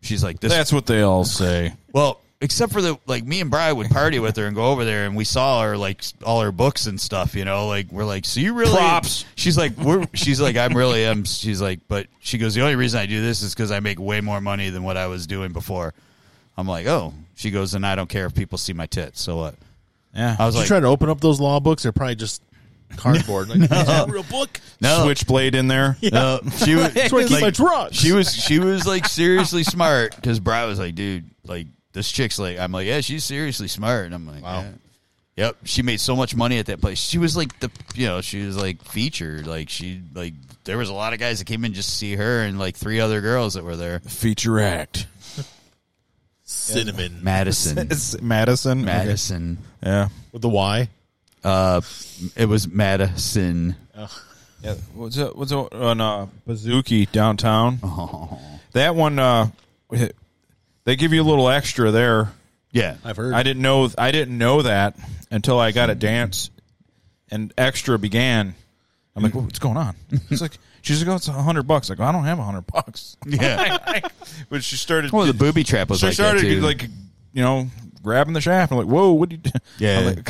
She's like this.
That's what they all say.
Well, except for the like, me and Brian would party with her and go over there, and we saw her like all her books and stuff. You know, like we're like, so you really
Props.
She's like, we're. She's like, I'm really am. She's like, but she goes, the only reason I do this is because I make way more money than what I was doing before. I'm like, oh. She goes, and I don't care if people see my tits. So what?
Yeah.
I was
Did you
like,
try to open up those law books? They're probably just cardboard. Like, Is that a real book?
no,
Switchblade in there.
no. She was
That's where I keep my
like,
drugs.
She was she was like seriously smart because Brian was like, dude, like this chick's like, I'm like, yeah, she's seriously smart, and I'm like, wow. Yep, she made so much money at that place. She was like the, you know, she was like featured. Like she, like there was a lot of guys that came in just to see her, and like three other girls that were there.
Feature act.
cinnamon
Madison,
It's Madison.
Madison.
Okay. Yeah.
with the Y.
Uh, it was Madison.
Yeah. What's that? What's that? On uh, Bazooki downtown. That one. Uh, they give you a little extra there.
Yeah,
I've heard.
I didn't know I didn't know that until I got a dance and extra began. I'm like, what's going on? It's like she's like, oh, it's a hundred bucks. Like, I don't have a hundred bucks.
yeah.
But she started.
Well, the booby trap was
she
like that
started
too.
like, you know, grabbing the shaft. I'm like, whoa, what do you? do?
Yeah.
I'm like,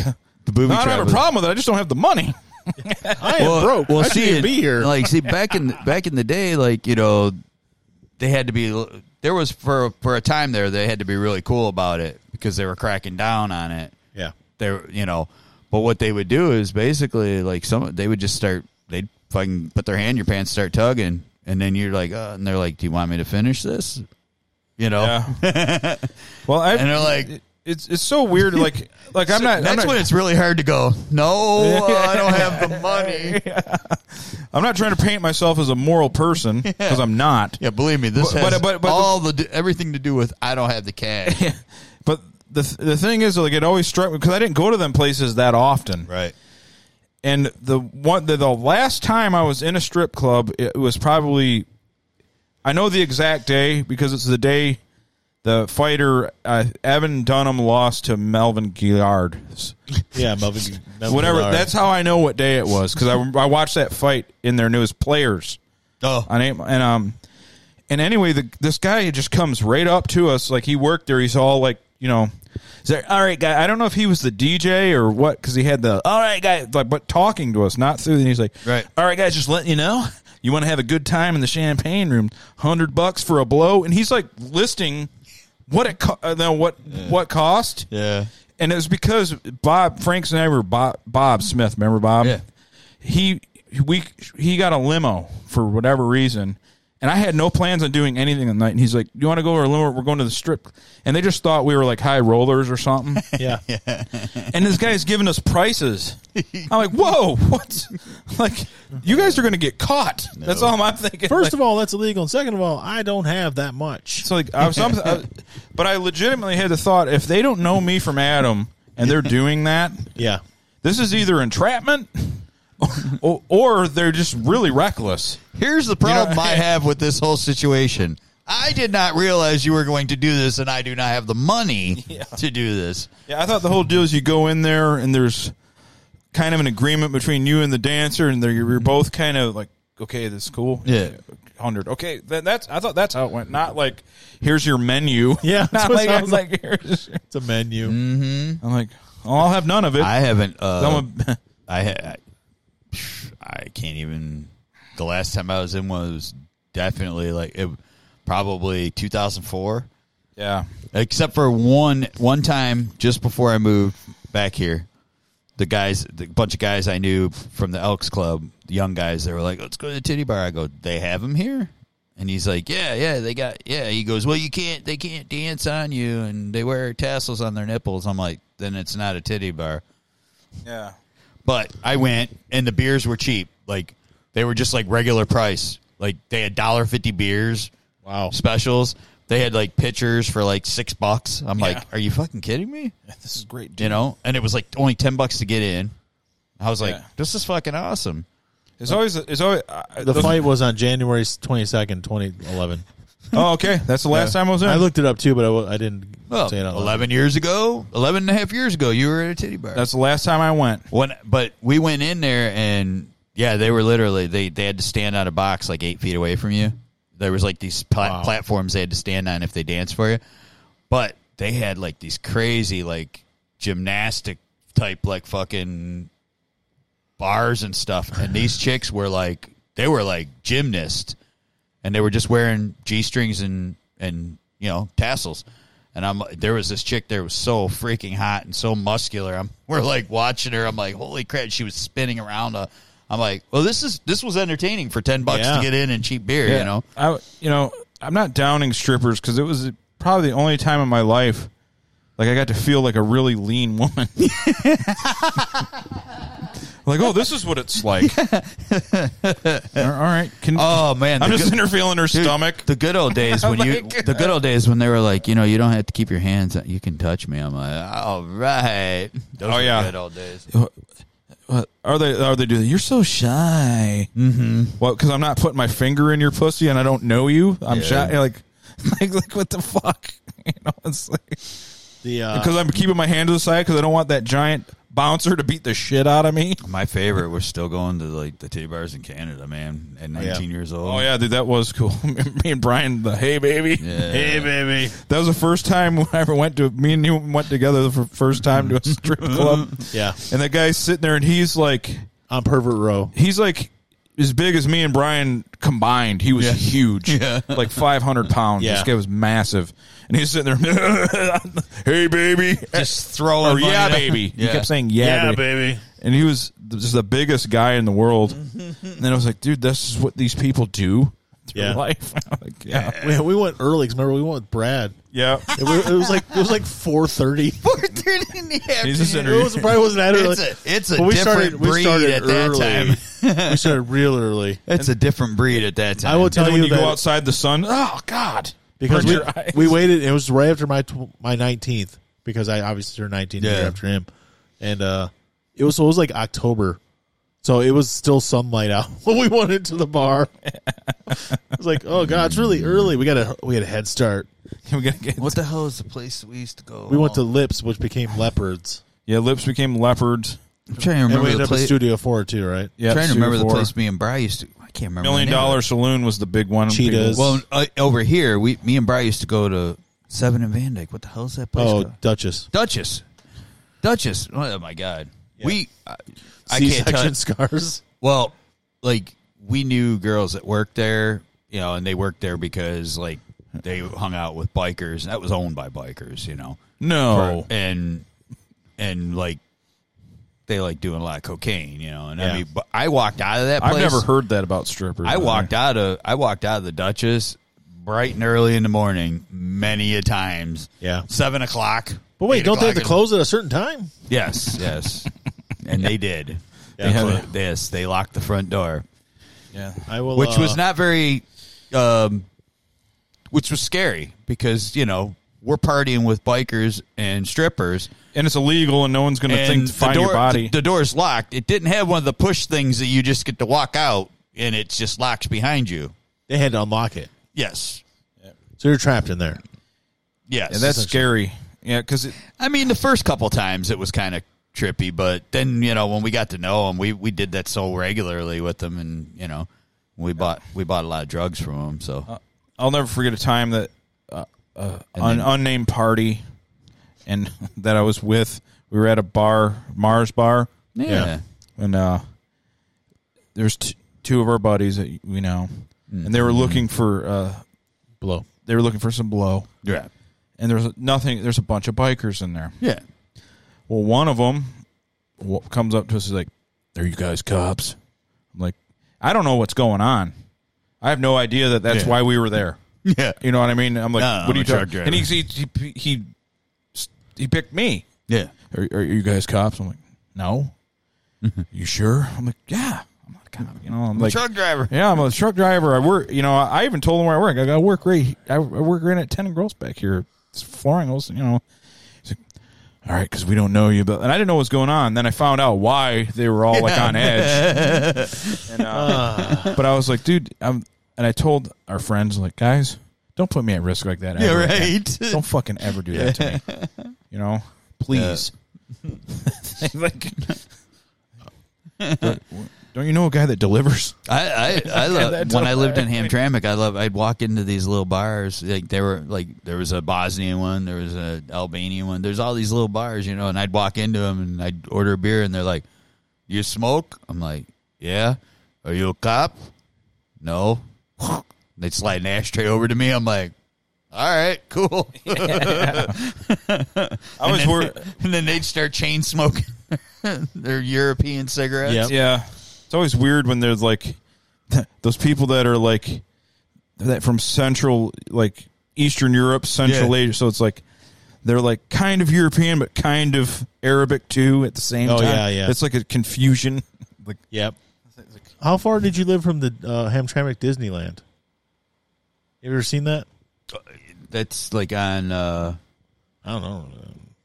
the booby
"No, I
trap
don't have a
was-
problem with it. I just don't have the money.
I am broke. I
see,
shouldn't
and-
be here.
Like, see, back in back in the day, like you know, they had to be. There was for for a time there, they had to be really cool about it because they were cracking down on it.
yeah.
They, were- you know, but what they would do is basically like some they would just start. They'd fucking put their hand in your pants, start tugging, and then you're like, uh, and they're like, "Do you want me to finish this?" You know,
Well, I
and they're like.
uh, it's it's so weird. Like like I'm not.
that's
I'm not,
when it's really hard to go. No, I don't have the money.
I'm not trying to paint myself as a moral person because I'm not.
Yeah, believe me, this
But-
has
but- but- but-
all the everything to do with I don't have the cash.
But the th- the thing is, like, it always struck me because I didn't go to them places that often.
right.
And the one the, the last time I was in a strip club, it was probably I know the exact day because it's the day the fighter uh, Evan Dunham lost to Melvin Gillard.
Yeah, Melvin. Melvin
Whatever.
Gillard.
That's how I know what day it was because I I watched that fight in their news players
Oh,
on eight, and um and anyway the this guy just comes right up to us like he worked there he's all like you know is there, all right guy i don't know if he was the dj or what because he had the all right guy like but talking to us not through and he's like
Right.
all right guys just letting you know you want to have a good time in the champagne room 100 bucks for a blow and he's like listing what it co- uh, no, what what cost
yeah.
and it was because Bob Frank's name were Bob, Bob Smith. Remember Bob?
Yeah.
He we he got a limo for whatever reason, and I had no plans on doing anything that night. And he's like, "You want to go to a limo? We're going to the strip." And they just thought we were like high rollers or something.
yeah.
and this guy's giving us prices. I'm like, "Whoa, what? Like, you guys are going to get caught." That's all I'm thinking. Like-
First of all, that's illegal, and second of all, I don't have that much.
So like I was, I'm- I was- but I legitimately had the thought: if they don't know me from Adam, and they're doing that,
Yeah.
this is either entrapment or, or they're just really reckless.
Here's the problem I have with this whole situation. I did not realize you were going to do this, and I do not have the money to do this.
Yeah, I thought the whole deal is you go in there and there's kind of an agreement between you and the dancer, and they're, you're both kind of like, okay, this is cool.
Yeah.
hundred. Okay, then that's I thought that's how it went. Not like here's your menu.
Yeah, that's
not
what
like,
sounds
it's like here's. your-"
It's a menu.
I'm like, oh, I'll have none of it.
I haven't. Uh,
I'm a-
I, ha- I I can't even. The last time I was in one was definitely like it, probably 2004,
yeah,
except for one one time just before I moved back here. The guys, the bunch of guys I knew from the Elks Club, the young guys, they were like, "Let's go to the titty bar." I go, "They have them here," and he's like, "Yeah, yeah, they got yeah." He goes, "Well, you can't, they can't dance on you, and they wear tassels on their nipples." I'm like, "Then it's not a titty bar."
yeah.
But I went, and the beers were cheap. Like they were just like regular price. Like they had dollar fifty beers.
Wow.
Specials. They had like pitchers for like six bucks. I'm like, are you fucking kidding me?
This is great.
You know? And it was like only ten bucks to get in. I was like,
Yeah.
this is fucking awesome.
It's always it's always uh,
The fight was on January twenty second, twenty eleven.
Oh, okay. That's the last time I was in.
I looked it up too, but I w- I, didn't
Well,
say it out loud.
eleven years ago, 11 and a half years ago, you were at a titty bar.
That's the last time I went.
When, but we went in there and yeah, they were literally they they had to stand on a box like eight feet away from you. There was like these pla-
Wow.
platforms they had to stand on if they danced for you, but they had like these crazy like gymnastic type like fucking bars and stuff, and these chicks were like they were like gymnast, and they were just wearing g strings and and you know tassels. And I'm there was this chick there was so freaking hot and so muscular. I'm we're like watching her. I'm like, holy crap! She was spinning around. i I'm like, well, this is this was entertaining for ten bucks
Yeah.
to get in and cheap beer. You know,
I you know I'm not downing strippers because it was probably the only time in my life like I got to feel like a really lean woman. like, oh, this is what it's like. All right, can,
oh man,
I'm
the
just
good-
in her feeling her
dude,
stomach.
The good old days when you,
Like-
the good old days when they were like, you know, you don't have to keep your hands. on- You can touch me. I'm like, all right. Those
Oh,
were
yeah.
good old days.
are they? Are they doing? You're so shy. Mm-hmm. Well, because I'm not putting my finger in your pussy and I don't know you. I'm
Yeah.
shy. Like, like, like, what the fuck? You know, it's like.
The, uh,
because I'm keeping my hand to the side because I don't want that giant bouncer to beat the shit out of me.
My favorite was still going to like the titty bars in Canada, man. At 19 years old.
Oh yeah, dude, that was cool. me and Brian, the hey baby,
Yeah.
baby. That was the first time I ever went to. Me and you went together the f- first time to a strip club,
yeah,
and that guy's sitting there, and he's like,
on pervert row.
he's like as big as me and Brian combined. He was huge, like 500 pounds.
Yeah.
This guy was massive, and he's sitting there, hey baby,
Just throwing
or
money
yeah
down.
baby. He
Yeah.
kept saying yeah, baby. and he was th- just the biggest guy in the world. and then I was like, dude, this is what these people do through
Yeah.
life. Like, yeah,
We, we went early. 'cause remember, we went with Brad.
yeah.
It was, it was like it was like four thirty.
He's just
It was, probably wasn't that early.
It's a it's a
But we
different
started- we
breed
started
at that
early.
time.
we started real early
It's a different breed at that time.
I will tell
Then when
you
you go
that-
outside the sun, oh god,
because
Burn
we,
your eyes.
we waited. It was right after my tw- my nineteenth because I obviously turned nineteen the year
Yeah.
after him, and uh, it was it was like October, so it was still sunlight out when we went into the bar. it was like, oh god, it's really early. We got a we had a head start.
we gotta get
What the hell is the place we used to go?
We went to Lips, which became Leopards,
yeah. Lips became leopards.
I'm trying to
and we
remember
ended
the
up at
place.
Studio Four too, right?
Yeah,
trying to remember the
Sue Four.
place me and Bry used to. I can't remember. the
Million
name of it.
Dollar Saloon was the big one.
Cheetahs.
Well, uh, over here, we me and Bry used to go to Seven and Van Dyke. What the hell is that place?
Oh,
called?
Duchess.
Duchess, Duchess. Oh my God, we. I, I can't
C-section
tell.
scars.
Well, like we knew girls that worked there, you know, and they worked there because like they hung out with bikers, and that was owned by bikers, you know,
No,
and and like they like doing a lot of cocaine, you know, and
Yeah.
I mean, but I walked out of that.
I've
place.
never heard that about strippers.
I walked out of I walked out of the Duchess bright and early in the morning many a times.
Yeah.
seven o'clock.
But wait,
eight
don't they have to
o'clock.
close at a certain time?
Yes, yes, and they did. They
Yeah.
clo- Yes, they locked the front door.
Yeah,
I will.
which
uh,
was not very, um, which was scary because you know we're partying with bikers and strippers.
and it's illegal, and no one's gonna
And
think to find your body.
The, the door's locked. It didn't have one of the push things that you just get to walk out, and it just locks behind you.
They had to unlock it,
Yes,
so you're trapped in there.
yes.
yeah, that's scary. Yeah, because
I mean, the first couple times it was kind of trippy, but then you know when we got to know them, we we did that so regularly with them, and you know. We bought we bought a lot of drugs from him. So
I'll never forget a time that uh,
and
an
then-
unnamed party and that I was with. We were at a bar, Mars Bar,
yeah.
and uh, there's t- two of our buddies that we know, and
Mm-hmm.
they were looking for uh,
Blow.
they were looking for some blow,
yeah,
and there's nothing. There's a bunch of bikers in there.
yeah,
Well, one of them w- comes up to us and is like, "Are you guys cops?" I'm like, "I don't know what's going on. I have no idea that that's
Yeah.
why we were there."
yeah,
You know what I mean? I'm like,
No,
"What
I'm
are you
a truck
talking?"
driver.
And he's, he he he he picked me.
yeah.
are, are you guys cops? I'm like, no. you sure? I'm like, yeah. I'm not a cop. You know, I'm like,
Truck driver.
yeah, I'm a truck driver. I work. You know, I even told him where I work. I got work right. I I work right at Ten and Gross back here. It's Floringals. You know. He's like, all right, because we don't know you, but and I didn't know what was going on. Then I found out why they were all like on edge. and, uh, but I was like, dude, I'm, and I told our friends like, guys, don't put me at risk like that.
Yeah,
ever again.
right.
Don't fucking ever do that to me. You know, Uh, please. like, But don't you know a guy that delivers?
I I, I love when I lived in Hamtramck. I love I'd walk into these little bars. Like there were like there was a Bosnian one, there was a Albanian one. There's all these little bars, you know. And I'd walk into them and I'd order a beer, and they're like, "You smoke?" I'm like, "Yeah." Are you a cop? No. They'd slide an ashtray over to me. I'm like, "All right, cool."
I was wor-
and then they'd start chain smoking their European cigarettes.
Yep.
yeah. It's always weird when there's like those people that are like that from Central, like Eastern Europe, Central
Yeah.
Asia. So it's like they're like kind of European, but kind of Arabic too at the same
Oh,
time.
yeah, yeah.
It's like a confusion. Like
Yep. How far did you live from the uh, Hamtramck Disneyland? You ever seen that?
That's like on. uh
I don't know.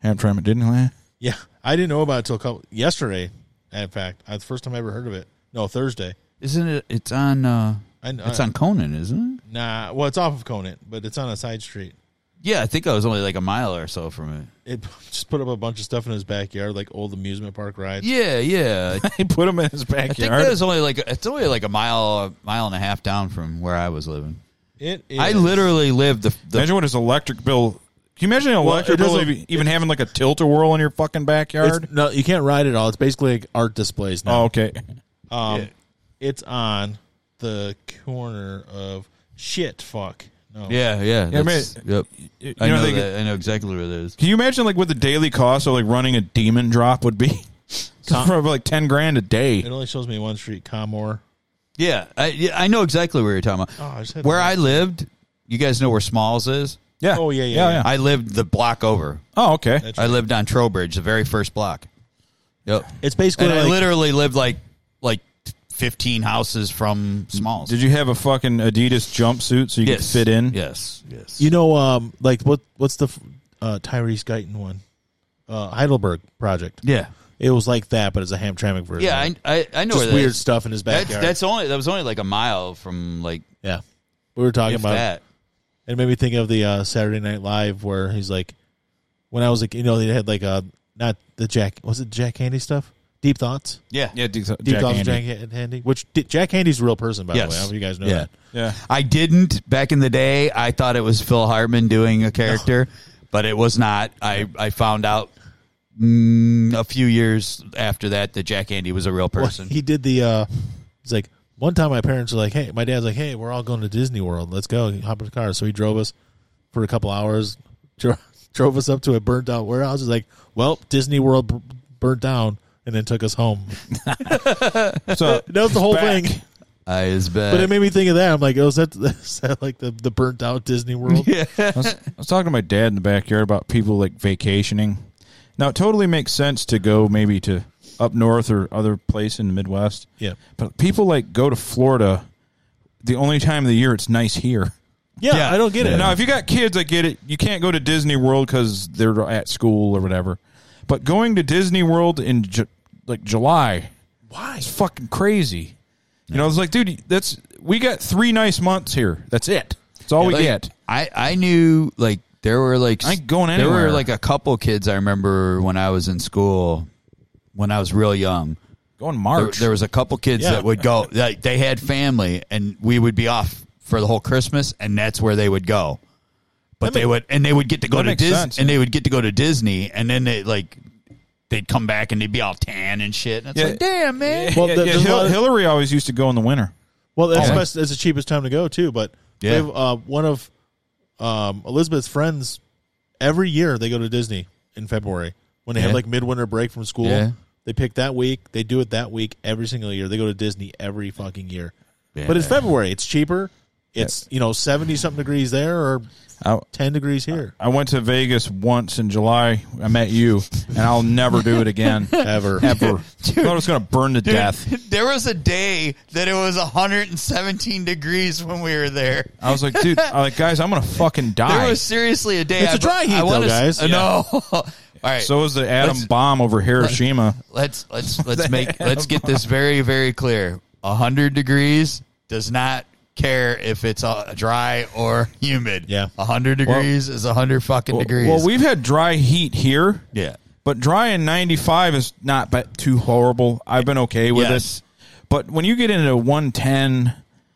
Hamtramck didn't land.
Yeah, I didn't know about it till a couple yesterday. In fact, I, the first time I ever heard of it. No, Thursday.
Isn't it? It's on. uh
I, kn-
It's on Conan, isn't it?
Nah, well, it's off of Conant, but it's on a side street.
Yeah, I think I was only like a mile or so from it.
It just put up a bunch of stuff in his backyard, like old amusement park rides.
Yeah, yeah. I-
He put him in his
I think
backyard.
that was only like it's only like a mile, a mile and a half down from where I was living.
It is.
I literally lived the, the
imagine what his electric bill. Can you imagine an electric
it
bill
doesn't-
even- even having like a tilt a whirl in your fucking backyard?
It's, no, you can't ride it all. It's basically like art displays now.
Oh, okay.
Um, It's on the corner of shit. Fuck no.
yeah,
Yeah,
yeah.
I mean,
that's- yep.
You
I
know,
know
they get-
that, I know exactly where that is.
Can you imagine like what the daily cost of like running a demon drop would be? For like ten grand a
It
day.
only shows me one street, Comor.
Yeah, I yeah, I know exactly where you're talking
Oh, I
about.
just had
where
that.
I lived, you guys know where Smalls is.
Yeah.
Oh, yeah, yeah, yeah.
I lived the block over.
oh, okay.
That's
I lived on Trowbridge, the very first block. Yep.
It's basically
And I
like-
literally lived like like 15 houses from Smalls.
Did you have a fucking Adidas jumpsuit so you
yes.
could fit in?
Yes. Yes.
you know, um, like what? What's the f- uh, Tyrese Guyton one? Uh, Heidelberg project.
yeah.
It was like that, but it's a Hamtramck version.
Yeah, I,
Just
I, I know where that
weird
is.
stuff in his
That's,
backyard.
that's only that was only like a mile from like
yeah. We were talking
if
about
that.
It made me think of the uh, Saturday Night Live where he's like, when I was like, you know, they had like uh, not the Jack, was it Jack Handy stuff? Deep thoughts,
Yeah.
Yeah, Deep,
deep
Jack
thoughts,
Handy.
Jack Han- Handy. Which di- Jack Handy's a real person, by
Yes.
the way. I don't know if you guys know
Yeah.
that.
Yeah.
I didn't back in the day. I thought it was Phil Hartman doing a character, but it was not. I, I found out mm, a few years after that that Jack Andy was a real
Well,
person.
he did the. uh He's like, one time my parents were like, "Hey, my dad's like, hey, we're all going to Disney World. Let's go hop in the car." So he drove us for a couple hours, dro- drove us up to a burnt out warehouse. He's like, "Well, Disney World b- burnt down," and then took us home.
So
That was the whole thing.
I is bad.
But it made me think of that. I'm like, oh, is that, is that like the, the burnt out Disney World? Yeah.
I was, I was talking to my dad in the backyard about people like vacationing. Now, it totally makes sense to go maybe to up north or other place in the Midwest.
Yeah.
But people like go to Florida the only time of the year it's nice here.
Yeah.
I don't get it.
Now, if you got kids, I get it. You can't go to Disney World because they're at school or whatever. But going to Disney World in Ju- like July, why? It's fucking crazy. You know, it's like, dude, that's we got three nice months here. That's it. That's all we
Like,
get.
I, I knew like there were like
Oh, I ain't going
There
anywhere.
were like a couple kids I remember when I was in school, when I was real young,
Go in
There,
March.
there was a couple kids
Yeah.
that would go. Like they had family, and we would be off for the whole Christmas, and that's where they would go. But
That
they would, and they would get to go
that
to
makes
Disney,
sense,
and they would get to go to Disney, and then they like they'd come back and they'd be all tan and shit. And it's
Yeah.
like, damn man,
Well,
yeah,
there-
yeah,
there's a
Hil-
lot of-
Hillary always used to go in the winter.
Well, that's
Oh.
best, that's the cheapest time to go too. But
Yeah.
they've, uh, one of um, Elizabeth's friends every year they go to Disney in February when they have
Yeah.
like midwinter break from school.
Yeah.
They pick that week. They do it that week every single year. They go to Disney every fucking year. But it's
Yeah.
February. It's cheaper. It's you know seventy something degrees there or
I,
ten degrees
Uh,
here.
I went to Vegas once in July. I met you, and I'll never do it again.
Ever.
Ever. I thought I was going to burn to
Dude,
death.
There was a day that it was 117 degrees when we were there.
I was like, dude, I like, guys, I'm going to fucking die.
There was seriously a day.
It's
a
a dry heat, though, guys.
No. All right.
so was the atom
Let's-
bomb over Hiroshima.
let's let's let's make let's get this very very clear. hundred degrees does not care if it's uh, dry or humid.
Yeah.
hundred degrees is is hundred fucking degrees.
Well, we've had dry heat here.
yeah.
But dry in 95 is not but too horrible. I've been okay with
Yes.
it. But when you get into 110,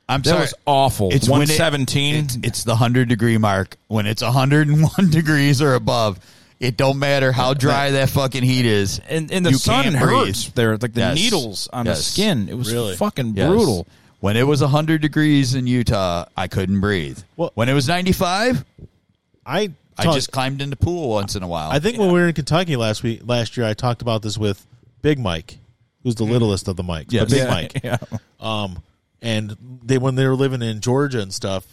I'm
that
sorry.
was awful.
It's when it-
117.
it's, it's the hundred degree mark when it's hundred and one degrees or above. It don't matter how dry that fucking heat is.
and, and the
you
sun
can't
hurts
breathe.
there, like the
Yes.
needles on the
Yes.
skin. It was
Really?
fucking
Yes.
brutal.
When it was 100 degrees in Utah, I couldn't breathe.
Well-
when it was 95,
I
I
talk-
just climbed in the pool once in a while.
I think when we were in Kentucky last week, last year, I talked about this with Big Mike, who's the littlest of the Mikes,
Mm. Yes.
but Big
Yeah,
Mike. Um, and they when they were living in Georgia and stuff,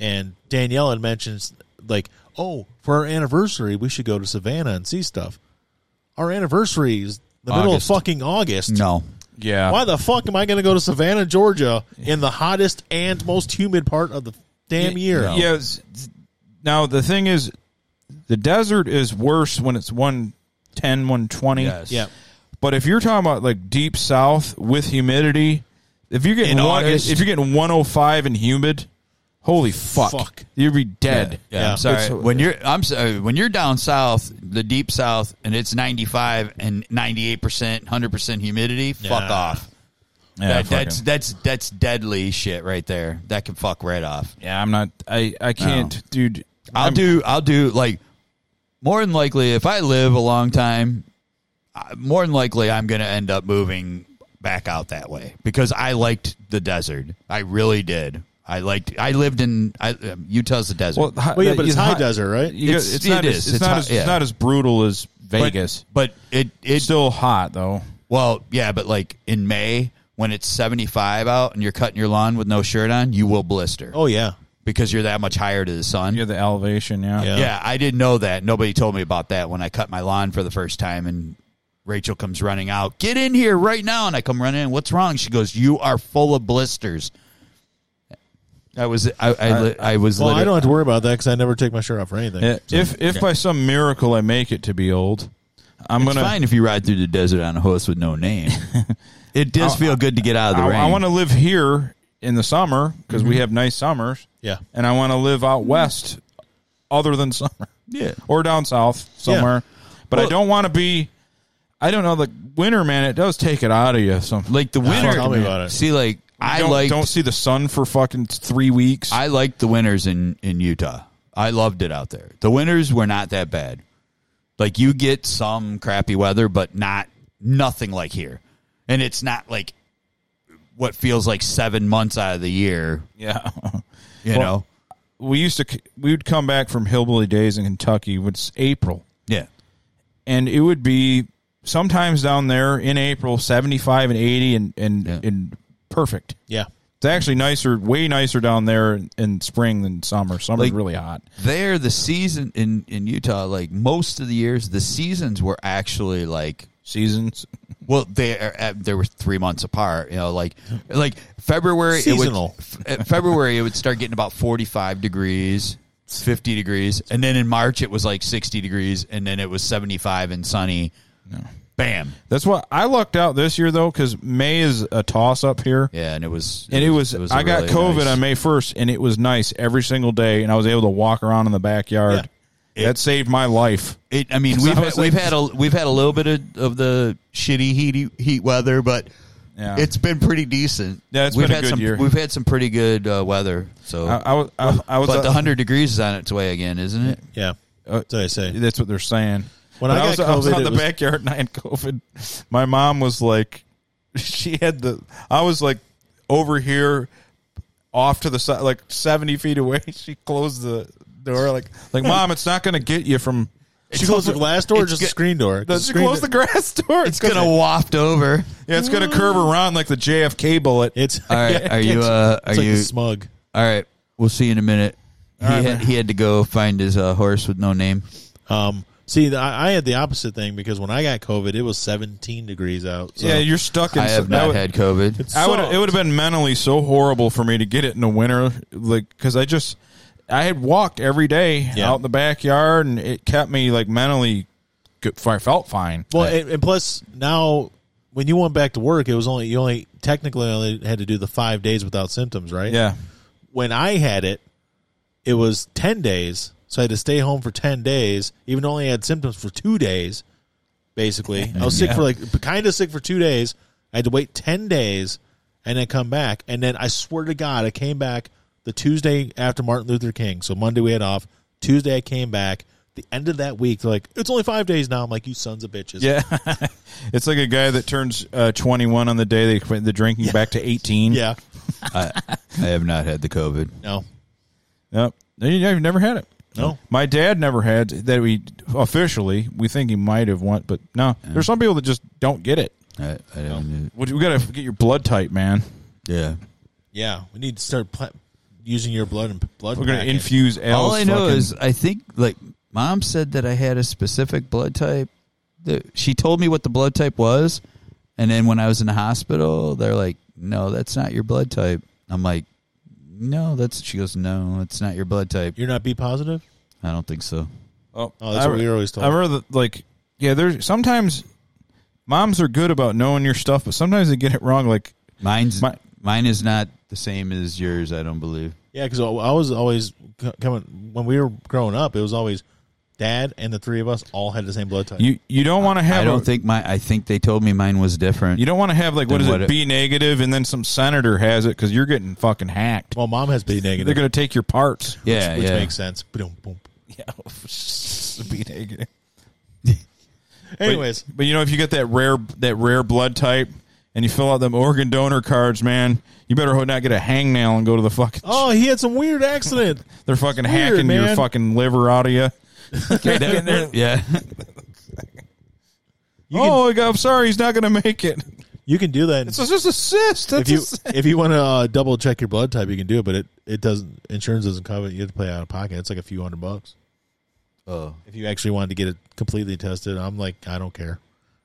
and Danielle had mentioned like, oh, for our anniversary, we should go to Savannah and see stuff. Our anniversary is the middle of
August.
fucking August.
no.
Yeah.
Why the fuck am I going to go to Savannah, Georgia, in the hottest and most humid part of the damn year?
Yeah. it's- Now, the thing is, the desert is worse when it's 110, 120.
Yeah.
But if you're talking about like deep south with humidity, if you're getting
In
one,
August.
if you're getting 105 and humid, holy fuck,
Fuck.
you'd be dead.
Yeah,
Yeah.
I'm sorry.
It's-
when you're I'm sorry, when you're down south, the deep south and it's 95 and 98%, 100% humidity, fuck
Nah.
off.
Yeah,
That-
fucking-
that's that's that's deadly shit right there. That can fuck right off.
yeah. I'm not. I I can't, dude.
I'll
I'm-
do. I'll do like more than likely if I live a long time. I- More than likely, I'm going to end up moving back out that way because I liked the desert. I really did. I liked. I lived in I, um, Utah's the desert.
Well, hi-
Well, yeah, but it's
hi-
high desert, right?
You got-
It's-
it's, not
it
as,
is.
It's,
It's
not
hot,
as,
yeah.
it's not as brutal as
But-
Vegas.
but, it it
it's still hot though.
well yeah. But like in May when it's 75 out and you're cutting your lawn with no shirt on, you will blister
Oh yeah.
because you're that much higher to the sun.
Yeah, the elevation. Yeah.
Yeah.
Yeah, I didn't know that. Nobody told me about that when I cut my lawn for the first time and Rachel comes running out. Get in here right now and I come running in. What's wrong? She goes, "You are full of blisters." I was I I, li- I was
Uh, Well, I
literally-
don't have to worry about that because I never take my shirt off for anything.
Yeah, If if by some miracle I make it to be old, I'm
It's
gonna.
fine if you ride through the desert on a horse with no name. it does feel good to get out of the rain. Mm-hmm.
I, want to live here in the summer because we have nice summers.
Yeah.
and I want to live out west, other than summer.
Yeah.
or down south somewhere. But I
Well-
don't want to be. I don't know. Like winter, man, it does take it out of you. Some
like the winter.
Tell me about it.
See, like I
don't,
like
don't see the sun for fucking three weeks.
I liked the winters in in Utah. I loved it out there. The winters were not that bad. Like you get some crappy weather, but not nothing like here. And it's not like what feels like seven months out of the year.
yeah,
You know.
we used to. c- We would come back from hillbilly days in Kentucky. It's April,
Yeah.
and it would be sometimes down there in April, seventy-five and eighty, and and
Yeah.
and perfect.
Yeah.
It's actually nicer, way nicer down there in, in spring than summer. Summer's
Like-
really hot.
There, the season in in Utah, like most of the years, the seasons were actually like
Seasons.
Well, they are at, they were three months apart. You know, like like February
Seasonal.
It would, f- uh, February it would start getting about forty five degrees, fifty degrees, and then in March it was like sixty degrees, and then it was seventy five and sunny. Bam.
That's what I lucked out this year though, because May is a toss up here.
Yeah, and it was
And it was,
a
I got
really
COVID
nice-
on May 1st, and it was nice every single day, and I was able to walk around in the backyard. that saved my life.
It, I mean, we've
I was
we've
like-
had a we've had a little bit of, of the shitty heat heat weather, but
Yeah.
it's been pretty decent.
Yeah, it's
we've
been a
had
good
some,
year.
We've had some pretty good uh, weather. So,
I, I was I, I was
but
uh,
the hundred degrees is on its way again, isn't it?
Yeah.
Uh,
That's what I say.
That's what they're saying.
When
But
I got
was, I was
COVID,
out in
it
the
was-
backyard and I had COVID. My mom was like, she had the. I was like over here, off to the side, like seventy feet away. She closed the door, like like mom, it's not going to get you from.
She closed the glass door or just the screen door? 'Cause
The,
the
she
screen
closed the
door-
grass door.
It's gonna waft over.
yeah, it's gonna curve around like the JFK bullet.
It's,
All right, are you? Uh, are
it's like
you?
a smug.
all right, we'll see you in a minute. He,
right,
had,
man.
he had to go find his uh, horse with no name.
Um, see, the, I I had the opposite thing because when I got COVID, it was 17 degrees out. So
yeah, you're stuck. In
I have
that
not
would-
had COVID.
it
I would.
sucked.
It would have been mentally so horrible for me to get it in the winter, like because I just I had walked every day
Yeah.
out in the backyard, and it kept me like mentally. Good, I felt fine.
Well, and, and plus now when you went back to work, it was only you only technically only had to do the five days without symptoms, right?
yeah,
When I had it, it was ten days, so I had to stay home for ten days, even though I only had symptoms for two days. Basically, I was sick for like kind of sick for two days. I had to wait ten days and then come back, and then I swear to God, I came back the Tuesday after Martin Luther King. So Monday we had off. Tuesday I came back. The end of that week, they're like, "It's only five days now." I'm like, "You sons of bitches!"
yeah. it's like a guy that turns uh, twenty one on the day they quit the drinking back to eighteen.
yeah.
I have not had the COVID.
No.
Yep. No, you- You've never had it.
No.
My dad never had that. We officially we think he might have won, but no. There's some people that just don't get it.
I, I don't.
What- We gotta get your blood type, man.
Yeah.
Yeah, we need to start pla- using your blood and p- blood.
We're gonna
packet.
infuse.
All
Al's
I know
fucking-
is I think like mom said that I had a specific blood type. That she told me what the blood type was, and then when I was in the hospital, they're like, "No, that's not your blood type." I'm like, "No, that's." She goes, "No, it's not your blood type."
You're not B positive.
I don't think so.
Oh,
Oh, that's what we were always told.
I remember, that, like, yeah, there's sometimes moms are good about knowing your stuff, but sometimes they get it wrong. Like,
Mine's
My-
mine is not the same as yours. I don't believe.
Yeah, because I I was always c- coming when we were growing up. It was always dad and the three of us all had the same blood type.
you you don't want to have.
I don't
a-
think my. I think they told me mine was different.
you don't want to have like what
Then
is
what
it
it-
B negative, and then some senator has it because you're getting fucking hacked.
well, mom has B negative.
They're gonna take your parts.
yeah,
which
yeah.
makes sense. Boom, boom.
B negative.
Anyways,
But you know, if you get that rare that rare blood type and you fill out them organ donor cards, man, you better hope not get a hangnail and go to the fucking.
oh, he had some weird accident.
they're fucking
weird,
hacking your
man.
fucking liver out of you.
yeah.
oh, I'm sorry, he's not gonna make it.
You can do that.
So it's just a cyst. That's
if you
a cyst.
if you want to uh, double check your blood type, you can do it, but it, it doesn't. Insurance doesn't cover it. You have to pay out of pocket. It's like a few hundred bucks.
Oh.
If you actually wanted to get it completely tested, I'm like, I don't care.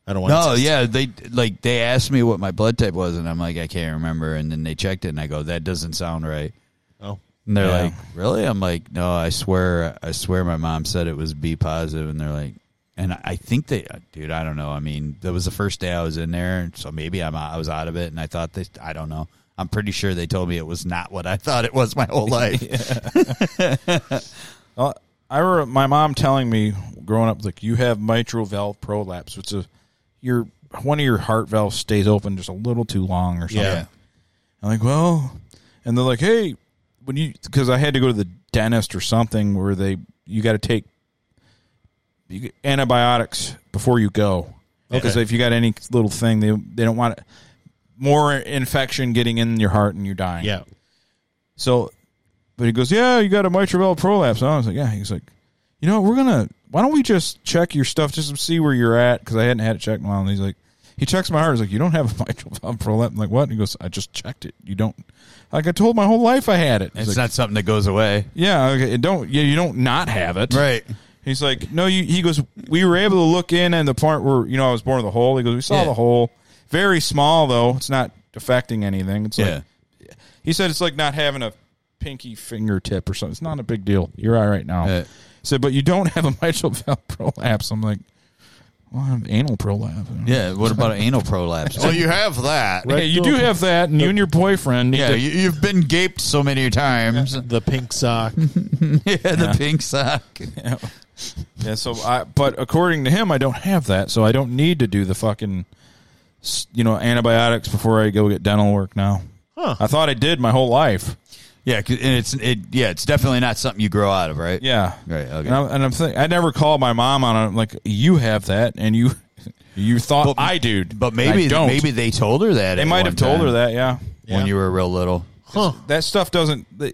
I don't want.
No,
to
yeah, they like they asked me what my blood type was, and I'm like, I can't remember. And then they checked it, and I go, that doesn't sound right.
Oh,
And they're
Yeah.
like, really? I'm like, no, I swear, I swear, my mom said it was B positive, and they're like, and I- I think they, uh, dude, I don't know. I mean, that was the first day I was in there, and so maybe I'm I was out of it, and I thought they, I don't know. I'm pretty sure they told me it was not what I thought it was my whole life.
Uh, I remember my mom telling me growing up, like you have mitral valve prolapse, which is your one of your heart valves stays open just a little too long or something.
Yeah.
I'm like, well, and they're like, hey, when you because I had to go to the dentist or something where they you got to take you get antibiotics before you go because
Okay.
if you got any little thing, they they don't want more infection getting in your heart and you're dying.
yeah.
So, but he goes, yeah, you got a mitral valve prolapse. And I was like, yeah. He's like, you know, what, we're gonna. Why don't we just check your stuff just to see where you're at? Because I hadn't had it checked in a while. And he's like, he checks my heart. He's like, you don't have a mitral valve prolapse. I'm like, what? And he goes, I just checked it. You don't. Like I told my whole life I had it. He's
It's
like,
not something that goes away,
yeah, okay, it don't. Yeah, you don't not have it. He's like, no, you, he goes, we were able to look in and the part where, you know, I was born with a hole. He goes, we saw
Yeah.
the hole. Very small, though. It's not affecting anything. It's
Yeah.
like, he said it's like not having a pinky fingertip or something. It's not a big deal. You're all right now.
Yeah.
He said, but you don't have a mitral valve prolapse. I'm like, well, I have anal prolapse.
Yeah. What about an anal prolapse? Oh, you have that.
Hey, you do have that, and you and your boyfriend need
Yeah,
to
you, you've been gaped so many times.
The pink sock.
Yeah, the pink sock.
Yeah, so I but according to him, I don't have that, so I don't need to do the fucking s- you know antibiotics before I go get dental work now.
Huh.
I thought I did my whole life.
Yeah, 'cause- and it's it. Yeah, it's definitely not something you grow out of, right?
Yeah,
Right, okay.
And I'm, and I'm think, I never called my mom on it. I'm like, you have that, and you you thought
But-
I do,
But maybe
I don't.
maybe they told her that.
they might have told her that. Yeah,
when you were real little.
Huh.
that stuff doesn't. They,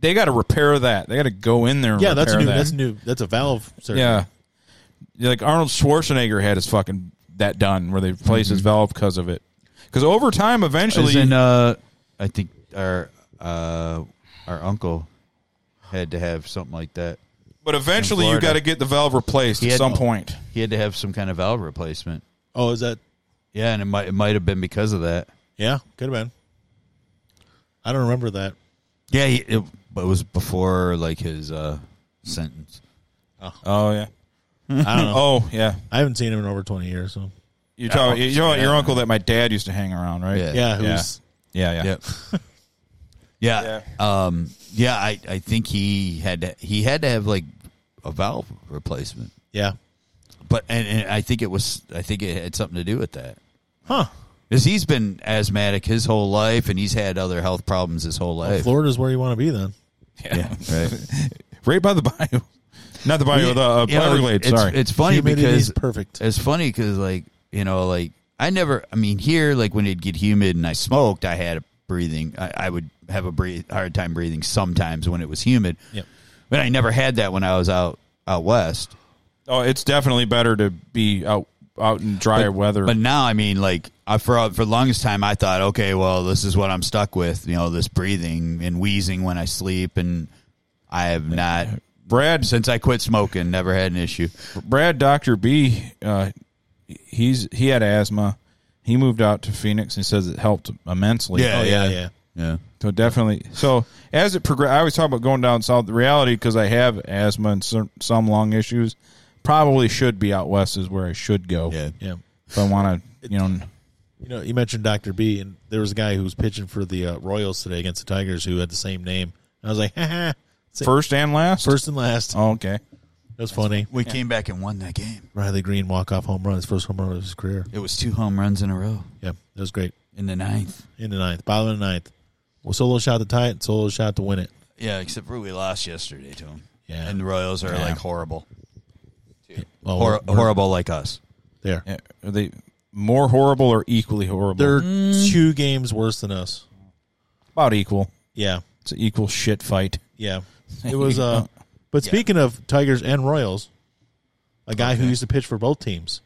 they got to repair that. They got to go in there. And
Yeah, that's a
repair
new.
that.
That's new. That's a valve. Surgery.
Yeah. Yeah, Like Arnold Schwarzenegger had his fucking that done where they replaced his valve because of it. Because over time,
As
eventually,
Mm-hmm. in, uh, I think our uh, our uncle had to have something like that.
but eventually
in
you
Florida.
got to get the valve replaced
He
at
had-
some point.
He had to have some kind of valve replacement.
Oh, is that?
Yeah, and it might it might have been because of that.
Yeah, could have been. I don't remember that.
Yeah, he, it, but it was before like his uh, sentence.
Oh yeah.
I don't know.
Oh yeah.
I haven't seen him in over twenty years. So
You're talking. You're talking about your uncle that my dad used to hang around, right?
Yeah.
yeah, who's
Yeah. Yeah.
Yep. yeah. Um. Yeah. I, I think he had to, he had to have like a valve replacement,
yeah,
but and, and I think it was I think it had something to do with that
huh?
because he's been asthmatic his whole life and he's had other health problems his whole
Well,
life.
Florida's where you want to be then.
yeah. Right.
Right by the bayou. Not the bayou. the uh,
You know,
Everglades.
it's,
Sorry.
it's funny
Humidity
because
is perfect.
It's funny because like you know like I never I mean here like when it'd get humid and I smoked I had a breathing I, I would have a breathe hard time breathing sometimes when it was humid.
Yep.
But I never had that when I was out out west.
oh, it's definitely better to be out out in drier weather.
But now I mean like I for for the longest time I thought okay well this is what I'm stuck with you know this breathing and wheezing when I sleep and I have not
Brad
since I quit smoking never had an issue.
Brad Doctor B, uh, he's he had asthma. He moved out to Phoenix and says it helped immensely.
Yeah,
Oh yeah, yeah.
Yeah.
So definitely. So as it progressed, I always talk about going down south. The reality, because I have asthma and some, some lung issues, probably should be out west is where I should go.
Yeah.
yeah.
If I want to, you know,
You know, you mentioned Dr. B, and there was a guy who was pitching for the uh, Royals today against the Tigers who had the same name. And I was like, ha ha, same-
first and last.
first and last.
Oh, okay.
It was funny.
We came back and won that game.
Riley Green walk off home run, his first home run of his career.
It was two home runs in a row
Yeah, it was great.
in the ninth.
In the ninth, bottom of the ninth, well, solo shot to tie it, and solo shot to win it.
Yeah, except for we lost yesterday to them.
Yeah.
and the Royals are like horrible,
Well,
Hor-
Oh, we're- we're
horrible like us.
There,
Yeah. Are they more horrible or equally horrible?
they're
Mm.
two games worse than us.
about equal.
Yeah,
It's an equal shit fight.
yeah. It was. Uh, but speaking of Tigers and Royals, a guy who used to pitch for both teams,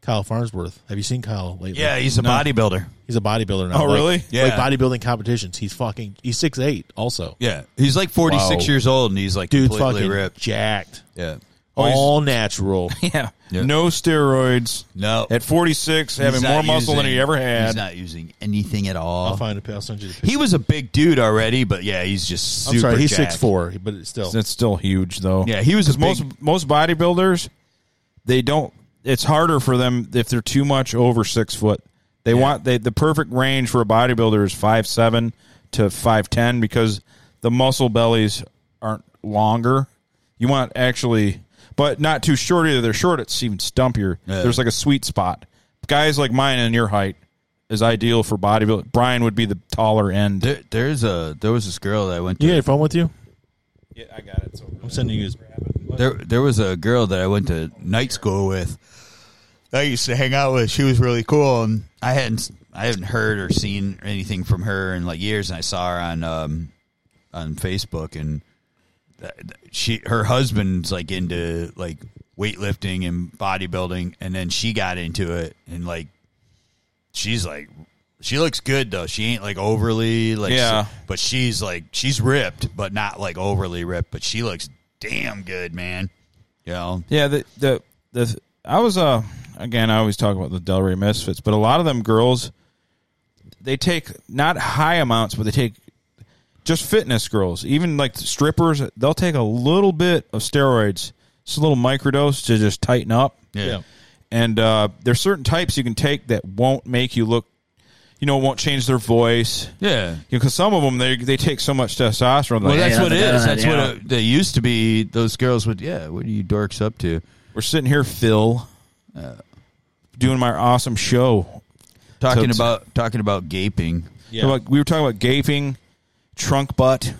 Kyle Farnsworth. Have you seen Kyle lately?
Yeah, he's a bodybuilder.
He's a bodybuilder now.
Oh,
Like-
really?
Yeah.
Like bodybuilding competitions. He's fucking. He's six eight. Also,
Yeah, he's like forty six
Wow.
years old and he's like
dude's
completely
fucking Oh,
ripped. Oh,
jacked.
Yeah,
he's-
All natural.
Yeah.
Yeah.
No steroids.
no,
At 46, having
He's
more
not
muscle than
using-
he ever
He's
had.
not using anything at
I'll
all.
find a. I'll send you the picture.
He was a big dude already, but yeah, he's just.
I'm
Super
sorry. He's
jacked.
six four, but it's still.
That's still huge, though.
Yeah, he was a
Because most
big-
most bodybuilders, they don't. It's harder for them if they're too much over six foot. They want they, the perfect range for a bodybuilder is five seven to five ten because the muscle bellies aren't longer. You want actually, but not too short either. They're short; it's even stumpier.
Yeah.
There's like a sweet spot. Guys like mine and your height is ideal for bodybuilding. Brian would be the taller end.
There, there's a there was this girl that I went to.
you got your phone with you?
Yeah, I got it.
I'm sending you. His,
There, there was a girl that I went to night school with. I used to hang out with. She was really cool, and I hadn't, I hadn't heard or seen anything from her in like years. And I saw her on, um, on Facebook, and th- th- she, her husband's like into like weightlifting and bodybuilding, and then she got into it, and like, she's like, she looks good though. She ain't like overly like,
Yeah.
but she's like, she's ripped, but not like overly ripped. But she looks damn good, man. You know,
Yeah, the the the I was uh again I always talk about the Delray Misfits, but a lot of them girls they take not high amounts, but they take just fitness girls, even like strippers, they'll take a little bit of steroids, just a little microdose to just tighten up.
yeah.
And uh, there's certain types you can take that won't make you look you know won't change their voice
Yeah.
because some of them they they take so much testosterone.
Well,
Like,
that's
yeah,
what it
yeah,
is. That's
yeah.
what it, they used to be. Those girls would, yeah, what are you dorks up to?
we're sitting here, Phil,
Uh,
doing my awesome show.
Talking
it's-
about talking about gaping.
Yeah.
About- we were talking about gaping, trunk butt,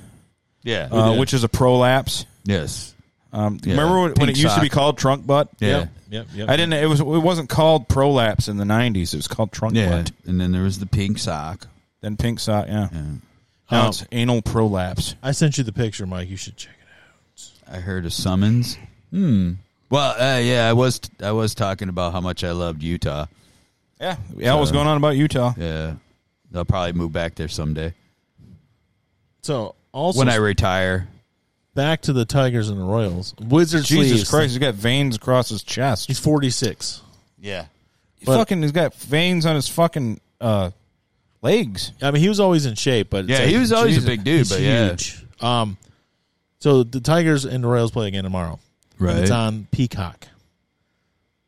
Yeah.
uh, which is a prolapse.
yes.
Um,
Yeah.
Remember when, when
Pink
it used to be
sock.
called trunk butt?
Yeah.
Yep. Yep.
I didn't. It was. It wasn't called prolapse in the '90s. It was called trunk
Yeah.
butt.
And then there was the pink sock.
Then pink sock. Yeah.
Yeah.
Now
Um,
it's anal prolapse.
I sent you the picture, Mike. You should check it
I heard a summons. Hmm. Well, uh, yeah, I was I was talking about how much I loved Utah.
Yeah. Yeah. what's
So-
going on about Utah?
Yeah, they'll probably move back there someday
out. So also
when I retire.
back to the Tigers and the Royals. Wizards.
Jesus
leaves.
Christ! He's got veins across his chest.
He's forty six.
Yeah,
He
But-
fucking he's got veins on his fucking uh legs.
I mean, he was always in shape, but it's
yeah,
like,
he was always
Jesus,
a big dude,
he's
but yeah,
huge. Um, so the Tigers and the Royals play again tomorrow. And It's on Peacock.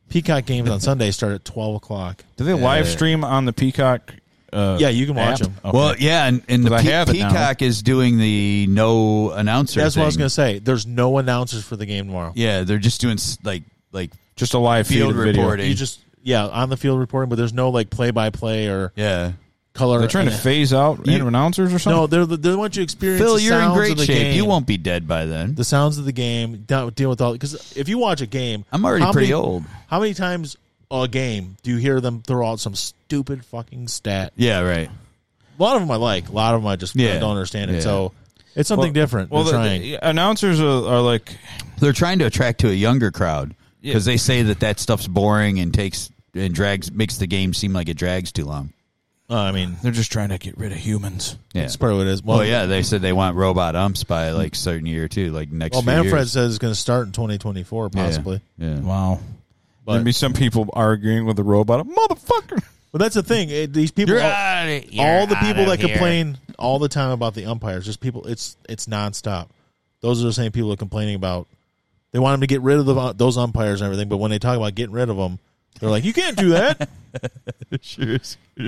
Peacock games on Sunday start at twelve o'clock.
Do they live stream on the Peacock?
Oh.
Uh,
Yeah, you can watch
app?
them.
Okay.
Well, yeah, and, and the
But I
Pe-
have it now.
Peacock is doing the no announcer.
That's what I was
thing.
going to say. There's no announcers for the game tomorrow.
Yeah, they're just doing s- like like
just a live feed
field
of video.
reporting.
You just yeah on the field reporting, but there's no like play by play or
yeah.
color.
They're trying to phase out
You-
random announcers or
no,
something.
they're they want you to experience.
Phil,
the
you're in
sounds
great
of the
shape.
Game,
You won't be dead by then.
the sounds of the game. Don't deal with all because if you watch a game,
I'm already
how
pretty
many-
old.
How many times a game do you hear them throw out some stupid fucking stat?
Yeah, right.
A lot of them I like. A lot of them I just
Yeah.
don't understand it.
Yeah.
So it's something different.
Well,
Well,
the,
trying.
the announcers are, are like
They're trying to attract to a younger crowd because they say that that stuff's boring and takes and drags makes the game seem like it drags too long.
Uh, I mean,
they're just trying to get rid of humans.
Yeah.
that's probably what it is. Well,
Well, yeah, they said they want robot umps by like certain year too, like next.
Well,
few
Manfred
years.
says it's going to start in 2024,
Yeah.
possibly.
Yeah.
Wow.
But-
There'd be some people arguing with the robot. Motherfucker.
But that's the thing. It, these people, all, all the people that complain all the time about the umpires, just people. It's it's nonstop. Those are the same people that are complaining about. They want them to get rid of the, those umpires and everything, but when they talk about getting rid of them, they're like, "You can't do that."
Sure.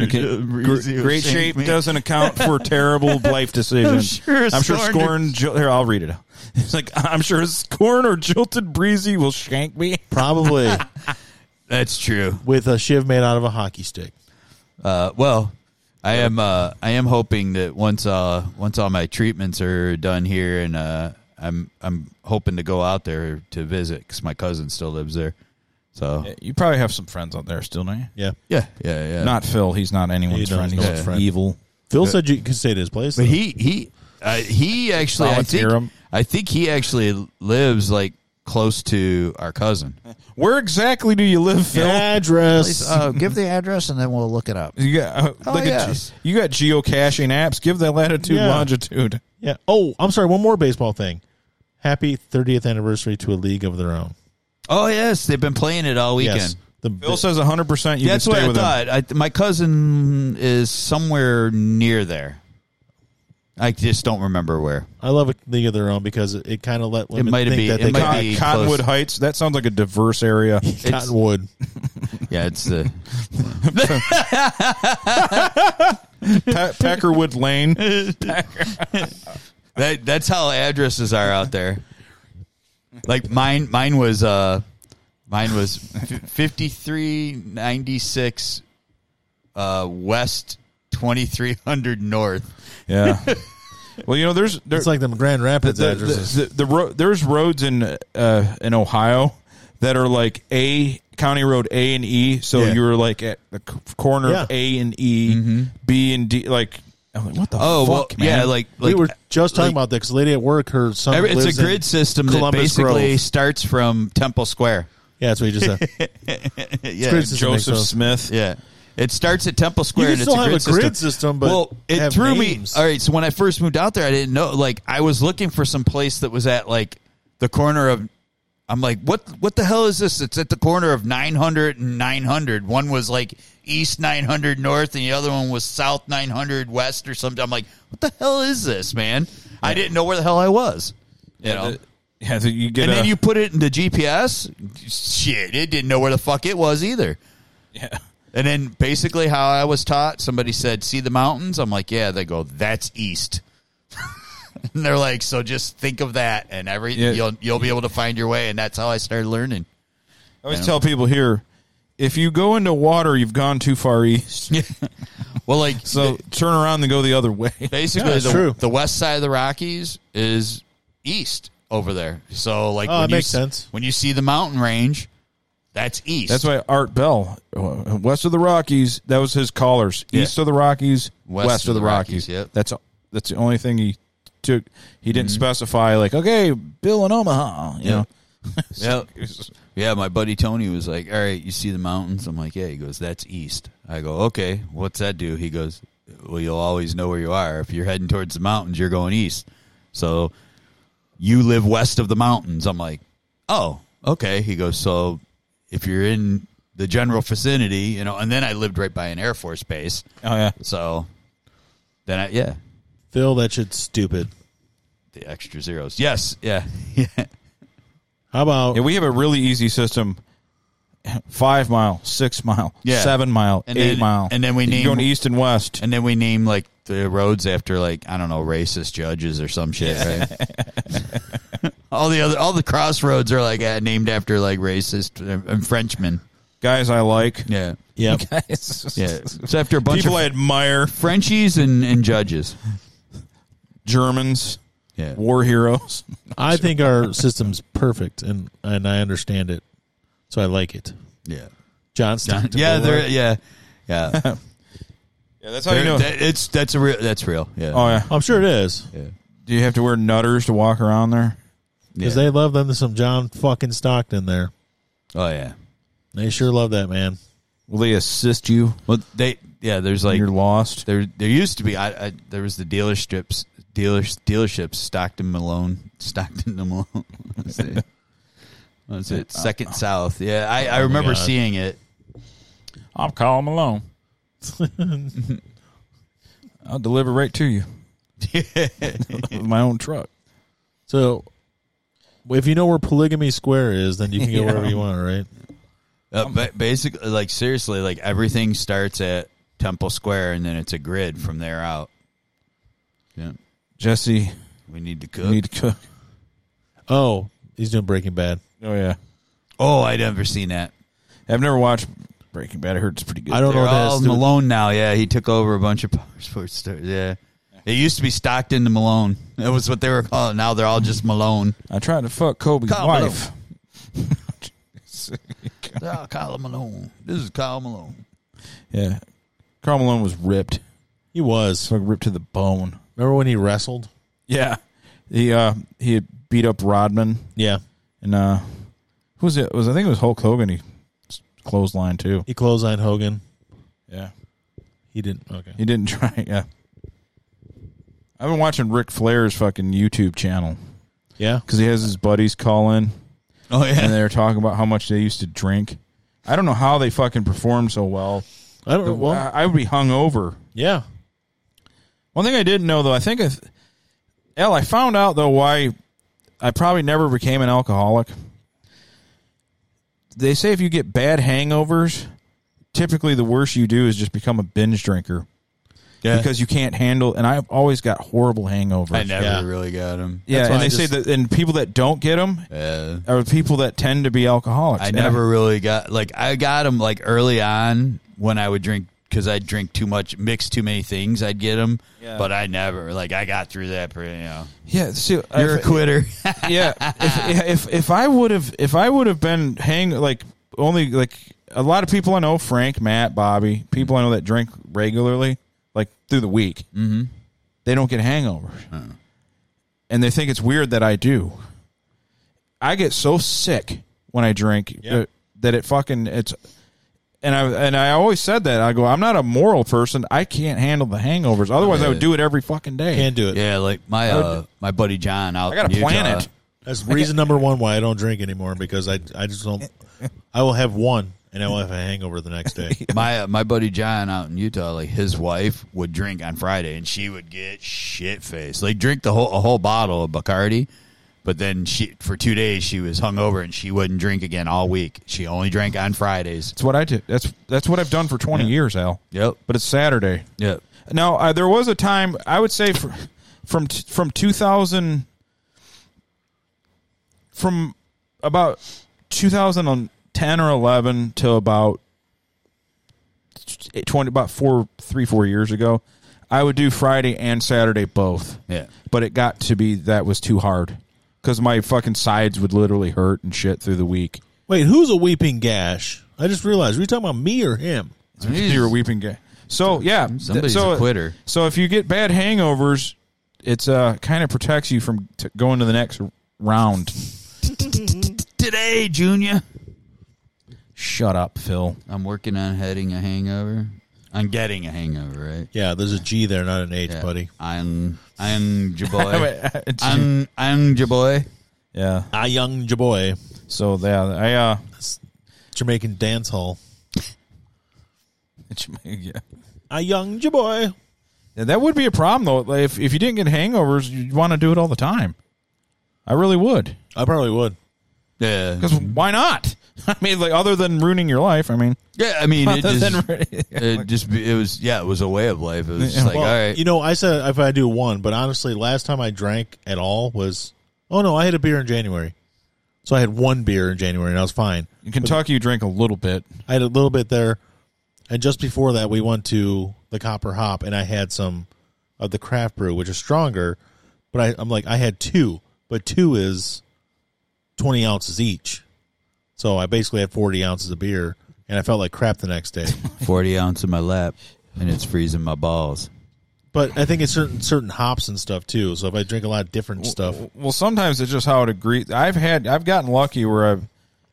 Gr- Great shape doesn't account for terrible life decisions.
I'm sure
I'm sure
Scorn-
Scorn. Jil- here, I'll read it. It's like I'm sure Scorn or Jilted Breezy will shank me.
Probably
That's true.
with a shiv made out of a hockey stick.
Uh, well, I am. Uh, I am hoping that once uh, once all my treatments are done here, and uh, I'm I'm hoping to go out there to visit because my cousin still lives there. So
You probably have some friends out there still, don't you?
Yeah,
yeah, yeah, yeah.
Not Phil. He's not anyone's
He doesn't
friend.
know
He's
his friend.
evil.
Phil said you could stay to his place.
But
though.
he he uh, he actually I think
Solitaire 'em.
I think he actually lives like close to our cousin.
Where exactly do you live, Phil?
address.
uh,
give the address and then we'll look it up.
You got uh, look at
yes.
ge- you got geocaching apps. Give that latitude
Yeah.
longitude.
yeah. Oh, I'm sorry. One more baseball thing. Happy 30th anniversary to a league of their own.
Oh yes, they've been playing it all weekend.
Yes. The,
Phil says 100. percent You
That's
can
what
stay
I
with him.
thought. I, my cousin is somewhere near there. I just don't remember where.
I love a league of their own because it, it kind of let women
might
think
be-
that
it
they
might
got
be
Con- Cottonwood
close.
Heights. That sounds like a diverse area.
It's-
Cottonwood.
Yeah, it's the
Pa- Packerwood Lane.
that, that's how addresses are out there. Like mine, mine was uh, mine was fifty three ninety six, uh, west twenty three hundred north.
Yeah. well, you know, there's there,
It's like them Grand Rapids
the,
addresses.
the, the, the ro- there's roads in uh, in Ohio that are like A County Road A and E. So
Yeah.
you're like at the c- corner
Yeah.
of A and E, B and D. Like I'm like, what the
Oh well,
fuck, man?
yeah, like, like
we were just talking about that because lady at work, her son.
every- it's
lives
a
in
grid system
Columbus
that basically
Grove.
starts from Temple Square.
Yeah, that's what you just said.
yeah,
grid system.
Joseph
so.
Smith.
yeah. It starts at Temple Square.
can
and
still
it's a grid
have a grid system, but
well, it
have
threw
names.
me. All right, so when I first moved out there, I didn't know. Like, I was looking for some place that was at like the corner of. I'm like, what? What the hell is this? It's at the corner of 900 and 900. One was like East 900 North, and the other one was South 900 West or something. I'm like, what the hell is this, man? I didn't know where the hell I was. You know.
the- yeah. uh, So you get
and
a,
then you put it in the GPS. Shit, it didn't know where the fuck it was either.
yeah.
And then basically how I was taught, somebody said, "See the mountains." I'm like, "Yeah." They go, "That's east." and they're like, "So just think of that, and every
Yeah.
you'll you'll be able to find your way." And that's how I started learning.
I always tell people here, if you go into water, you've gone too far east.
Well, like
So turn around and go the other way.
basically
Yeah, it's
the,
true.
the west side of the Rockies is east over there. So like
Oh,
when
that
you
makes
s-
sense.
when you see the mountain range, that's east.
That's why Art Bell, uh, west of the Rockies, that was his callers.
Yeah.
East of the Rockies, west,
West
of the Rockies.
yep.
That's that's the only thing he took. He didn't specify like, okay, Bill in Omaha. You know,
Yep. Yeah, my buddy Tony was like, "All right, you see the mountains?" I'm like, "Yeah." He goes, "That's east." I go, "Okay, what's that do?" He goes, "Well, you'll always know where you are. If you're heading towards the mountains, you're going east. So you live west of the mountains." I'm like, "Oh, okay." He goes, "So if you're in the general vicinity, you know." And then I lived right by an Air Force base,
oh yeah,
so then I yeah,
Phil, that shit's stupid.
the extra zeros. Yes, yeah, yeah.
How about
yeah. We have a really easy system. Five mile, six mile,
Yeah.
seven mile,
And
eight
then-
mile,
and then we
You're
name-
going east and west.
And then we name like the roads after like I don't know racist judges or some shit, right? all the other all the crossroads are like uh, named after like racist uh, um, Frenchmen.
Guys, I like.
Yeah,
yeah?
yeah. It's after a bunch
People
of
I admire,
Frenchies and, and judges.
Germans,
Yeah,
war heroes.
I think our system's perfect, and and I understand it, so I like it.
yeah,
Johnston, to
yeah.
Billard.
They're yeah, yeah.
Yeah, that's how
They're-
you know.
that- it's that's a real that's real. Yeah.
oh yeah.
I'm sure it is
yeah.
Do you have to wear nutters to walk around there?
Yeah.
because they love them to some John fucking Stockton there.
oh yeah.
They sure love that man.
Will they assist you
Well, they yeah. There's
when
like
you're lost?
There, there used to be. I, I there was the dealerships, dealers, dealerships. Stockton Malone, Stockton and Malone. That's it. That's
Uh,
it. Second South. Yeah, I, I remember
oh God.
seeing it.
I'll call them alone. I'll deliver right to you with my own truck.
So, if you know where Polygamy Square is, then you can go wherever you want, right?
Uh, ba- basically, like seriously, like everything starts at Temple Square, and then it's a grid from there out. Yeah,
Jesse,
we need to cook.
you need to cook.
Oh, he's doing Breaking Bad.
Oh yeah,
oh, I'd never seen that.
I've never watched Breaking Bad. I heard it's pretty good.
I don't know
They're
what that
all
has to do with-
Malone now. Yeah, he took over a bunch of power sports stores. Yeah. It used to be Stockton to Malone. That was what they were calling. Now they're all just Malone.
I tried to fuck Kobe's
Call
wife.
They're all Kyle Malone. This is Kyle Malone.
Yeah, Carl Malone was ripped,
He was.
so ripped to the bone.
Remember when he wrestled?
Yeah, he uh he had beat up Rodman
Yeah,
and uh who was it? it was I think it was Hulk Hogan. He s- clothesline too.
he clotheslined Hogan.
Yeah,
He didn't. Okay,
he didn't try. Yeah, I've been watching Ric Flair's fucking YouTube channel.
yeah.
because he has his buddies call in
Oh
and
yeah.
they're talking about how much they used to drink. I don't know how they fucking perform so well.
I don't. Well,
I, I would be hung over.
yeah.
One thing I didn't know though, I think, I th- L, I found out though why I probably never became an alcoholic. They say if you get bad hangovers, typically the worst you do is just become a binge drinker
yeah.
because you can't handle. And I've always got horrible hangovers.
I never
Yeah.
really got him.
Yeah,
That's why
and they
I
say
just-
that, and people that don't get them
Yeah.
are people that tend to be alcoholics.
I
And
never really got like I got him like early on when I would drink because I'd drink too much, mix too many things. I'd get him, but I never like I got through that. Pretty, you know,
Yeah, see,
you're a
if-
quitter.
yeah. If, if if I would have if I would have been hang like only like a lot of people I know, Frank, Matt, Bobby, people I know that drink regularly, like through the week, mm-hmm. they don't get hangovers, and they think it's weird that I do. I get so sick when I drink uh, that it fucking it's. And I and I always said that I go I'm not a moral person I can't handle the hangovers otheress I would do it every fucking day
Can't do it.
yeah, like my uh, my buddy John out.
I got
in
a
Utah,
planet
That's reason number one why I don't drink anymore because I I just don't. I will have one and I will have a hangover the next day.
my uh, my buddy John out in Utah, like his wife would drink on Friday, and she would get shit faced. Like drink the whole a whole bottle of Bacardi, But then she for two days she was hungover and she wouldn't drink again all week. She only drank on Fridays.
That's what I did. That's that's what I've done for twenty years, Al.
Yep.
But it's Saturday.
Yep.
Now uh, there was a time I would say fr- from t- from two thousand from about two thousand and ten or eleven to about t- twenty about four three four years ago, I would do Friday and Saturday both.
Yeah.
but it got to be that was too hard because my fucking sides would literally hurt and shit through the week.
Wait, who's a weeping gash? I just realized. Are you talking about me or him?
you were weeping gay. So yeah, th-
Somebody's
so,
a quitter.
So if you get bad hangovers, it's uh kind of protects you from t- going to the next r- round.
Today, Junior.
Shut up, Phil.
I'm working on heading a hangover. I'm getting a hangover, right?
Yeah, there's a G there, not an H,
Yeah.
buddy.
I'm I'm your boy.
yeah.
I'm I'm your boy.
Ah, young Jaboy,
So yeah, I uh,
Jamaican dance hall.
it's- yeah.
Ah, young Jaboy.
Yeah, that would be a problem though. Like, If if you didn't get hangovers, you'd want to do it all the time. I really would,
I probably would.
Yeah.
because why not? I mean, like other than ruining your life, I mean,
Yeah, I mean, it
other than
just, it just be- it was yeah, it was a way of life. It was just like
Well,
all right,
you know, I said if I do one, but honestly, last time I drank at all was oh no, I had a beer in January, so I had one beer in January and I was fine.
in Kentucky, you drink a little bit.
I had a little bit there, and just before that, we went to the Copper Hop, and I had some of the craft brew, which is stronger. But I, I'm like, I had two, but two is twenty ounces each, so I basically had forty ounces of beer, and I felt like crap the next day.
forty ounce in my lap, and it's freezing my balls.
but I think it's certain certain hops and stuff too. So if I drink a lot of different stuff,
Well, sometimes it's just how it agree. I've had I've gotten lucky where I've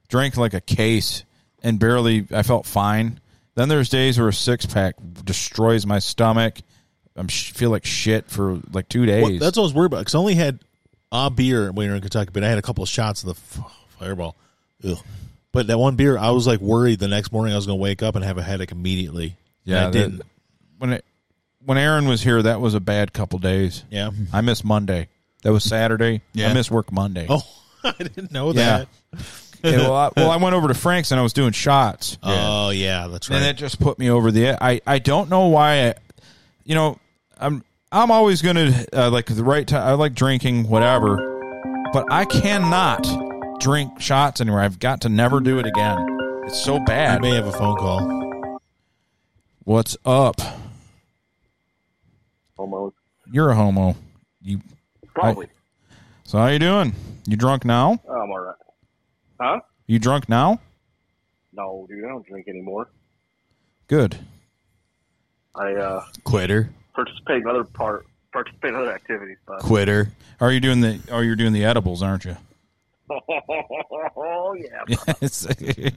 drank like a case and barely I felt fine. Then there's days where a six pack destroys my stomach. I'm sh- feel like shit for like two days.
Well, that's what I was worried about because I only had a beer when we were in Kentucky, but I had a couple of shots of the f- fireball. Ugh. But that one beer, I was like worried the next morning I was going to wake up and have a headache immediately. And
Yeah,
I
that-
didn't.
when it when Aaron was here, that was a bad couple days.
yeah.
I missed Monday. That was Saturday. I
Yeah.
missed work Monday.
Oh, I didn't know
Yeah.
that.
Yeah, well, I, well, I went over to Frank's and I was doing shots.
Oh yeah, that's right.
and that just put me over the. e, I I don't know why. I, you know, I'm I'm always gonna uh, like the right time. I like drinking whatever, but I cannot drink shots anywhere. I've got to never do it again. It's so
I
bad.
may have a phone call.
What's up?
Almost.
You're a homo. You.
Probably.
So how you doing? You drunk now?
I'm all right. Huh?
You drunk now?
No, dude, I don't drink anymore.
Good.
I uh,
Quitter,
participate in other part, participate in other activities, but
quitter.
Are you doing the? Oh, you're doing the edibles, aren't you?
oh yeah, bro.
Yes. the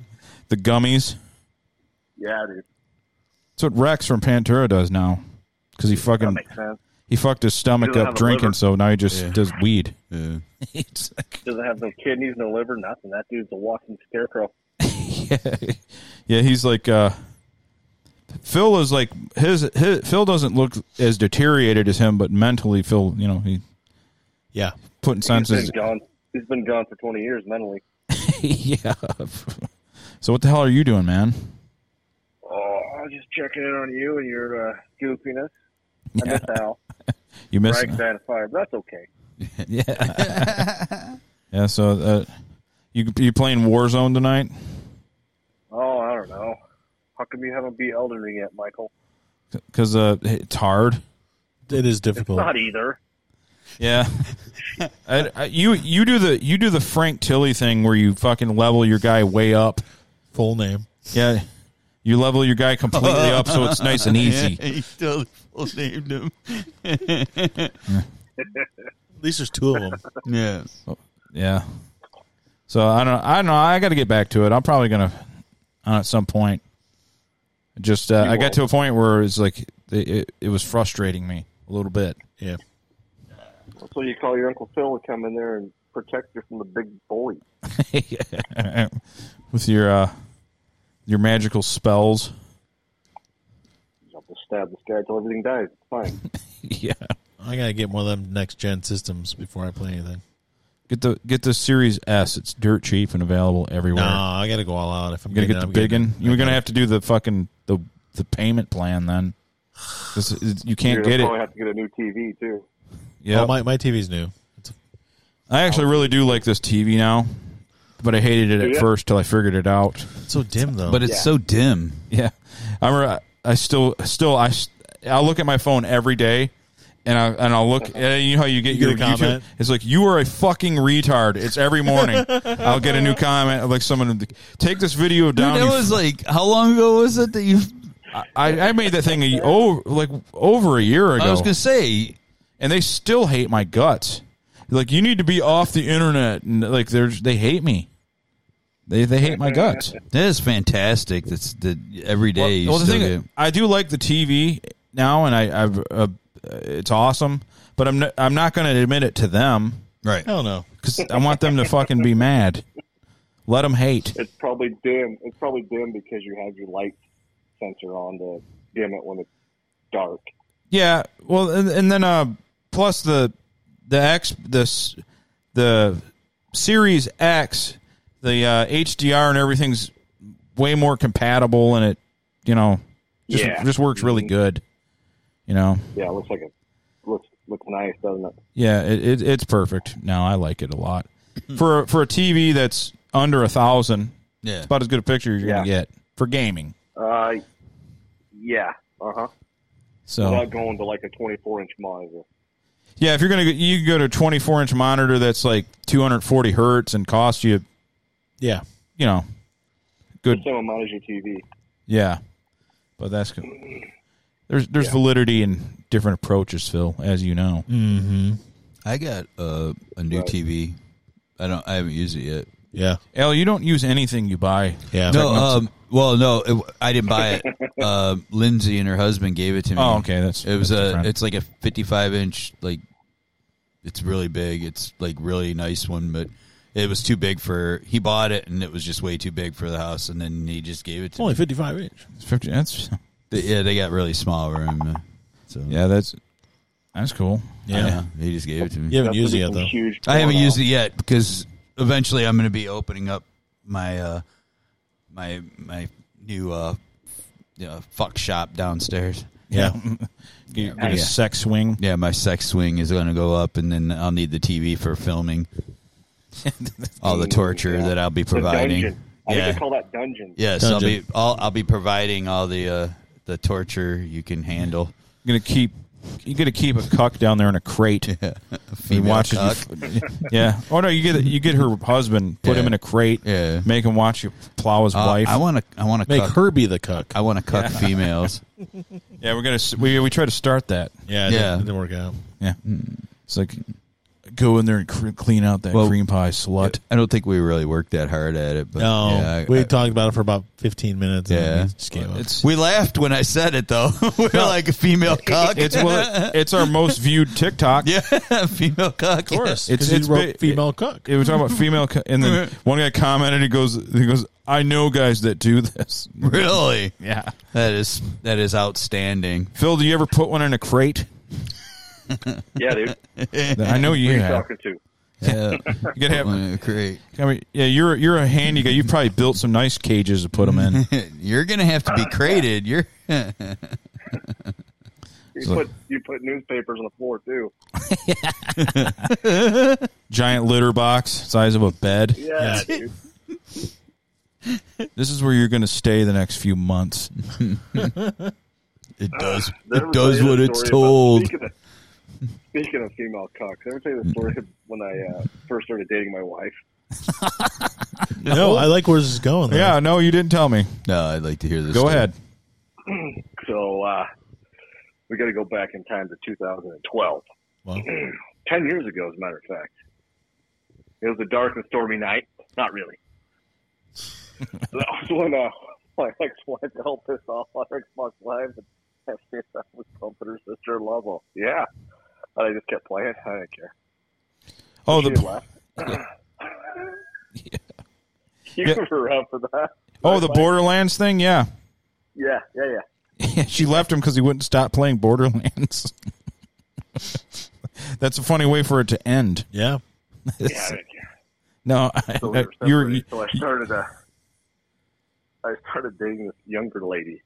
gummies.
yeah, dude,
That's what Rex from Pantera does now. Because he
that
fucking
makes sense.
He fucked his stomach
Doesn't
up
have a
drinking,
liver.
so now he just does weed.
Yeah.
Doesn't have no kidneys, no liver, nothing. That dude's a walking scarecrow.
Yeah, he's like uh, Phil is like his, his Phil doesn't look as deteriorated as him, but mentally Phil, you know, he
Yeah,
putting
He's been
senses.
gone. He's been gone for 20 years mentally.
yeah. so what the hell are you doing, man?
Oh, I was just checking in on you and your uh, goofiness. I miss Al.
You missed.
Rag's out of fire, but that's okay.
Yeah. So uh, you you playing Warzone tonight?
Oh, I don't know. How come you haven't beat Elden Ring yet, Michael?
Because uh, it's hard.
it is difficult.
Not either.
Yeah. I, I, you you do the you do the Frank Tilly thing where you fucking level your guy way up.
Full name.
Yeah. You level your guy completely up so it's nice and easy.
he still full named him.
At least there's two of them.
Yeah.
Yeah. So I don't I don't know, I gotta get back to it. I'm probably gonna uh, at some point. Just uh, I got to a point where it's like it, it, it was frustrating me a little bit.
Yeah.
That's why you call your Uncle Phil to come in there and protect you from the big bully.
With your uh your magical spells.
I'll just stab this guy till everything dies. It's fine.
Yeah.
I gotta get one of them next gen systems before I play anything.
Get the get the Series S. It's dirt cheap and available everywhere.
Nah, I gotta go all out. If I'm
I'm gonna
getting
get
it,
the
I'm
big
getting
one.
it.
You're gonna
Okay.
have to do the fucking the the payment plan then. 'Cause it- you
You're
can't
gonna
get
probably
it.
have to get a new TV too.
Yeah,
Oh, my my TV's new.
I actually really do like this TV now, but I hated it
Do
at
ya?
first till I figured it out.
It's so dim though.
But it's
Yeah.
so dim.
Yeah, I remember. I I still, still, I, s- I'll look at my phone every day, and I and I'll look. And you know how you get
You
your
get a
YouTube-
comment?
It's like you are a fucking retard. It's every morning. I'll get a new comment like someone take this video down.
Dude, that
you
was like how long ago was it that you?
I, I made that thing a, oh like over a year ago,
I was gonna say
and they still hate my guts. Like you need to be off the internet, and like they're they hate me. They they hate my guts.
that is fantastic. That's that every day. you
Well, the
still
thing
get-
I do like the TV now, and I, I've uh, it's awesome. But I'm not, I'm not going to admit it to them
right?
Hell no.
because I want them to fucking be mad. Let them hate.
It's probably dim. It's probably dim because you have your light sensor on to dim it when it's dark.
Yeah. Well, and, and then uh, plus the the X this the Series X, the uh, HDR and everything's way more compatible, and it you know just
Yeah.
just works really good. You know.
Yeah, it looks like it looks looks nice, doesn't it?
Yeah, it, it, it's perfect. Now I like it a lot. For for a TV that's under a thousand,
Yeah.
it's about as good a picture as you're gonna get for gaming.
Uh, yeah. Uh huh.
So Oh.
Without going to like a 24 inch monitor.
yeah, if you're gonna go- you can go to a 24 inch monitor that's like 240 hertz and cost you
Yeah.
you know good
Same amount as your TV.
yeah, but that's good. There's there's validity in different approaches, Phil, as you know.
I got uh, a new TV. I don't. I haven't used it yet.
Yeah.
Al, you don't use anything you buy.
Yeah.
No, um, well, no, it, I didn't buy it. uh, Lindsay and her husband gave it to me.
Oh, okay, that's
It was
that's
a.
different.
It's like a fifty-five inch. Like, it's really big. It's like really nice one, but it was too big for. He bought it, and it was just way too big for the house, and then he just gave it
It's
to
only
me.
55 inch.
It's 50 that's
They- yeah, they got really small room. uh, So
yeah, that's that's cool.
Yeah.
yeah, he just gave it to me.
You haven't used
That's
it
gonna
yet
be some
though.
Huge
I haven't
porno.
used it yet because eventually I'm going to be opening up my uh, my my new uh, you know, fuck shop downstairs.
Yeah.
Get, get a
Yeah.
sex swing.
Yeah, my sex swing is going to go up, and then I'll need the TV for filming all the torture that I'll be
The
providing.
dungeon. I think
Yeah,
they call that dungeon.
yes, I'll be I'll, I'll be providing all the uh, the torture you can handle.
gonna keep you gotta keep a cuck down there in a crate.
Yeah,
He
Female
watches
cock.
you. Yeah. Oh no, you get you get her husband, put
Yeah.
him in a crate,
Yeah.
make him watch you plow his
Uh,
wife.
I want to I want to
Make
cuck,
her be the cuck.
I want to cuck females.
yeah, we're gonna s- we we try to start that.
Yeah. It
Yeah. Hmm.
Didn't, it didn't work out.
Yeah, it's like go in there and cr- clean out that
Well,
cream pie slut.
I don't think we really worked that hard at it. But
No.
yeah, I-
we
I-
talked about it for about 15 minutes. And then
Yeah.
we just gave up.
It's
we laughed when I said it though. we were like a female cock.
it's well, it- it's our most viewed TikTok.
yeah, female cock. Of
it's-
course. It's, it's
it's
wrote
big-
female cuck.
It was talking about female, cu- and then one guy commented. He goes, he goes, I know guys that do this.
Really?
Yeah,
That is that is outstanding.
Phil, do you ever put one in a crate?
Yeah, dude.
I know you
Who you
have.
talking to?
Yeah.
You gotta have
Great.
I mean, yeah, you're you're a handy guy. You've probably built some nice cages to put them in.
You're gonna have to be crated. You're
You
So-
put you put newspapers on the floor too.
Giant litter box, size of a bed.
Yeah, dude.
This is where you're going to stay the next few months.
it does
Did I
it
ever
does
tell you
what
the
it's
story about-
told.
speaking, of, speaking of female cocks, I ever tell you the story of when I uh, first started dating my wife?
No, I like where this is going. Though.
Yeah, no, you didn't tell me.
No, I'd like to hear this.
Go
story.
ahead.
So uh, we got to go back in time to 2012.
Wow.
10 years ago, as a matter of fact. It was a dark and stormy night. Not really. that was when uh, my ex wife got all pissed off on her Xbox Live and asked me if I was pumping her sister in law. Well, yeah. And I just kept playing. I didn't care.
Oh,
She
the
laughed. You
Yeah.
were up for that.
oh the Borderlands thing. Yeah,
Yeah, yeah, yeah.
she left him because he wouldn't stop playing Borderlands. That's a funny way for it to end.
Yeah.
Yeah, I didn't care.
No, I,
So we
I-
were
Uh, you were.
separated. so I started uh, I started dating this younger lady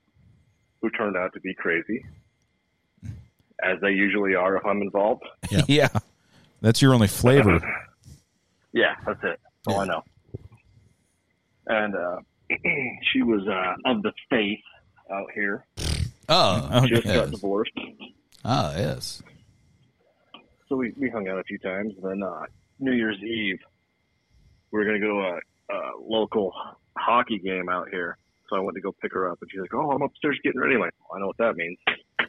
who turned out to be crazy, as they usually are if I'm involved.
Yeah, that's your only flavor.
Yeah, that's it. That's all I know. And uh, she was uh, of the faith out here.
Oh,
Just got
yes.
divorced.
Oh, yes.
So we, we hung out a few times. Then uh, New Year's Eve, we were going to go uh, a local hockey game out here. So I went to go pick her up. And she's like, oh, I'm upstairs getting ready. I'm like, I know what that means.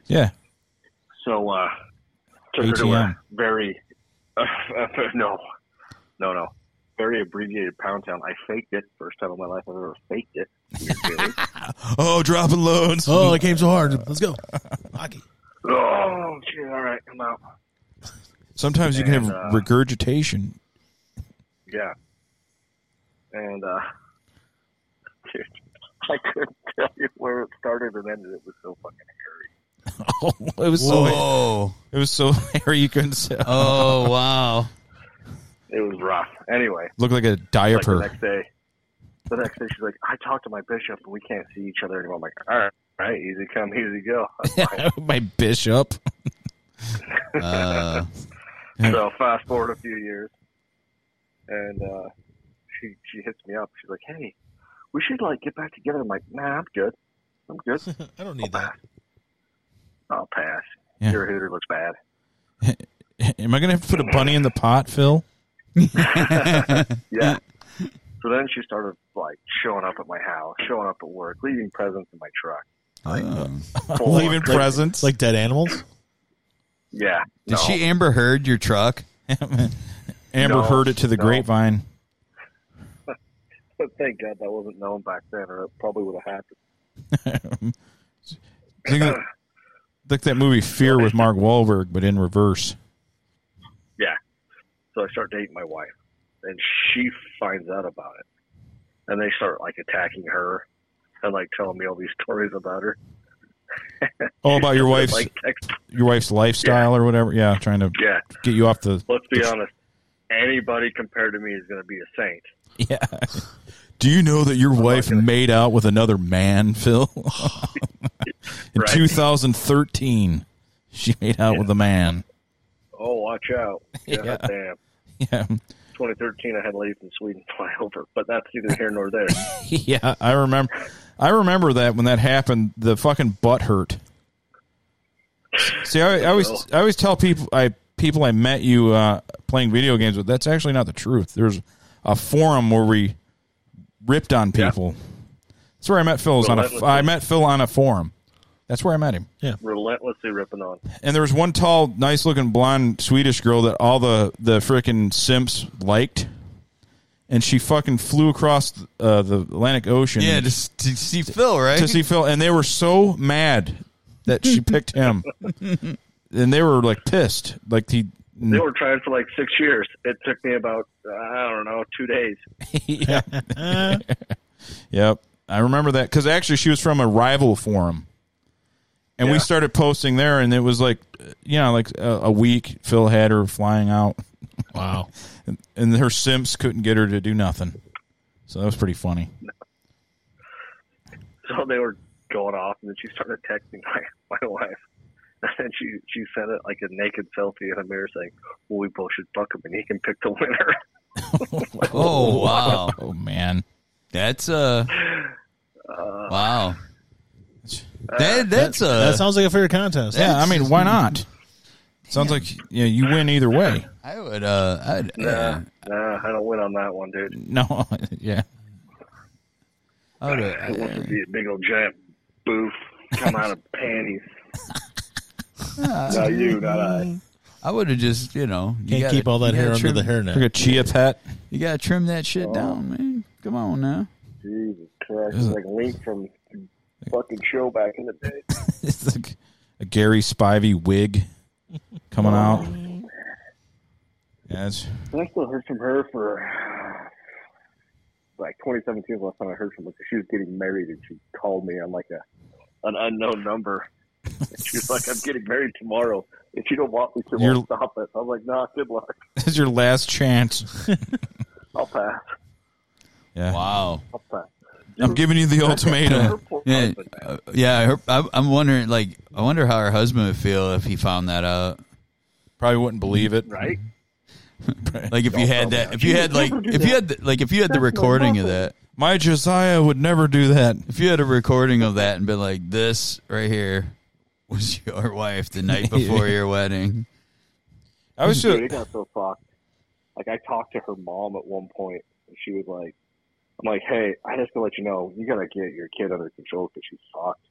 Yeah,
So uh, took her to
ATM.
a very no, no, no, very abbreviated pound town. I faked it first time in my life I've ever faked it. Weird feeling.
Oh, dropping loads.
Oh, it came so hard. Let's go. Hockey.
oh shit! All right, I'm out.
Sometimes you can have
And, uh,
regurgitation.
Yeah, and uh, dude, I couldn't tell you where it started and ended. It was so fucking hairy.
Oh, it was so.
Whoa.
It was so hairy you couldn't. Say,
Oh, wow.
It was rough. Anyway,
looked like a
like the
diaper.
next day, the next day she's like, I talked to my bishop and we can't see each other anymore. I'm like, all right, all right, easy come, easy go.
My bishop.
Uh,
So fast forward a few years, and uh, she she hits me up. She's like, "Hey, we should like get back together." I'm like, "Nah, I'm good. I'm good.
I don't need that.
I'll pass.
Yeah.
Your hooter looks bad."
Am I gonna have to put a bunny in the pot, Phil?
Yeah. so then she started like showing up at my house, showing up at work, leaving presents in my truck.
oh.
Full on
Leaving
crazy.
presents.
Like dead animals.
yeah.
Did
no.
she Amber Heard your truck?
Amber
No,
heard it to the
no.
grapevine.
Thank God that wasn't known back then, or it probably would have happened.
Think of- like that movie Fear with Mark Wahlberg, but in reverse.
Yeah. So I start dating my wife, and she finds out about it, and they start like attacking her and like telling me all these stories about her.
Oh, about your wife's
Like, text,
your wife's lifestyle or whatever. Yeah, trying to
yeah.
get you off the.
Let's be honest. Anybody compared to me is going to be a saint.
Yeah. Do you know that your wife made out with another man, Phil? in
Right.
2013, she made out with a man.
Oh, watch out! Yeah, damn.
Yeah,
2013, I had ladies in Sweden fly over, but that's neither here nor there.
yeah. I remember. I remember that when that happened, the fucking butt hurt. See, I, I always, I always tell people, I people I met you uh, playing video games with. That's actually not the truth. There's a forum where we ripped on people. That's where I met Phil. Was on a,
Relentlessly.
I met Phil on a forum. That's where I met him.
Relentlessly ripping on.
And there was one tall, nice looking blonde Swedish girl that all the the freaking simps liked. And she fucking flew across uh, the Atlantic Ocean
Yeah, just to see Phil, right?
to see Phil, and they were so mad that she picked him, and they were like pissed. Like he,
They were trying for like six years. It took me about I don't know two days.
yep, I remember that because actually she was from a rival forum, and we
Yeah.
started posting there, and it was like, you know, like a, a week. Phil had her flying out,
Wow.
and her simps couldn't get her to do nothing. So that was pretty funny.
So they were going off, and then she started texting my, my wife. And then she she sent it like a naked selfie in a mirror, saying, "Well, we both should fuck him, and he can pick the winner."
oh, wow.
Oh man,
That's uh,
Uh,
wow. That, that's
That
a.
sounds like a fair contest.
yeah. I mean, why not? Sounds like you, know, you win either way.
I would uh, I'd, uh,
nah, I don't win on that one, dude.
No, yeah.
I would.
I
Uh,
want to be a big old giant boof come out of panties. not you, not I.
I would have just, you know, you
Can't
gotta-
keep all that
you
hair
gotta
under
trim,
the
Like
hairnet.
a chia pet.
You gotta trim that shit down, man. Come on now.
Jesus Christ, it's like Link from fucking show back in the day.
It's like a Gary Spivey wig coming out. Yeah, it's-
And I still heard from her for like 2017 was the last time I heard from her. 'cause She was getting married and she called me on like a an unknown number. She was like, I'm getting married tomorrow. If you don't want me to, I'll
You're-
stop it. I'm like, nah, good luck.
This is your last chance.
I'll pass.
Yeah.
Wow.
I'll pass.
I'm giving you the
Her
ultimatum.
poor
Yeah,
husband.
uh, yeah. Her, I'm, I'm wondering, like, I wonder how her husband would feel if he found that out.
Probably wouldn't believe it.
Right?
Like, if you had that, if you had like, if you had like, if you had the recording of that,
My Josiah would never do that.
if you had a recording of that and been like, this right here was your wife the night before your wedding.
I was
Dude,
just
it got so fucked. Like I talked to her mom at one point, and she was like, "I'm like, hey, I just gotta let you know, you gotta get your kid under control because she's fucked."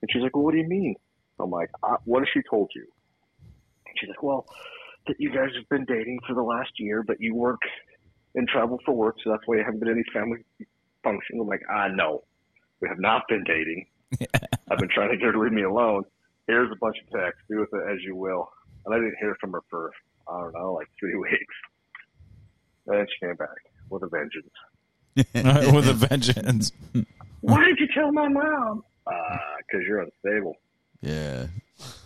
And she's like, "Well, what do you mean?" I'm like, I, "What has she told you?" And she's like, "Well, that you guys have been dating for the last year, but you work and travel for work, so that's why you haven't been to any family function." I'm like, "Ah, no, we have not been dating. I've been trying to get her to leave me alone. Here's a bunch of texts. Do with it as you will." and I didn't hear from her for I don't know, like three weeks. And then she came back with a vengeance.
with a vengeance.
Why did you tell my mom? Uh, because you're unstable.
Yeah.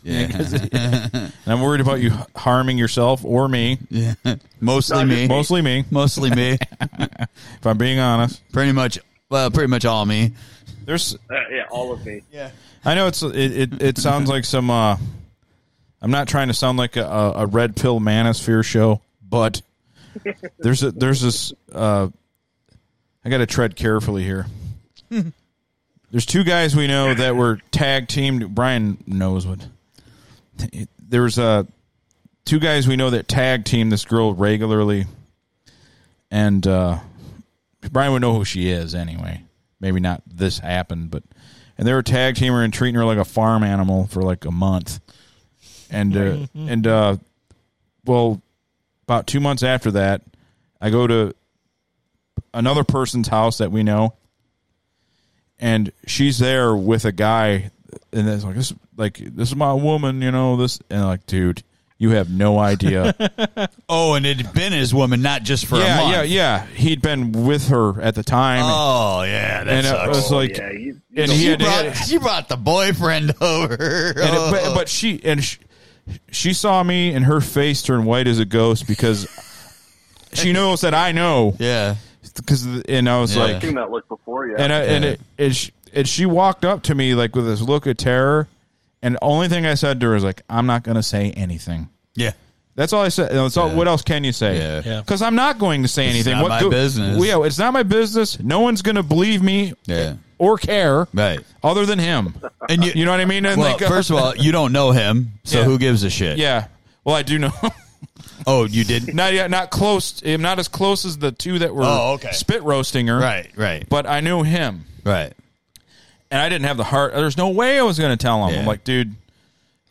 Yeah.
And I'm worried about you harming yourself or me.
yeah. Mostly me.
Mostly me,
Mostly me.
if I'm being honest.
Pretty much. Well, pretty much all me.
There's
Uh, yeah, all of me. Yeah.
I know it's it, it, it sounds like some. Uh, I'm not trying to sound like a, a a red pill manosphere show, but there's a there's this. Uh, I got to tread carefully here. there's two guys we know that were tag teamed. Brian knows what. There's uh, two guys we know that tag team this girl regularly, and uh, Brian would know who she is anyway. Maybe not this happened, but and they were tag teaming her and treating her like a farm animal for like a month, and uh, and uh, well, about two months after that, I go to another person's house that we know, and she's there with a guy, and it's like this, like this is my woman, you know this, and like dude, you have no idea.
Oh, and it had been his woman, not just for a
yeah,
month.
yeah, yeah. He'd been with her at the time.
Oh, yeah. That
and I
sucks.
was like,
yeah, you,
and he
she,
had,
brought,
had-
she brought the boyfriend over.
and it- but,
Uh-huh.
but she and she, she saw me and her face turned white as a ghost because she knows that I know
yeah.
because and I was
Yeah.
like
seen that look before. Yeah.
and I, and
Yeah.
it, and, she, and she walked up to me like with this look of terror and the only thing I said to her is like I'm not going to say anything.
Yeah.
That's all I said. And That's all, What else can you say?
Yeah. Yeah.
Because I'm not going to say anything.
not
what
my business.
Well, Yeah, it's not my business. No one's going to believe me
Yeah.
or care
Right.
other than him.
And you,
You know what I mean? And
well,
like, uh,
first of all, you don't know him, so
Yeah.
who gives a shit?
yeah. Well, I do know.
Oh, you didn't.
not yet, not close. I'm not as close as the two that were
Oh, okay.
spit roasting her.
Right. Right.
But I knew him,
Right.
and I didn't have the heart. There's no way I was going to tell him.
Yeah.
I'm like, dude.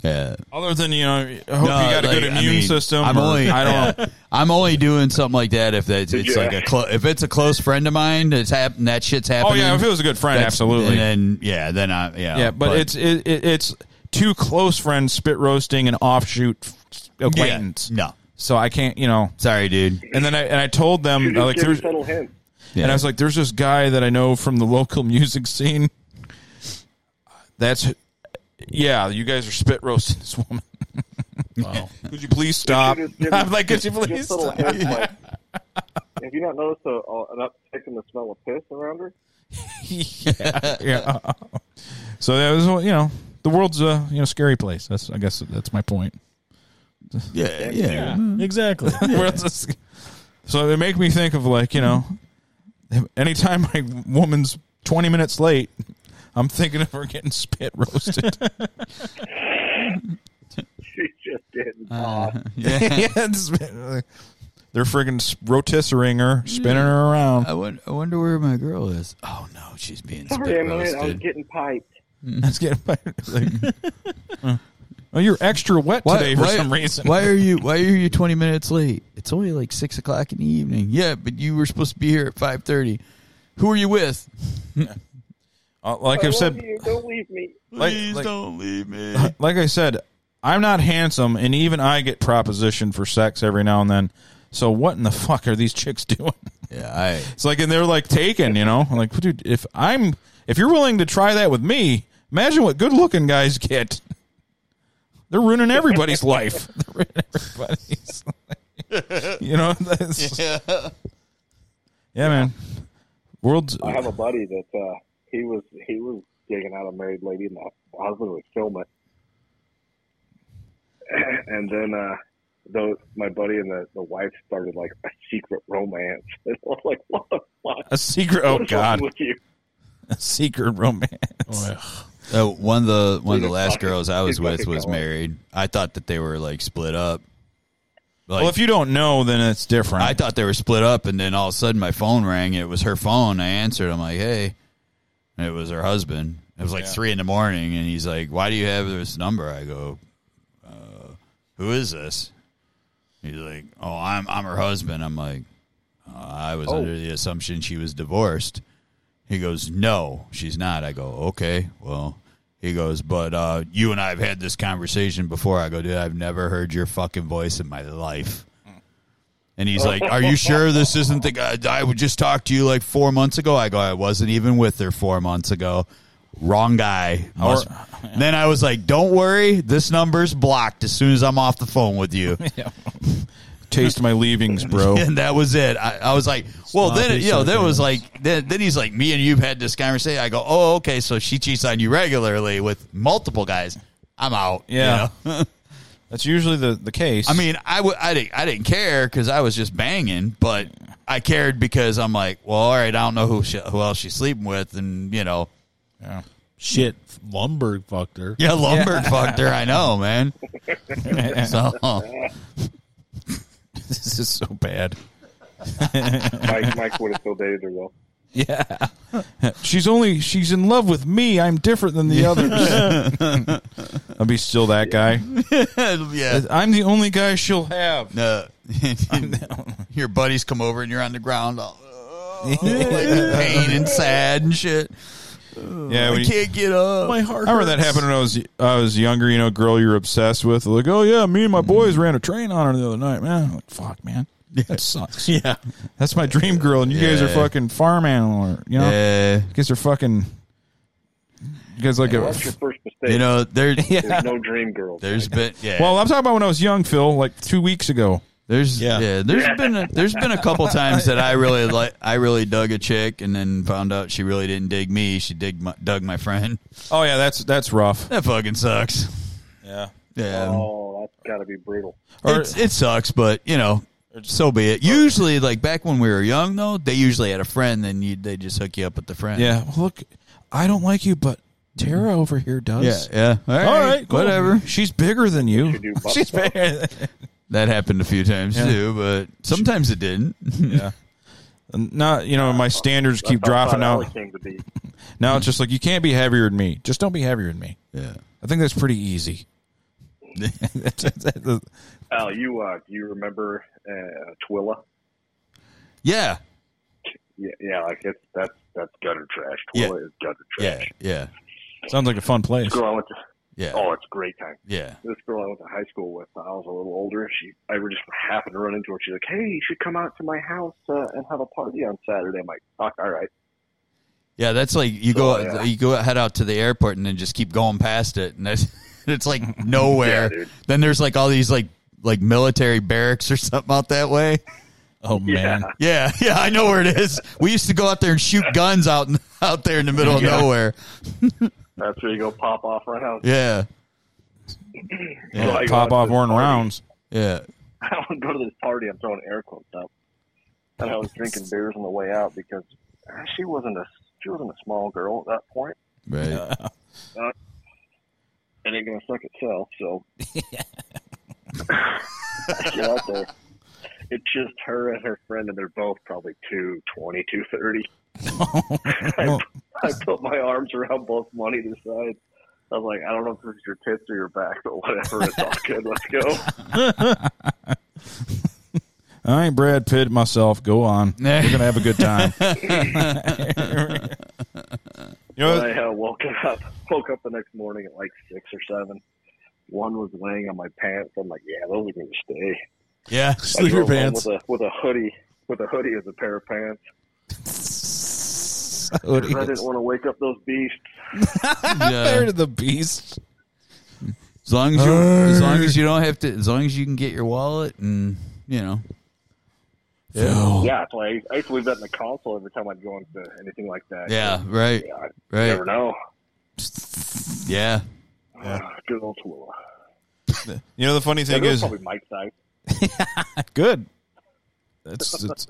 Yeah.
Other than you know, I hope
No,
you got a
like,
good
I
immune
mean,
system.
I'm
or-
only,
I don't.
yeah. I'm only doing something like that if that's it's
you-
like a clo- if it's a close friend of mine. It's happened. That shit's
Oh
happening.
yeah, if it was a good friend,
that's-
absolutely.
And then yeah, then I yeah
yeah, but, it's it, it, it's two close friends spit roasting an offshoot acquaintance.
Yeah. No.
So I can't, you know.
sorry, dude.
And then I and I told
you
them
just
I like
give a
there's
subtle hint.
Yeah.
And I was like, there's this guy that I know from the local music scene. That's, yeah, you guys are spit roasting this woman.
Wow.
Could you please stop?
You just give
I'm
a-
like, could you
just
please
subtle
stop?
hints, like, have you not noticed a, a, an uptick in the smell of piss around her?
Yeah. So that was, you know, the world's a you know scary place. That's I guess that's my point.
yeah, yeah,
exactly.
The world's a sc- so they make me think of like you know, anytime my woman's 20 minutes late, I'm thinking of her getting spit roasted.
She just didn't.
yeah.
yeah, it's- they're friggin' s- rotisserie her, spinning her around.
I wonder, I wonder where my girl is. Oh no, she's being
Sorry,
spit
Emily, I was
roasted.
getting piped.
That's getting my. oh, you're extra wet
Why-
today for
why-
some reason.
Why are you? Why are you twenty minutes late? It's only like six o'clock in the evening. Yeah, but you were supposed to be here at five thirty. Who are you with?
Uh, like I've
I love
said,
you. Don't leave me.
like,
Please
like,
don't leave me.
like I said, I'm not handsome, and even I get propositioned for sex every now and then. So what in the fuck are these chicks doing?
yeah, I.
It's like, and they're like taken, you know. I'm like, dude, if I'm if you're willing to try that with me, Imagine what good looking guys get. They're ruining everybody's life. They're ruining everybody's life. You know? That's, yeah. man. World's.
I have a buddy that uh, he was he was digging out a married lady, and the husband would film it. And then uh, those my buddy and the, the wife started like a secret romance. And I was like, what the fuck?
A secret. Oh,
What's
God.
wrong with you?
A secret romance.
Uh, one of the one of the
Dude,
last
fucking-
girls I was
dude,
with
fucking
was
go on.
married. I thought that they were like split up. Like,
well, if you don't know, then it's different.
I thought they were split up, and then all of a sudden my phone rang. It was her phone. I answered. I'm like, hey, and it was her husband. It was like three in the morning, and he's like, why do you have this number? I go, uh, who is this? He's like, oh, I'm I'm her husband. I'm like, uh, I was under the assumption she was divorced. He goes, no, she's not. I go, okay, well. He goes, but uh, you and I have had this conversation before. I go, dude, I've never heard your fucking voice in my life. And he's like, "Are you sure this isn't the guy I would just talk to you like four months ago?" I go, "I wasn't even with her four months ago. Wrong guy." Must- Then I was like, "Don't worry, this number's blocked as soon as I'm off the phone with you."
Taste my leavings, bro.
and that was it. I, I was like, "Well,
Sloppy
then you know, then it was
seconds.
like, then, then he's like, me and you've had this conversation." I go, "Oh, okay, so she cheats on you regularly with multiple guys. I'm out." you
Yeah.
know?
That's usually the, the case.
I mean, I would, I didn't, I didn't care because I was just banging, but I cared because I'm like, well, all right, I don't know who she, who else she's sleeping with, and you know,
Shit, Lumberg fucked her.
yeah, Lumberg fucked her. I know, man. so
this is so bad.
Mike, Mike would have still dated her though.
Yeah. she's only she's in love with me. I'm different than the others. I'll be still that guy.
yeah,
I'm the only guy she'll have.
uh, your buddies come over and you're on the ground, all, like,
uh,
pain and sad and shit.
Yeah,
I
we,
can't get up. My heart.
I remember that happened when I was I was younger. You know, girl you're obsessed with. Like, oh yeah, me and my boys ran a train on her the other night, man. I'm like, fuck, man, that sucks.
Yeah.
That's my dream girl, and you guys are
Yeah.
fucking farm animal. Or, you know,
Yeah,
you guys are fucking. You guys like
That's your
a.
first mistake.
you know there.
There's no dream girl.
There's been yeah.
Well, I'm talking about when I was young, Phil. Like two weeks ago.
There's
Yeah.
yeah. there's been a, there's been a couple times that I really like I really dug a chick and then found out she really didn't dig me. She dig my, dug my friend.
Oh yeah, that's that's rough.
That fucking sucks.
Yeah.
Yeah,
oh, that's got to be brutal.
Or-
It's- it sucks, but you know, so be it. Usually, like back when we were young, though, they usually had a friend. Then you they just hook you up with the friend.
Yeah. Well, look, I don't like you, but Tara over here
yeah,
does.
yeah. All right,
All right, cool.
whatever.
She's bigger than you.
do butt
She's
stuff.
bigger. Than,
That happened a few times
Yeah.
too, but sometimes it didn't.
yeah. Not you know my standards keep
That's how
dropping
it always
out.
Came to be.
Now it's just like you can't be heavier than me. Just don't be heavier than me.
yeah.
I think that's pretty easy.
Al, you uh, do you remember uh, Twilla?
Yeah.
Yeah, yeah, like it's that's that's gutter trash. Twilla is gutter
Yeah.
trash.
Yeah.
Sounds like a fun place.
Girl, I went to,
Yeah.
oh, it's a great time.
Yeah.
This girl I went to high school with, I was a little older. She, I just happened to run into her. She's like, "Hey, you should come out to my house uh, and have a party on Saturday." I'm like, "Fuck, all right."
Yeah, that's like you go
Oh, yeah.
you go head out to the airport and then just keep going past it, and that's it's like nowhere.
Yeah, dude.
then there's like all these like like military barracks or something out that way.
Oh man,
Yeah, yeah, I know where it is. We used to go out there and shoot guns out in, out there in the middle of nowhere.
That's where you go pop off right now.
Yeah,
So I go
pop
out to
off
this
Warren
party.
rounds.
yeah.
I would go to this party. I'm throwing air quotes up, and I was drinking beers on the way out because uh, she wasn't a she wasn't a small girl at that point.
Right.
It ain't gonna suck itself, so. I get out there. It's just her and her friend, and they're both probably two twenty, two thirty. I, I put my arms around both them on either side. I was like, I don't know if this is your tits or your back, but whatever, it's all good. Let's go.
I ain't Brad Pitt myself. Go on. We're gonna have a good time. you know,
I uh, woke up woke up the next morning at like six or seven. One was laying on my pants. I'm like, yeah, those are gonna stay.
Yeah,
I
Sleeper
drove home
pants.
with a with a hoodie with a hoodie as a pair of pants.
episode.
I didn't want to wake up those beasts.
Fair to the beast.
As long as you, as long as you don't have to, as long as you can get your wallet and you know. Oh.
Yeah, it's like I used to leave that in the console every time I'd go into anything like that.
Yeah. Right.
Yeah, you never
Right.
know. Uh,
Yeah.
Good old Twila.
You know the funny
Yeah,
thing
they're
is
probably Mike's size.
good. That's, that's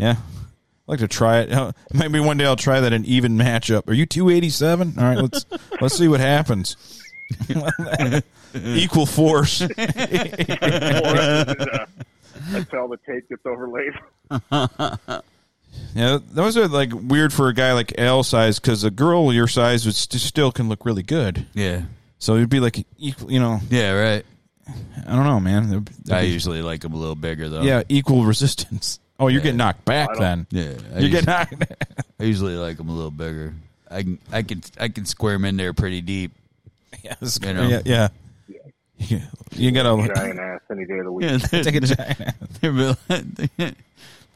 yeah. I'd like to try it. Uh, Maybe one day I'll try that in even matchup. Are you two eighty seven? All right, let's let's see what happens. Equal force.
Until the tape gets overlaid.
Yeah, those are like weird for a guy like L size because a girl your size would st- still can look really good.
Yeah.
So it'd be like equal, you know.
Yeah. Right.
I don't know, man. It'd be- it'd
I
be-
usually like them a little bigger though.
yeah, equal resistance. Oh, you're getting knocked back then.
Yeah. I
You
usually,
get knocked.
I usually like them a little bigger. I can I can I can squirm in there pretty deep.
Yes,
You know.
yeah, yeah. Yeah. You gotta.
Giant ass any day of the week.
Yeah,
Take a giant.
They're real-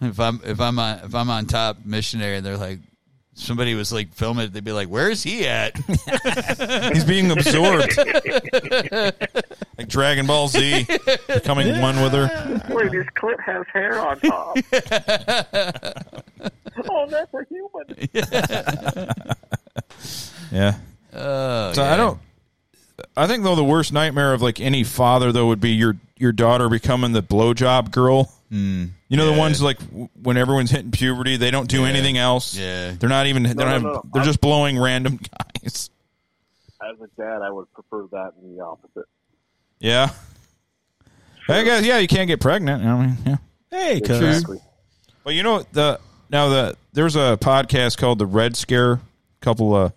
if I'm if I'm on if I'm on top missionary, they're like somebody was like filming it. They'd be like, "Where's he at?"
He's being absorbed, like Dragon Ball Z, becoming one with her.
Wait, this clip has hair on top. oh, that's a human.
Yeah.
Oh,
So I
yeah.
don't. I think though the worst nightmare of like any father though would be your your daughter becoming the blowjob girl. Mm,
Hmm.
you know the ones like w- when everyone's hitting puberty, they don't do anything else.
Yeah.
they're not even. They don't
no,
have,
no.
They're just blowing random guys.
As a dad, I would prefer that and the opposite.
Yeah. I guess yeah, you can't get pregnant. I mean, yeah.
Hey, cuz.
Exactly.
Well, you know the now the there's a podcast called the Red Scare. couple of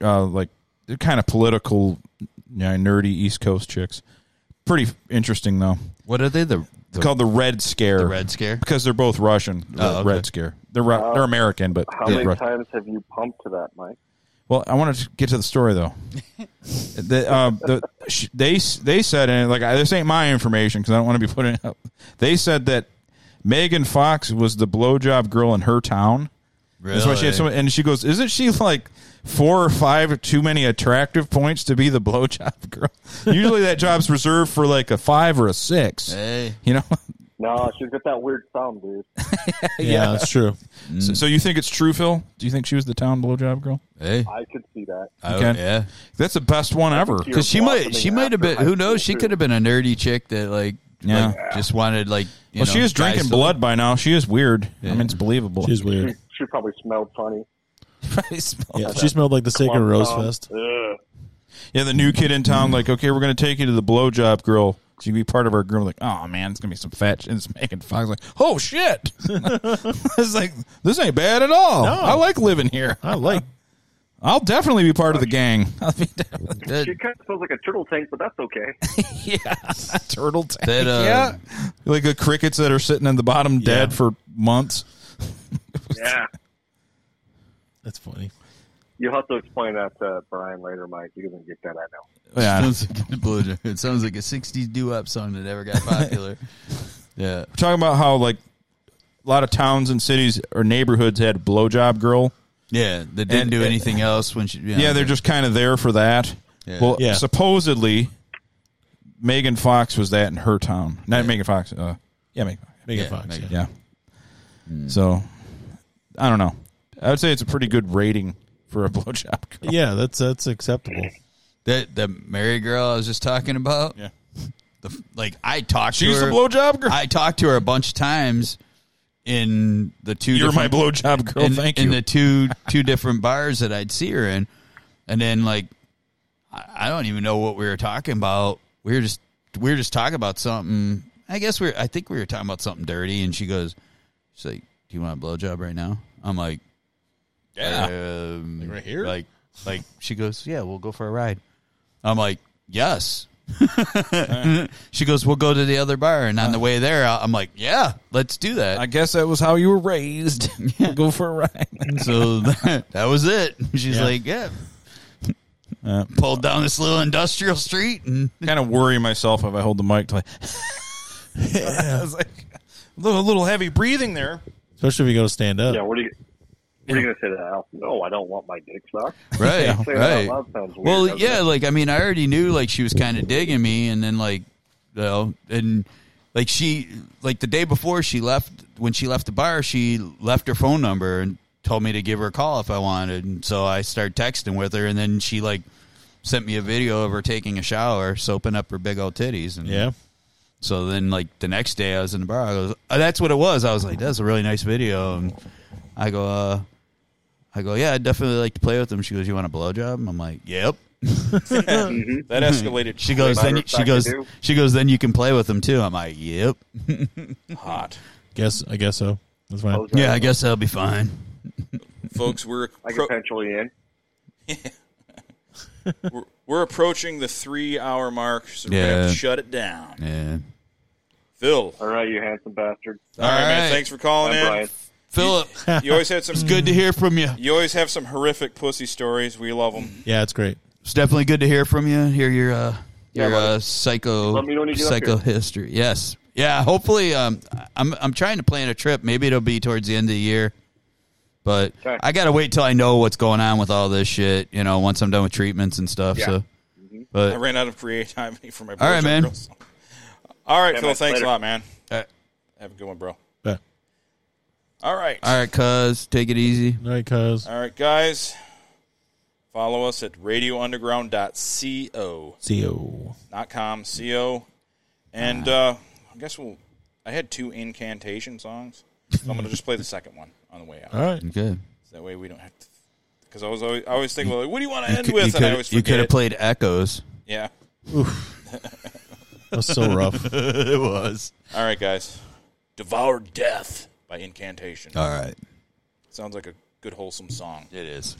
uh, like they're kind of political, you know, nerdy East Coast chicks. Pretty interesting though.
What are they? The,
It's called the Red Scare.
the Red Scare.
because they're both Russian.
Oh, okay.
Red Scare. They're Ru- they're American, but
How
they're
many
Russian.
times have you pumped to that, Mike?
Well, I want to get to the story though. the, um, the, sh- they s- they said and like I- this ain't my information because I don't want to be putting it up. They said that Megan Fox was the blowjob girl in her town. That's why she had so many, and she goes, "Isn't she like four or five too many attractive points to be the blowjob girl? Usually that job's reserved for like a five or a six.
Hey.
You know,
No, she's got that weird sound, dude.
Yeah, that's true.
so, so you think it's true, Phil? Do you think she was the town blowjob girl?
Hey.
I could see that.
I,
Okay.
Yeah.
That's the best one ever.
You're
Because she might
blossoming
she might have
after
been.
high
Who knows? She
school, too.
could have been a nerdy chick that like,
Yeah.
like, just wanted like. You
Well,
know,
she is
guys
drinking
to-
blood by now. She is weird. I
Yeah.
mean, it's believable.
She's weird.
She probably smelled funny.
Yeah, she smelled like the sacred rose fest.
Ugh.
Yeah, the new kid in town, like, okay, we're going to take you to the blowjob girl. So you can be part of our group. Like, oh, man, it's going to be some fetch. And it's making Fox like, oh, shit. it's like, this ain't bad at all. I like living here.
I like.
I'll definitely be part of the gang. I'll be
That,
She kind of smells like a turtle tank, but that's okay.
turtle tank.
that, uh,
Like the crickets that are sitting in the bottom dead for months.
yeah.
That's funny.
You'll have to explain that to Brian later, Mike. He doesn't get that, I know.
Yeah.
Sounds like a blowjob. It sounds like a '60s doo-wop song that never got popular. yeah,
Talking about how, like, a lot of towns and cities or neighborhoods had blowjob girl.
yeah. That didn't
And-
do anything else when she. You know,
Yeah, they're just kind of there for that.
Yeah.
Well,
Yeah.
supposedly, Megan Fox was that in her town. Not Megan Fox. Uh, yeah, Megan. Fox.
Megan
Yeah,
Fox.
Megan.
Yeah.
Hmm.
So, I don't know. I would say it's a pretty good rating for a blowjob girl.
Yeah, that's that's acceptable.
That the Mary girl I was just talking about.
Yeah.
The, like I talked
She's
to
the
her.
blowjob girl.
I talked to her a bunch of times in the two.
You're my
different-
blowjob girl.
in,
thank
in
you.
the two two different bars that I'd see her in, and then like I, I don't even know what we were talking about. We were just we were just talking about something. I guess we are I think we were talking about something dirty, and she goes, she's like, "Do you want a blowjob right now?" I'm like, "Yeah, like
right here?
Like like she goes, "Yeah, we'll go for a ride." I'm like, "Yes." she goes, "We'll go to the other bar," and on the way there, I- I'm like, "Yeah, let's do that."
Uh. I guess that was how you were raised. Go for a ride.
So that, that was it. She's
Yeah.
like, yeah. Uh,
Yeah.
Pulled down this little industrial street and
kind of worry myself if I hold the mic. To like, I was like, a little, a little heavy breathing there.
Uh.
Especially if you go to stand up.
Yeah, where do you You're gonna say that? Al? No, I don't want my dick sucked.
Right,
Saying that out
right.
loud sounds weird,
Well,
doesn't
yeah,
it?
like I mean, I already knew like she was kind of digging me, and then like, you know, and like she like the day before she left when she left the bar, she left her phone number and told me to give her a call if I wanted, and so I started texting with her, and then she like sent me a video of her taking a shower, soaping up her big old titties, and
Yeah.
So then like the next day I was in the bar, I goes, oh, that's what it was. I was like, that's a really nice video, and I go, uh, I go, yeah, I'd definitely like to play with them. She goes, you want a blowjob? And I'm like, yep.
That escalated.
She goes.
Matter
Then
of
you- she
fact, I
goes.
do.
She goes. Then you can play with them too. I'm like, yep.
hot,
Guess I guess so. That's
I
fine.
was like,
Yeah, I guess that'll be fine.
folks. We're
I
pro-
can potentially in.
we're, we're approaching the three-hour mark, so we're gonna have
Yeah.
to shut it down.
Yeah.
Phil,
All right, you handsome bastard.
all right, man.
right.
Thanks for calling
I'm
in.
Brian.
Philip,
You always had some
good to hear from you.
You always have some horrific pussy stories. We love them.
Yeah, it's great.
It's definitely good to hear from you. Hear your uh, your
let
uh, psycho
let me know when you get up
psycho
here.
history. Yes. Yeah. Hopefully, um, I'm I'm trying to plan a trip. Maybe it'll be towards the end of the year. But
Okay.
I gotta wait till I know what's going on with all this shit. You know, once I'm done with treatments and stuff.
Yeah. Mm-hmm.
So,
I
but
ran out of creativity for my.
All right,
blowjob
man.
girls. All right,
Yeah,
Phil.
man.
Thanks
Later.
a lot, man.
All right.
Have a good one, bro.
But,
All right.
all right, cuz, take it easy.
all right, cuz.
All right, guys. Follow us at radiounderground.co.
See you.
Not com, co.
Ah.
And uh, I guess we'll. I had two incantation songs, so I'm going to just play the second one on the way out.
All right.
Good.
So that way we don't have to. Because I was always, I always think, well, like, what do you want to
You
end
cou-
with?
you
and I
coulda-
always
you
forget.
could have played Echoes.
Yeah.
That was so rough.
it was.
All right, guys. Devour death by incantation.
All right.
Sounds like a good wholesome song.
It is.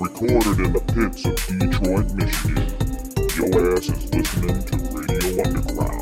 Recorded in the pits of Detroit, Michigan. Your ass is listening to Radio Underground.